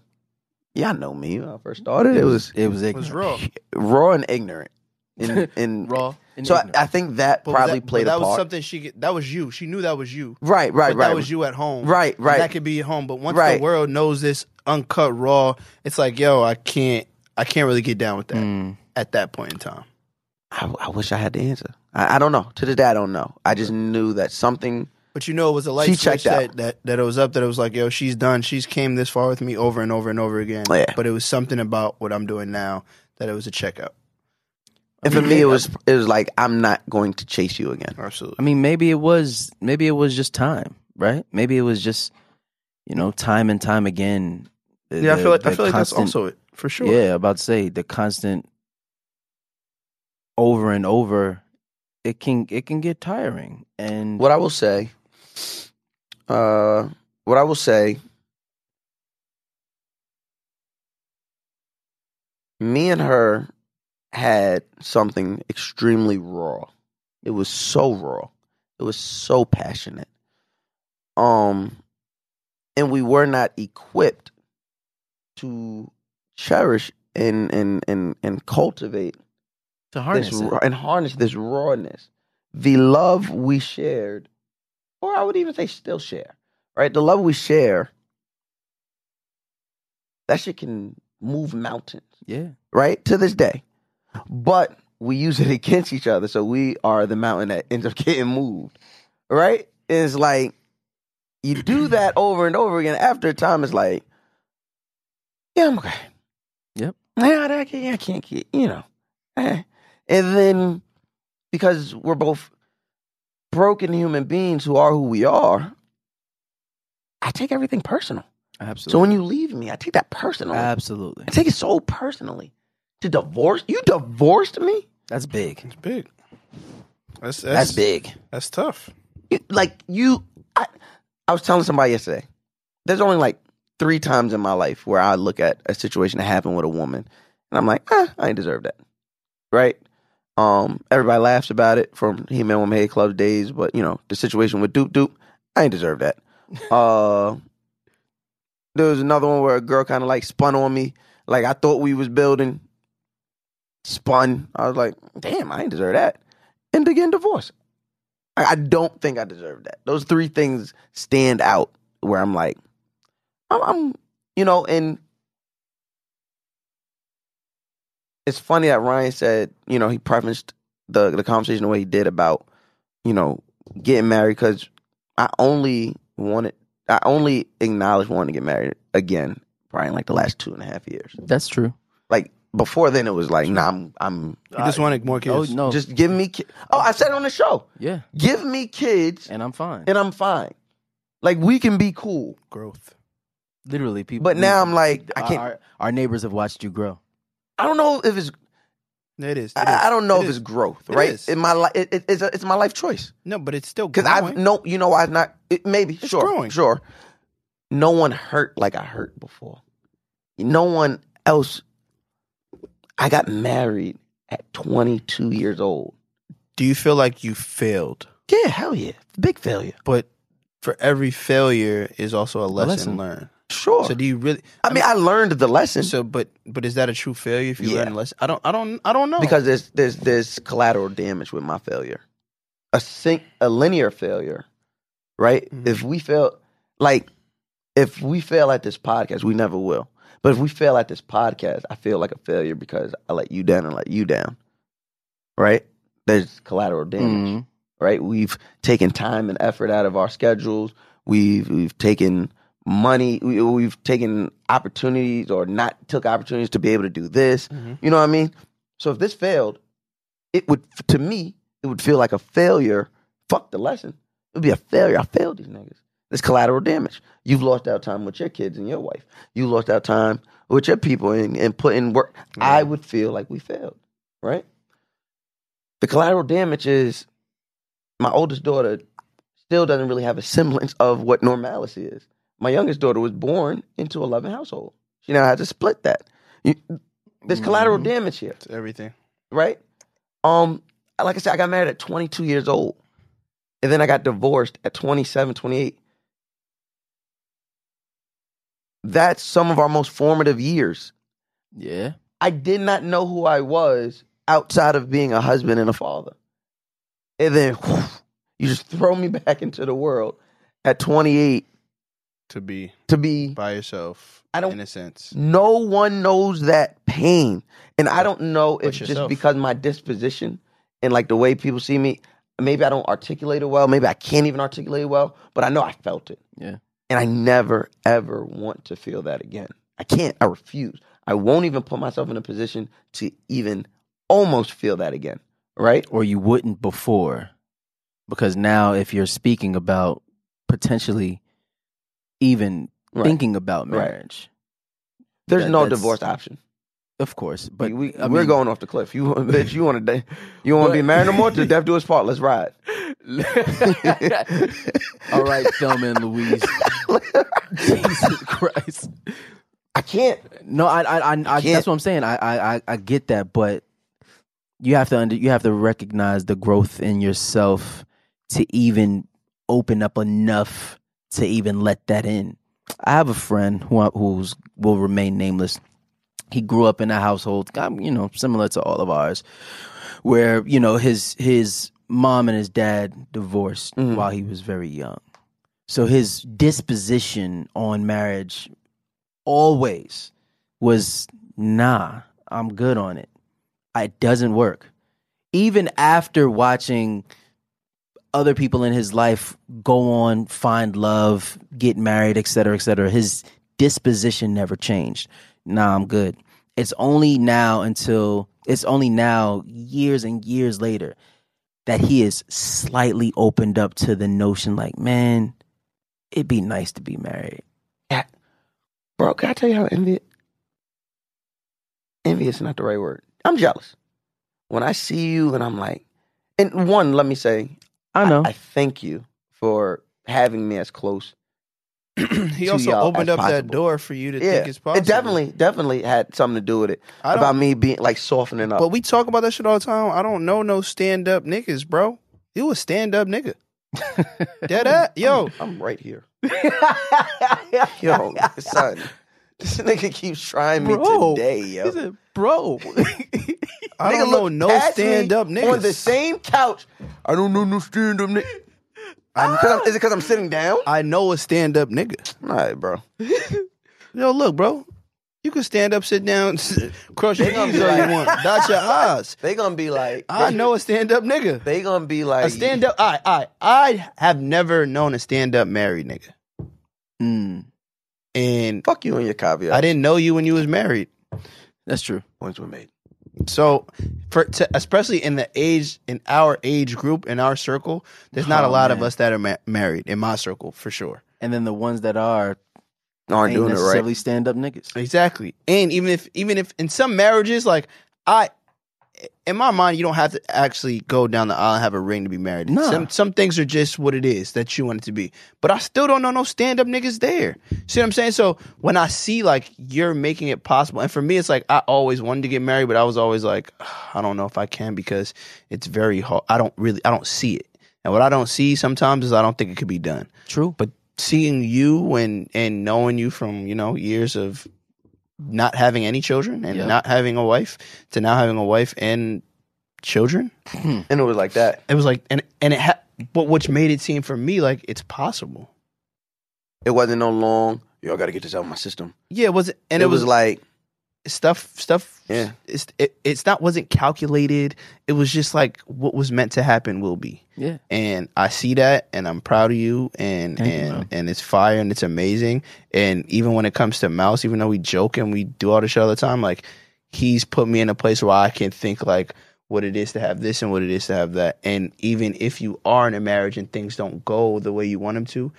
[SPEAKER 4] y'all know me when I first started. It was
[SPEAKER 5] it was
[SPEAKER 6] It was raw.
[SPEAKER 4] raw and ignorant. And, and
[SPEAKER 5] raw.
[SPEAKER 6] and
[SPEAKER 4] so I-
[SPEAKER 6] ignorant.
[SPEAKER 4] I, think that
[SPEAKER 6] But was
[SPEAKER 4] probably
[SPEAKER 6] that, but
[SPEAKER 4] played
[SPEAKER 6] that
[SPEAKER 4] a part.
[SPEAKER 6] was something she could- that was you. She knew that was you.
[SPEAKER 4] Right, right,
[SPEAKER 6] But
[SPEAKER 4] right.
[SPEAKER 6] That was you at home.
[SPEAKER 4] Right,
[SPEAKER 6] And
[SPEAKER 4] right.
[SPEAKER 6] That could be at home. But once
[SPEAKER 4] Right.
[SPEAKER 6] the world knows this uncut raw, it's like, yo, I can't, I can't really get down with that
[SPEAKER 4] Hmm.
[SPEAKER 6] at that point in time.
[SPEAKER 4] I, I wish I had the answer. I, I don't know. To this day, I don't know. I just knew that something.
[SPEAKER 6] But you know, it was a light
[SPEAKER 4] She checked
[SPEAKER 6] switch that,
[SPEAKER 4] out.
[SPEAKER 6] that that it was up. That it was like, yo, she's done. She's came this far with me over and over and over again.
[SPEAKER 4] Yeah.
[SPEAKER 6] But it was something about what I'm doing now that it was a checkout.
[SPEAKER 4] And for me, it was it was like I'm not going to chase you again.
[SPEAKER 6] Absolutely.
[SPEAKER 5] I mean, maybe it was maybe it was just time, right? Maybe it was just you know time and time again. the-
[SPEAKER 6] Yeah, I
[SPEAKER 5] the-
[SPEAKER 6] feel like- I
[SPEAKER 5] the
[SPEAKER 6] feel like that's also it, for sure.
[SPEAKER 5] Yeah, about to say the constant over and over. It can it can get tiring, and
[SPEAKER 4] What I will say, uh, what I will say, me and her had something extremely raw. It was so raw. It was so passionate. Um, and we were not equipped to cherish and and and and cultivate
[SPEAKER 5] to harness
[SPEAKER 4] this,
[SPEAKER 5] it.
[SPEAKER 4] raw- and harness this rawness. The love we shared, or I would even say still share, right? The love we share, that shit can move mountains,
[SPEAKER 5] yeah,
[SPEAKER 4] right? To this day. But we use it against each other. So we are the mountain that ends up getting moved, right? It's like you do that over and over again. After a time, it's like, yeah, I'm okay.
[SPEAKER 5] Yep.
[SPEAKER 4] Yeah, I can't, I can't get, you know. eh. And then because we're both broken human beings who are who we are, I take everything personal.
[SPEAKER 5] absolutely.
[SPEAKER 4] So when you leave me, I take that personal.
[SPEAKER 5] absolutely,
[SPEAKER 4] I take it so personally. To divorce you divorced me?
[SPEAKER 5] that's big.
[SPEAKER 6] It's big. That's that's,
[SPEAKER 4] That's big.
[SPEAKER 6] That's tough.
[SPEAKER 4] You- like you I, I was telling somebody yesterday there's only like three times in my life where i look at a situation that happened with a woman and i'm like eh, i ain't deserve that right um everybody laughs about it from he-man woman hate club days but you know the situation with doop doop i ain't deserve that uh there was another one where a girl kind of like spun on me like i thought we was building spun i was like damn i ain't deserve that and to get divorced I, I don't think I deserve that. Those three things stand out where I'm like, I'm, I'm you know, and it's funny that Ryan said, you know, he prefaced the the conversation the way he did about, you know, getting married because I only wanted, I only acknowledged wanting to get married again, probably in like the last two and a half years.
[SPEAKER 5] That's true.
[SPEAKER 4] Like before then, it was like, nah, I'm, I'm,
[SPEAKER 6] You just wanted more
[SPEAKER 5] Oh
[SPEAKER 6] kids.
[SPEAKER 5] no,
[SPEAKER 4] just give me. Ki- oh, I said it on the show,
[SPEAKER 5] yeah,
[SPEAKER 4] give me kids
[SPEAKER 5] and I'm fine.
[SPEAKER 4] and I'm fine. Like we can be cool.
[SPEAKER 6] Growth.
[SPEAKER 5] Literally, people.
[SPEAKER 4] But now I'm like, I
[SPEAKER 5] our-
[SPEAKER 4] can't-
[SPEAKER 5] Our, our neighbors have watched you grow.
[SPEAKER 4] I don't know if it's
[SPEAKER 6] It is. It is.
[SPEAKER 4] I, I don't know
[SPEAKER 6] It
[SPEAKER 4] if
[SPEAKER 6] is.
[SPEAKER 4] it's growth,
[SPEAKER 6] It
[SPEAKER 4] right?
[SPEAKER 6] is.
[SPEAKER 4] In my life, it, it- it's a, it's my life choice
[SPEAKER 6] No, but it's still
[SPEAKER 4] because I've
[SPEAKER 6] growing.
[SPEAKER 4] no, you know, why it's not. It, maybe
[SPEAKER 6] It's
[SPEAKER 4] sure,
[SPEAKER 6] growing.
[SPEAKER 4] sure. No one hurt like I hurt before. No one else. I got married at 22 years old.
[SPEAKER 6] Do you feel like you failed?
[SPEAKER 4] Yeah, hell yeah. Big failure.
[SPEAKER 6] But for every failure is also a lesson,
[SPEAKER 4] lesson.
[SPEAKER 6] learned.
[SPEAKER 4] Sure.
[SPEAKER 6] So do you really?
[SPEAKER 4] I, mean, I learned the lesson
[SPEAKER 6] So, but but is that a true failure if you
[SPEAKER 4] Yeah.
[SPEAKER 6] learn a lesson? I don't. I don't. I don't know.
[SPEAKER 4] because there's there's there's collateral damage with my failure. A sink a linear failure, right? If we fail, like if we fail at this podcast, we never will. But if we fail at this podcast, I feel like a failure because I let you down and let you down, right? There's collateral damage
[SPEAKER 5] Mhm.
[SPEAKER 4] right? We've taken time and effort out of our schedules. We've we've taken money. We, we've taken opportunities or not took opportunities to be able to do this. You know what I mean? So if this failed, it would to me it would feel like a failure. Fuck the lesson. It would be a failure. I failed these niggas. It's collateral damage. You've lost out time with your kids and your wife. You lost out time with your people and, and put in work. I would feel like we failed, right? The collateral damage is my oldest daughter still doesn't really have a semblance of what normalcy is. My youngest daughter was born into a loving household. She now has to split that. You, there's collateral damage here,
[SPEAKER 6] It's everything.
[SPEAKER 4] right? Um, like I said, I got married at 22 years old, and then I got divorced at 27, 28. That's some of our most formative years.
[SPEAKER 5] Yeah.
[SPEAKER 4] I did not know who I was outside of being a husband and a father. And then whew, you just throw me back into the world at 28
[SPEAKER 6] To be
[SPEAKER 4] to be
[SPEAKER 6] by yourself.
[SPEAKER 4] I don't-
[SPEAKER 6] In a sense.
[SPEAKER 4] no one knows that pain. And I don't know
[SPEAKER 6] But
[SPEAKER 4] if just
[SPEAKER 6] yourself.
[SPEAKER 4] because my disposition and like the way people see me, maybe I don't articulate it well, maybe I can't even articulate it well, but I know I felt it.
[SPEAKER 5] Yeah.
[SPEAKER 4] And I never, ever want to feel that again. I can't. I refuse. I won't even put myself in a position to even almost feel that again. Right?
[SPEAKER 5] Or you wouldn't before. Because now if you're speaking about potentially even
[SPEAKER 4] Right.
[SPEAKER 5] thinking about
[SPEAKER 4] Right.
[SPEAKER 5] marriage.
[SPEAKER 4] There's
[SPEAKER 5] That-
[SPEAKER 4] no
[SPEAKER 5] that's-
[SPEAKER 4] divorce option.
[SPEAKER 5] Of course. But
[SPEAKER 4] we, we,
[SPEAKER 5] I
[SPEAKER 4] we're
[SPEAKER 5] mean,
[SPEAKER 4] going off the cliff. You bitch, you want to you want to be
[SPEAKER 5] But-
[SPEAKER 4] married no more? To death do us part. Let's ride.
[SPEAKER 5] All right, Thelma and Louise. Jesus Christ.
[SPEAKER 4] I can't.
[SPEAKER 5] No, I, I, I, I
[SPEAKER 4] can't.
[SPEAKER 5] that's what I'm saying. I, I, I, I get that, but you have to under, you have to recognize the growth in yourself to even open up enough to even let that in. I have a friend who I- who's will remain nameless. He grew up in a household, kind of, you know, similar to all of ours, where you know his his mom and his dad divorced
[SPEAKER 4] Mhm.
[SPEAKER 5] while he was very young. So his disposition on marriage always was nah, I'm good on it. It doesn't work. Even after watching other people in his life go on, find love, get married, et cetera, et cetera, his disposition never changed. Nah, I'm good. It's only now until it's only now years and years later that he is slightly opened up to the notion like, man, it'd be nice to be married.
[SPEAKER 4] Bro, can I tell you how envious? Envious is not the right word. I'm jealous. When I see you and I'm like, and one, let me say,
[SPEAKER 5] I know.
[SPEAKER 4] I, thank you for having me as close.
[SPEAKER 6] he
[SPEAKER 4] to
[SPEAKER 6] also
[SPEAKER 4] y'all
[SPEAKER 6] opened
[SPEAKER 4] as
[SPEAKER 6] up that
[SPEAKER 4] possible.
[SPEAKER 6] door for you to
[SPEAKER 4] Yeah,
[SPEAKER 6] think it's possible.
[SPEAKER 4] it definitely, definitely had something to do with it
[SPEAKER 6] I don't-
[SPEAKER 4] about me being like softening up.
[SPEAKER 6] But we talk about that shit all the time. I don't know no stand up niggas, bro. You a stand up nigga. Dead at yo.
[SPEAKER 4] I'm right here. yo, son, this nigga keeps trying me
[SPEAKER 5] Bro.
[SPEAKER 4] today, yo.
[SPEAKER 5] He said, bro.
[SPEAKER 6] I don't know
[SPEAKER 4] look
[SPEAKER 6] no
[SPEAKER 4] past me
[SPEAKER 6] stand up niggas.
[SPEAKER 4] on the same couch. I don't know no stand up nigga. Is it because I'm sitting down?
[SPEAKER 6] I know a stand up nigga.
[SPEAKER 4] All right, bro.
[SPEAKER 6] Yo, look, bro. You can stand up, sit down, cross your
[SPEAKER 4] They gonna
[SPEAKER 6] knees
[SPEAKER 4] be
[SPEAKER 6] all you
[SPEAKER 4] like-
[SPEAKER 6] want, dot your eyes.
[SPEAKER 4] They gonna be like,
[SPEAKER 6] I know a stand up nigga.
[SPEAKER 4] They gonna be like,
[SPEAKER 6] A stand up. I I I have never known a stand up married nigga, Hmm.
[SPEAKER 5] Mm,
[SPEAKER 6] and
[SPEAKER 4] Fuck you and your caveat.
[SPEAKER 6] I didn't know you when you was married.
[SPEAKER 5] that's true.
[SPEAKER 4] Points were made.
[SPEAKER 6] So, for to, especially in the age in our age group in our circle, there's not a
[SPEAKER 5] Oh,
[SPEAKER 6] lot of
[SPEAKER 5] man.
[SPEAKER 6] us that are ma- married in my circle for sure.
[SPEAKER 5] And then the ones that are
[SPEAKER 4] Aren't
[SPEAKER 5] ain't
[SPEAKER 4] doing it
[SPEAKER 5] necessarily
[SPEAKER 4] right.
[SPEAKER 5] stand up niggas.
[SPEAKER 6] Exactly. And even if even if in some marriages, like I in my mind, you don't have to actually go down the aisle and have a ring to be married.
[SPEAKER 5] Nah.
[SPEAKER 6] Some some things are just what it is that you want it to be. But I still don't know no stand up niggas there. See what I'm saying? So when I see like you're making it possible, and for me, it's like I always wanted to get married, but I was always like, I don't know if I can because it's very hard. I don't really, I don't see it. And what I don't see sometimes is I don't think it could be done.
[SPEAKER 5] True.
[SPEAKER 6] But seeing you and and knowing you from you know years of not having any children and
[SPEAKER 4] Yeah.
[SPEAKER 6] not having a wife to now having a wife and children and it was like that it was like and and it ha- but which made it seem for me like it's possible
[SPEAKER 4] It wasn't no long. Yo, I gotta get this out of my system.
[SPEAKER 6] yeah it wasn't and
[SPEAKER 4] it,
[SPEAKER 6] it,
[SPEAKER 4] was, like
[SPEAKER 6] stuff stuff
[SPEAKER 4] Yeah.
[SPEAKER 6] it's it, it's not wasn't calculated it was just like what was meant to happen will be
[SPEAKER 8] Yeah.
[SPEAKER 6] and I see that, and I'm proud of you, and
[SPEAKER 8] Thank you,
[SPEAKER 6] and
[SPEAKER 8] bro.
[SPEAKER 6] and it's fire, and it's amazing. And even when it comes to Mouse, even though we joke and we do all this shit all the time, like he's put me in a place where I can think like what it is to have this and what it is to have that. And even if you are in a marriage and things don't go the way you want them to,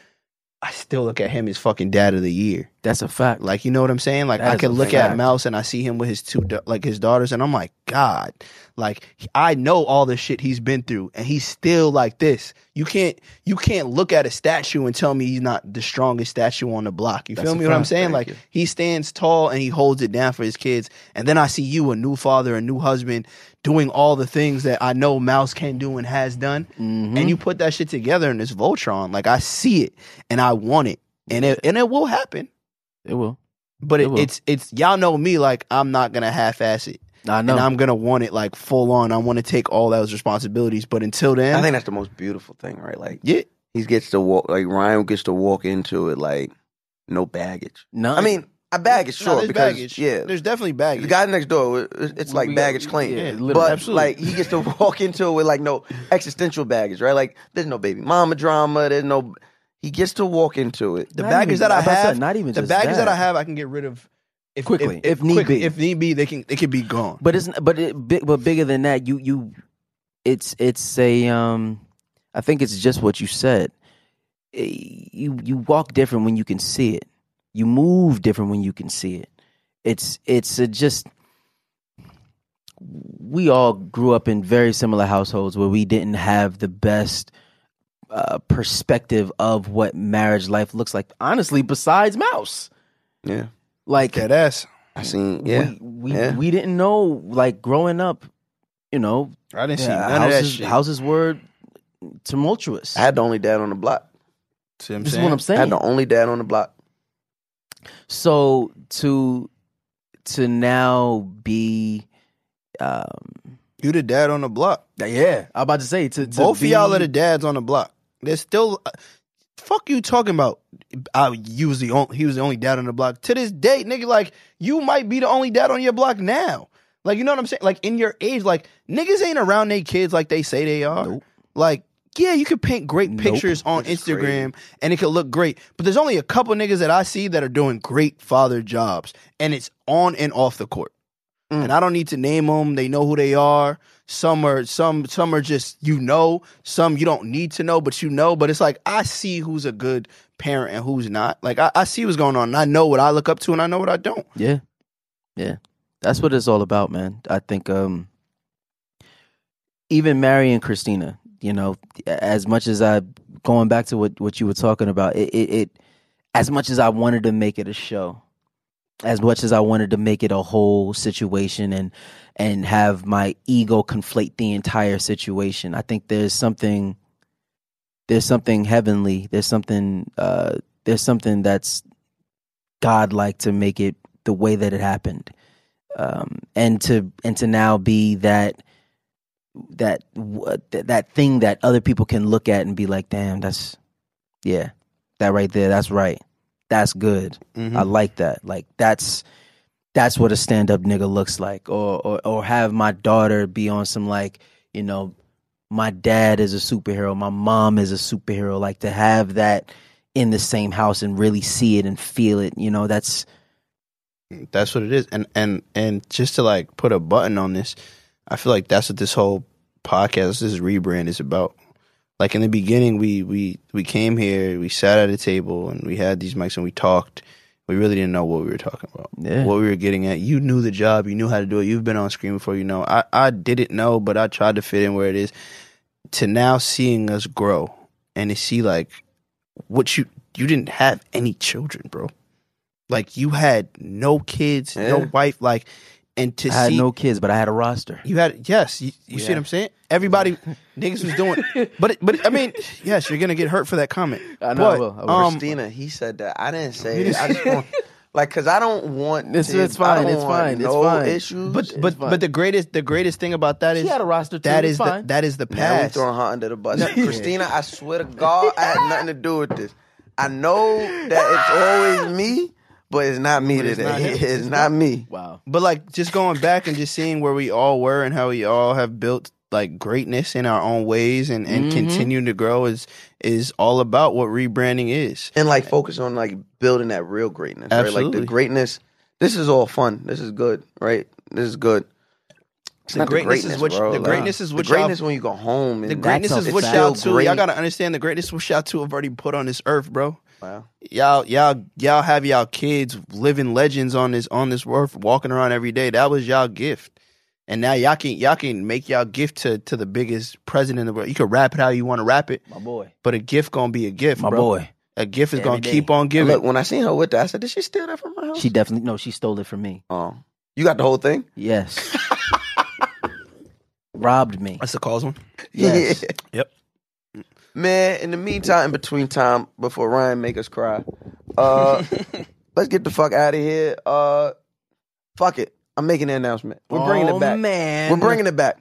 [SPEAKER 6] I still look at him as fucking dad of the year.
[SPEAKER 5] That's a fact.
[SPEAKER 6] Like you know what I'm saying? Like
[SPEAKER 5] That
[SPEAKER 6] I
[SPEAKER 5] is
[SPEAKER 6] can
[SPEAKER 5] a
[SPEAKER 6] look
[SPEAKER 5] fact.
[SPEAKER 6] at Mouse and I see him with his two da- like his daughters and I'm like, God, like he- I know all the shit he's been through and he's still like this. You can't you can't look at a statue and tell me he's not the strongest statue on the block. You
[SPEAKER 4] That's
[SPEAKER 6] feel
[SPEAKER 4] a
[SPEAKER 6] me? What I'm
[SPEAKER 4] fact.
[SPEAKER 6] saying?
[SPEAKER 4] Thank
[SPEAKER 6] like
[SPEAKER 4] you.
[SPEAKER 6] he stands tall and he holds it down for his kids. And then I see you, a new father, a new husband, doing all the things that I know Mouse can do and has done.
[SPEAKER 4] Mm-hmm.
[SPEAKER 6] And you put that shit together in this Voltron. Like I see it and I want it. And it and it will happen.
[SPEAKER 5] It will.
[SPEAKER 6] But
[SPEAKER 5] It
[SPEAKER 6] it,
[SPEAKER 5] will.
[SPEAKER 6] it's it's y'all know me like I'm not gonna half ass it.
[SPEAKER 5] I know.
[SPEAKER 6] And I'm gonna want it like full on. I want to take all those responsibilities. But until then,
[SPEAKER 4] I think that's the most beautiful thing, right? Like
[SPEAKER 6] yeah,
[SPEAKER 4] he gets to walk like Ryan gets to walk into it like no baggage.
[SPEAKER 5] No.
[SPEAKER 4] I mean, a baggage,
[SPEAKER 6] No,
[SPEAKER 4] sure,
[SPEAKER 6] there's
[SPEAKER 4] because
[SPEAKER 6] baggage.
[SPEAKER 4] yeah,
[SPEAKER 6] there's definitely baggage.
[SPEAKER 4] the guy next door, it- it's like
[SPEAKER 5] We-
[SPEAKER 4] baggage claim.
[SPEAKER 5] yeah, literally.
[SPEAKER 4] but
[SPEAKER 6] Absolutely.
[SPEAKER 4] like he gets to walk into it with like no existential baggage, right? Like there's no baby mama drama. There's no. He gets to walk into it.
[SPEAKER 6] the
[SPEAKER 5] Not
[SPEAKER 6] baggage
[SPEAKER 5] even-
[SPEAKER 6] that I
[SPEAKER 5] about
[SPEAKER 6] have,
[SPEAKER 5] that, not even
[SPEAKER 6] the
[SPEAKER 5] just
[SPEAKER 6] baggage that.
[SPEAKER 5] that.
[SPEAKER 6] I have, I can get rid of if,
[SPEAKER 5] Quickly,
[SPEAKER 6] If,
[SPEAKER 5] if need
[SPEAKER 6] quickly,
[SPEAKER 5] be.
[SPEAKER 6] if need be, they can they can be gone.
[SPEAKER 5] But it's but it big but bigger than that. You you, it's it's a um. I think it's just what you said. Eh, You you walk different when you can see it. You move different when you can see it. It's it's a just. We all grew up in very similar households where we didn't have the best uh, perspective of what marriage life looks like. Honestly, besides Mouse,
[SPEAKER 4] Yeah,
[SPEAKER 5] like
[SPEAKER 6] That ass.
[SPEAKER 4] I seen. Yeah,
[SPEAKER 5] we we,
[SPEAKER 4] yeah.
[SPEAKER 5] we didn't know like growing up, you know,
[SPEAKER 6] I didn't see
[SPEAKER 5] yeah,
[SPEAKER 6] none of that
[SPEAKER 5] houses,
[SPEAKER 6] shit.
[SPEAKER 5] houses were tumultuous.
[SPEAKER 4] I had the only dad on the block.
[SPEAKER 6] See what I'm
[SPEAKER 5] This is
[SPEAKER 6] saying?
[SPEAKER 5] what I'm
[SPEAKER 4] I had
[SPEAKER 5] saying.
[SPEAKER 4] the only dad on the block.
[SPEAKER 5] So to to now be um
[SPEAKER 6] you the dad on the block.
[SPEAKER 5] yeah, I'm about to say to, to
[SPEAKER 6] Both
[SPEAKER 5] be,
[SPEAKER 6] of y'all are the dads on the block. There's still uh, fuck you talking about. I you was the only, he was the only dad on the block to this day, nigga. Like you might be the only dad on your block now. Like you know what I'm saying? Like in your age, like niggas ain't around their kids like they say they are. Like yeah, you could paint great pictures on
[SPEAKER 4] Which is crazy.
[SPEAKER 6] Instagram and it could look great, but there's only a couple niggas that I see that are doing great father jobs, and it's on and off the court and I don't need to name them. They know who they are. Some are some some are just you know. Some you don't need to know, but you know. But it's like I see who's a good parent and who's not. Like I, I see what's going on. And I know what I look up to, and I know what I don't.
[SPEAKER 5] Yeah. Yeah. That's what it's all about, man. I think um even marrying Christina, you know, as much as I going back to what what you were talking about, it it, it as much as I wanted to make it a show, as much as I wanted to make it a whole situation and and have my ego conflate the entire situation, I think there's something there's something heavenly, there's something uh there's something that's godlike to make it the way that it happened um, and to and to now be that that w- that that thing that other people can look at and be like damn that's yeah that right there that's right that's good
[SPEAKER 6] Mm-hmm.
[SPEAKER 5] i like that like that's that's what a stand-up nigga looks like or, or or have my daughter be on some like you know my dad is a superhero my mom is a superhero like to have that in the same house and really see it and feel it you know that's
[SPEAKER 6] That's what it is. And and and just to like put a button on this, I feel like that's what this whole podcast, this rebrand is about. Like in the beginning, we we we came here, we sat at a table, and we had these mics, and we talked. we really didn't know what we were talking about.
[SPEAKER 5] Yeah.
[SPEAKER 6] What we were getting at. You knew the job, you knew how to do it. You've been on screen before, you know. I, I didn't know, but I tried to fit in where it is. To now seeing us grow and to see like what you you didn't have any children, bro. Like you had no kids, no
[SPEAKER 5] Yeah.
[SPEAKER 6] wife, like and to
[SPEAKER 5] I had
[SPEAKER 6] see
[SPEAKER 5] no kids, but I had a roster.
[SPEAKER 6] you had yes, you, you see what I'm saying? Everybody niggas was doing but but I mean, yes, you're gonna get hurt for that comment.
[SPEAKER 4] I
[SPEAKER 6] but, um,
[SPEAKER 4] Christina, he said that. I didn't say
[SPEAKER 6] You
[SPEAKER 4] it. I just want, like, cause I don't want.
[SPEAKER 6] It's-
[SPEAKER 4] to-
[SPEAKER 6] it's fine,
[SPEAKER 4] I don't
[SPEAKER 6] it's
[SPEAKER 4] want
[SPEAKER 6] fine, it's
[SPEAKER 4] No
[SPEAKER 6] fine.
[SPEAKER 4] issues.
[SPEAKER 6] But- but- but the greatest, the greatest thing about that is had a roster too, that it's is the- fine. that is the
[SPEAKER 4] Now we
[SPEAKER 6] past.
[SPEAKER 4] throwing her under the bus.
[SPEAKER 6] No.
[SPEAKER 4] Christina, I swear to God, I had nothing to do with this. I know that it's always me, but it's not me
[SPEAKER 6] But it's
[SPEAKER 4] today.
[SPEAKER 6] not him.
[SPEAKER 4] It's, not me.
[SPEAKER 5] Wow.
[SPEAKER 6] But like just going back and just seeing where we all were and how we all have built like greatness in our own ways and and
[SPEAKER 4] Mhm.
[SPEAKER 6] continue to grow is is all about what rebranding is.
[SPEAKER 4] And like focus on like building that real greatness. Right? Like
[SPEAKER 6] Absolutely.
[SPEAKER 4] the greatness. This is all fun. This is good, right? This is good. It's
[SPEAKER 6] The
[SPEAKER 4] not
[SPEAKER 6] greatness is what-
[SPEAKER 4] bro.
[SPEAKER 6] the
[SPEAKER 4] Like,
[SPEAKER 6] greatness is what
[SPEAKER 4] the greatness
[SPEAKER 6] y'all-
[SPEAKER 4] when you go home. And
[SPEAKER 6] The greatness
[SPEAKER 4] that's
[SPEAKER 6] is
[SPEAKER 4] a-
[SPEAKER 6] what
[SPEAKER 4] it's
[SPEAKER 6] y'all
[SPEAKER 4] still
[SPEAKER 6] too. Y'all
[SPEAKER 4] great.
[SPEAKER 6] gotta understand the greatness what y'all two have already put on this earth, bro.
[SPEAKER 4] Wow.
[SPEAKER 6] Y'all, y'all, y'all have y'all kids living legends on this on this earth, walking around every day. That was y'all gift, and now y'all can y'all can make y'all gift to to the biggest president in the world. You can rap it how you want to rap it,
[SPEAKER 5] my boy.
[SPEAKER 6] But a gift gonna be a gift,
[SPEAKER 5] My
[SPEAKER 6] bro.
[SPEAKER 5] boy.
[SPEAKER 6] A gift is
[SPEAKER 5] Every
[SPEAKER 6] gonna
[SPEAKER 5] day.
[SPEAKER 6] keep on giving.
[SPEAKER 5] Look, when
[SPEAKER 4] I seen her with that, I said, "Did she steal that from my house?"
[SPEAKER 5] She definitely no, she stole it from me.
[SPEAKER 4] Oh, you got the whole thing?
[SPEAKER 5] Yes. Robbed me.
[SPEAKER 6] That's the cause one.
[SPEAKER 5] Yes.
[SPEAKER 6] Yep.
[SPEAKER 4] Man, in the meantime, in between time, before Ryan make us cry, uh, let's get the fuck out of here. Uh, fuck it. I'm making an announcement. We're bringing
[SPEAKER 5] Oh,
[SPEAKER 4] it back.
[SPEAKER 5] man.
[SPEAKER 4] We're bringing it back.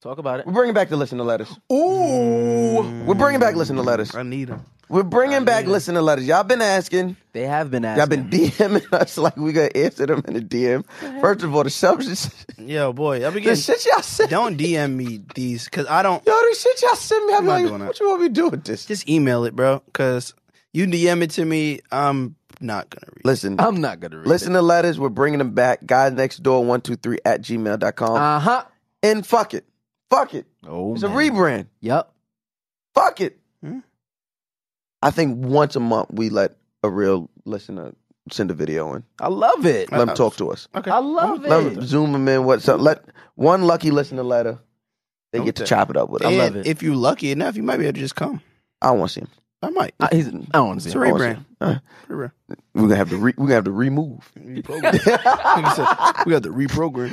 [SPEAKER 5] Talk about it.
[SPEAKER 4] We're bringing back the listen to letters. Ooh. We're bringing back listen to letters.
[SPEAKER 6] Mm, I need them.
[SPEAKER 4] We're bringing back listen to letters. Y'all been asking.
[SPEAKER 5] They have been
[SPEAKER 4] Y'all been DMing us like we gonna answer them in a DM. First of all, the substance.
[SPEAKER 6] Yo, boy, I
[SPEAKER 4] The shit y'all send.
[SPEAKER 6] Don't DM me these because I don't.
[SPEAKER 4] Yo, the shit y'all send me. I'm,
[SPEAKER 6] not
[SPEAKER 4] like,
[SPEAKER 6] doing that.
[SPEAKER 4] what you want me to do with this?
[SPEAKER 6] Just email it, bro. Because you DM it to me, I'm not gonna read.
[SPEAKER 4] Listen,
[SPEAKER 5] I'm not gonna read.
[SPEAKER 4] Listen to letters. We're bringing them back. Guys next door 123 at gmail.com.
[SPEAKER 5] Uh huh.
[SPEAKER 4] And fuck it. Fuck it.
[SPEAKER 5] Oh,
[SPEAKER 4] it's a
[SPEAKER 5] man.
[SPEAKER 4] rebrand.
[SPEAKER 5] Yep.
[SPEAKER 4] Fuck it. I think once a month we let a real listener send a video in.
[SPEAKER 5] I love it.
[SPEAKER 4] Let them talk to us.
[SPEAKER 6] Okay.
[SPEAKER 5] I love
[SPEAKER 4] Let
[SPEAKER 5] it.
[SPEAKER 4] them zoom them in. What's up? Let one lucky listener letter. They get to
[SPEAKER 6] Okay.
[SPEAKER 4] chop it up with us.
[SPEAKER 6] And If you lucky enough, you might be able to just come.
[SPEAKER 4] I want to see him.
[SPEAKER 6] I might.
[SPEAKER 5] I, he's, I don't want to
[SPEAKER 6] It's
[SPEAKER 5] see
[SPEAKER 6] a
[SPEAKER 5] it.
[SPEAKER 6] rebrand.
[SPEAKER 4] Alright.
[SPEAKER 6] Rebrand.
[SPEAKER 4] We're gonna have to re- we're gonna have to remove.
[SPEAKER 6] we got to reprogram.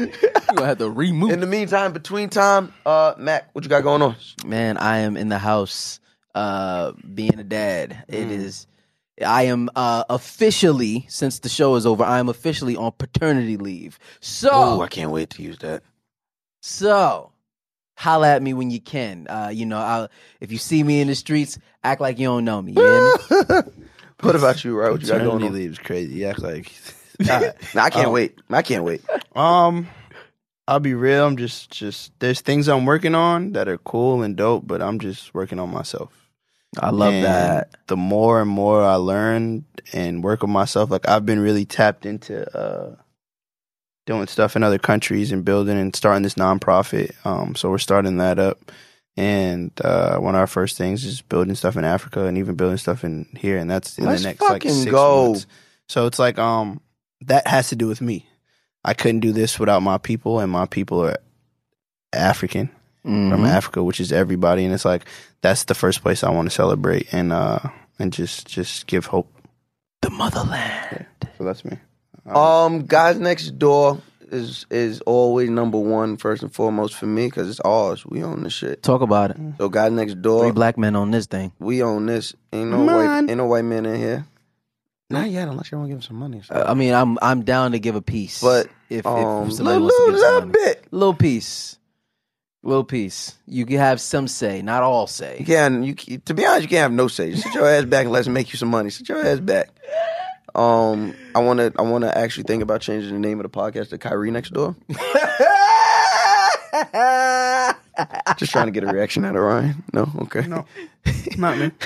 [SPEAKER 5] We're gonna have to remove.
[SPEAKER 4] In the meantime, between time, uh, Mac, what you got going on?
[SPEAKER 5] man i am in the house uh being a dad It is. i am uh officially since the show is over i am officially on paternity leave so
[SPEAKER 4] can't wait to use that.
[SPEAKER 5] so holla at me when you can uh you know i if you see me in the streets act like you don't know me you hear me?
[SPEAKER 4] What about you, right? What you got going
[SPEAKER 6] Paternity
[SPEAKER 4] on?
[SPEAKER 6] leaves crazy. You act like.
[SPEAKER 4] Nah, I can't
[SPEAKER 6] Oh.
[SPEAKER 4] wait. I can't wait.
[SPEAKER 6] Um, I'll be real. I'm just, just there's things I'm working on that are cool and dope, but I'm just working on myself.
[SPEAKER 5] i love
[SPEAKER 6] And
[SPEAKER 5] that
[SPEAKER 6] The more and more I learn and work on myself, like I've been really tapped into uh, doing stuff in other countries and building and starting this nonprofit. Um, so we're starting that up. And uh, one of our first things is building stuff in Africa and even building stuff in here, and that's in
[SPEAKER 4] Let's
[SPEAKER 6] the next like
[SPEAKER 4] fucking
[SPEAKER 6] six
[SPEAKER 4] go.
[SPEAKER 6] months. So it's like um, that has to do with me. I couldn't do this without my people, and my people are African from
[SPEAKER 4] Mm-hmm.
[SPEAKER 5] Mhm.
[SPEAKER 6] Africa, which is everybody, and it's like that's the first place I want to celebrate and uh and just just give hope.
[SPEAKER 5] the motherland
[SPEAKER 6] So that's me.
[SPEAKER 4] Um, guys next door is is always number one first and foremost for me because it's ours. We own this shit.
[SPEAKER 5] talk about it
[SPEAKER 4] So guys next
[SPEAKER 5] three
[SPEAKER 4] door,
[SPEAKER 5] black men on this thing
[SPEAKER 4] we own this. Ain't no white,
[SPEAKER 6] Mine.
[SPEAKER 4] ain't no white man in here. Not yet, unless you want to give him some money.
[SPEAKER 5] Uh, i mean i'm i'm down to give a piece
[SPEAKER 4] But
[SPEAKER 5] if,
[SPEAKER 4] um,
[SPEAKER 5] if somebody
[SPEAKER 4] little,
[SPEAKER 5] wants to give
[SPEAKER 4] little
[SPEAKER 5] some money.
[SPEAKER 4] bit.
[SPEAKER 5] little piece little piece you can have some say not all say
[SPEAKER 4] You can you c- to be honest, you can't have no say. Just sit your ass back and let's make you some money. Sit your ass back. Um, I wanna I wanna actually think about changing the name of the podcast to Kyrie Next Door. Just trying to get a reaction out of Ryan. No, okay.
[SPEAKER 6] No, not me.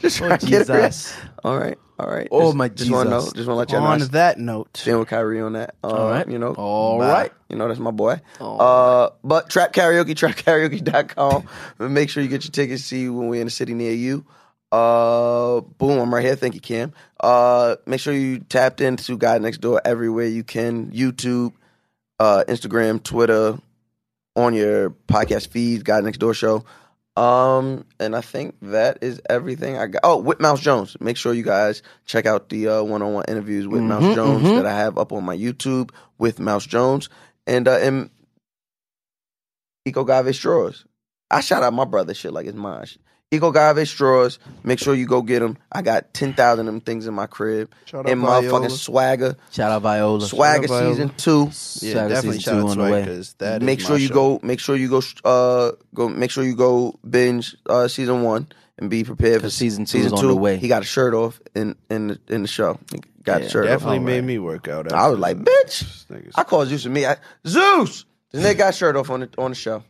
[SPEAKER 4] Just
[SPEAKER 5] Oh,
[SPEAKER 4] trying to get a
[SPEAKER 5] Jesus.
[SPEAKER 4] reaction. All right, all right.
[SPEAKER 5] Oh,
[SPEAKER 4] Just-
[SPEAKER 5] my
[SPEAKER 4] Just wanna know.
[SPEAKER 5] Jesus.
[SPEAKER 4] Just wanna let y'all know.
[SPEAKER 6] On
[SPEAKER 4] I
[SPEAKER 6] that note,
[SPEAKER 4] Stand with Kyrie on that. Uh,
[SPEAKER 5] All right.
[SPEAKER 4] You know.
[SPEAKER 5] All
[SPEAKER 4] All right,
[SPEAKER 5] right.
[SPEAKER 4] You know, that's my boy. Uh, but Trap Karaoke, trapkaraoke.com. Make sure you get your tickets. See you when we're in a city near you. Uh, boom, I'm right here. Thank you, Cam. Uh, make sure you tapped into Guy Next Door everywhere you can YouTube, uh, Instagram, Twitter, on your podcast feeds, Guy Next Door Show. Um, and I think that is everything I got. Oh, with Mouse Jones. Make sure you guys check out the uh, one-on-one interviews with Mouse
[SPEAKER 6] Mm-hmm,
[SPEAKER 11] Mhm,
[SPEAKER 4] Jones
[SPEAKER 11] mhm.
[SPEAKER 4] that I have up on my YouTube with Mouse Jones and uh, and Eco Gave Straws. I shout out my brother shit like it's mine. Eco Gave Straws. Make sure you go get them. I got ten thousand of them things in my crib.
[SPEAKER 6] Shout out
[SPEAKER 4] and motherfucking
[SPEAKER 6] Viola.
[SPEAKER 4] swagger.
[SPEAKER 5] Shout out Viola.
[SPEAKER 4] Swagger
[SPEAKER 6] Shout out Viola.
[SPEAKER 4] season two.
[SPEAKER 6] Yeah, Swagger definitely season shout two out on the Swagger, way. 'cause that is
[SPEAKER 4] make
[SPEAKER 6] my
[SPEAKER 4] sure you
[SPEAKER 6] show.
[SPEAKER 4] go. Make sure you go. Uh, go. Make sure you go binge uh, season one and be prepared for season
[SPEAKER 5] two is on the way.
[SPEAKER 4] He got a shirt off in in the, in the show. He got a
[SPEAKER 6] Yeah,
[SPEAKER 4] shirt.
[SPEAKER 6] definitely
[SPEAKER 4] off.
[SPEAKER 6] made me work out.
[SPEAKER 4] I was like, bitch. I called Zeus and me. I, Zeus. This nigga got a shirt off on the on the show.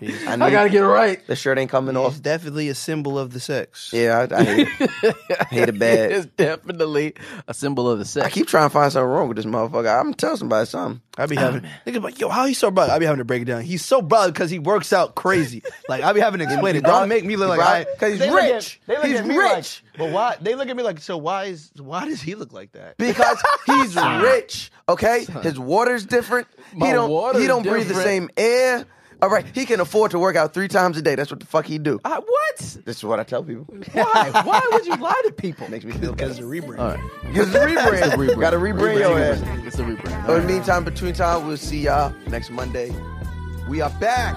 [SPEAKER 4] Yeah,
[SPEAKER 6] I gotta get it right.
[SPEAKER 4] The shirt ain't coming off.
[SPEAKER 6] It's definitely a symbol of the sex.
[SPEAKER 4] Yeah, I, I hate it. I hate it bad.
[SPEAKER 6] It's
[SPEAKER 5] definitely a symbol of the sex.
[SPEAKER 4] I keep trying to find something wrong with this motherfucker. I'm gonna tell somebody something.
[SPEAKER 6] I be having niggas like, yo, how he so brother? I be having to break it down. He's so brother because he works out crazy. Like I be having to explain it. Don't make me look like I
[SPEAKER 4] Because he's
[SPEAKER 6] They look at-
[SPEAKER 4] rich.
[SPEAKER 6] they look
[SPEAKER 4] He's
[SPEAKER 6] at me like,
[SPEAKER 4] rich.
[SPEAKER 6] but why they look at me like, so why is why does he look like that?
[SPEAKER 4] because he's
[SPEAKER 6] Son.
[SPEAKER 4] rich. Okay, his water's different.
[SPEAKER 6] My
[SPEAKER 4] he don't.
[SPEAKER 6] water's
[SPEAKER 4] he don't breathe the same
[SPEAKER 6] different.
[SPEAKER 4] air. All right, he can afford to work out three times a day. That's what the fuck he do.
[SPEAKER 5] what?
[SPEAKER 4] This is what I tell people.
[SPEAKER 5] Why? Why would you lie to people?
[SPEAKER 4] Makes me feel
[SPEAKER 6] because the rebrand.
[SPEAKER 5] All right.
[SPEAKER 4] It's a rebrand.
[SPEAKER 5] It's a rebrand.
[SPEAKER 4] Gotta rebrand your ass.
[SPEAKER 5] It's a rebrand.
[SPEAKER 4] In the meantime, between time, we'll see y'all next Monday. We are back.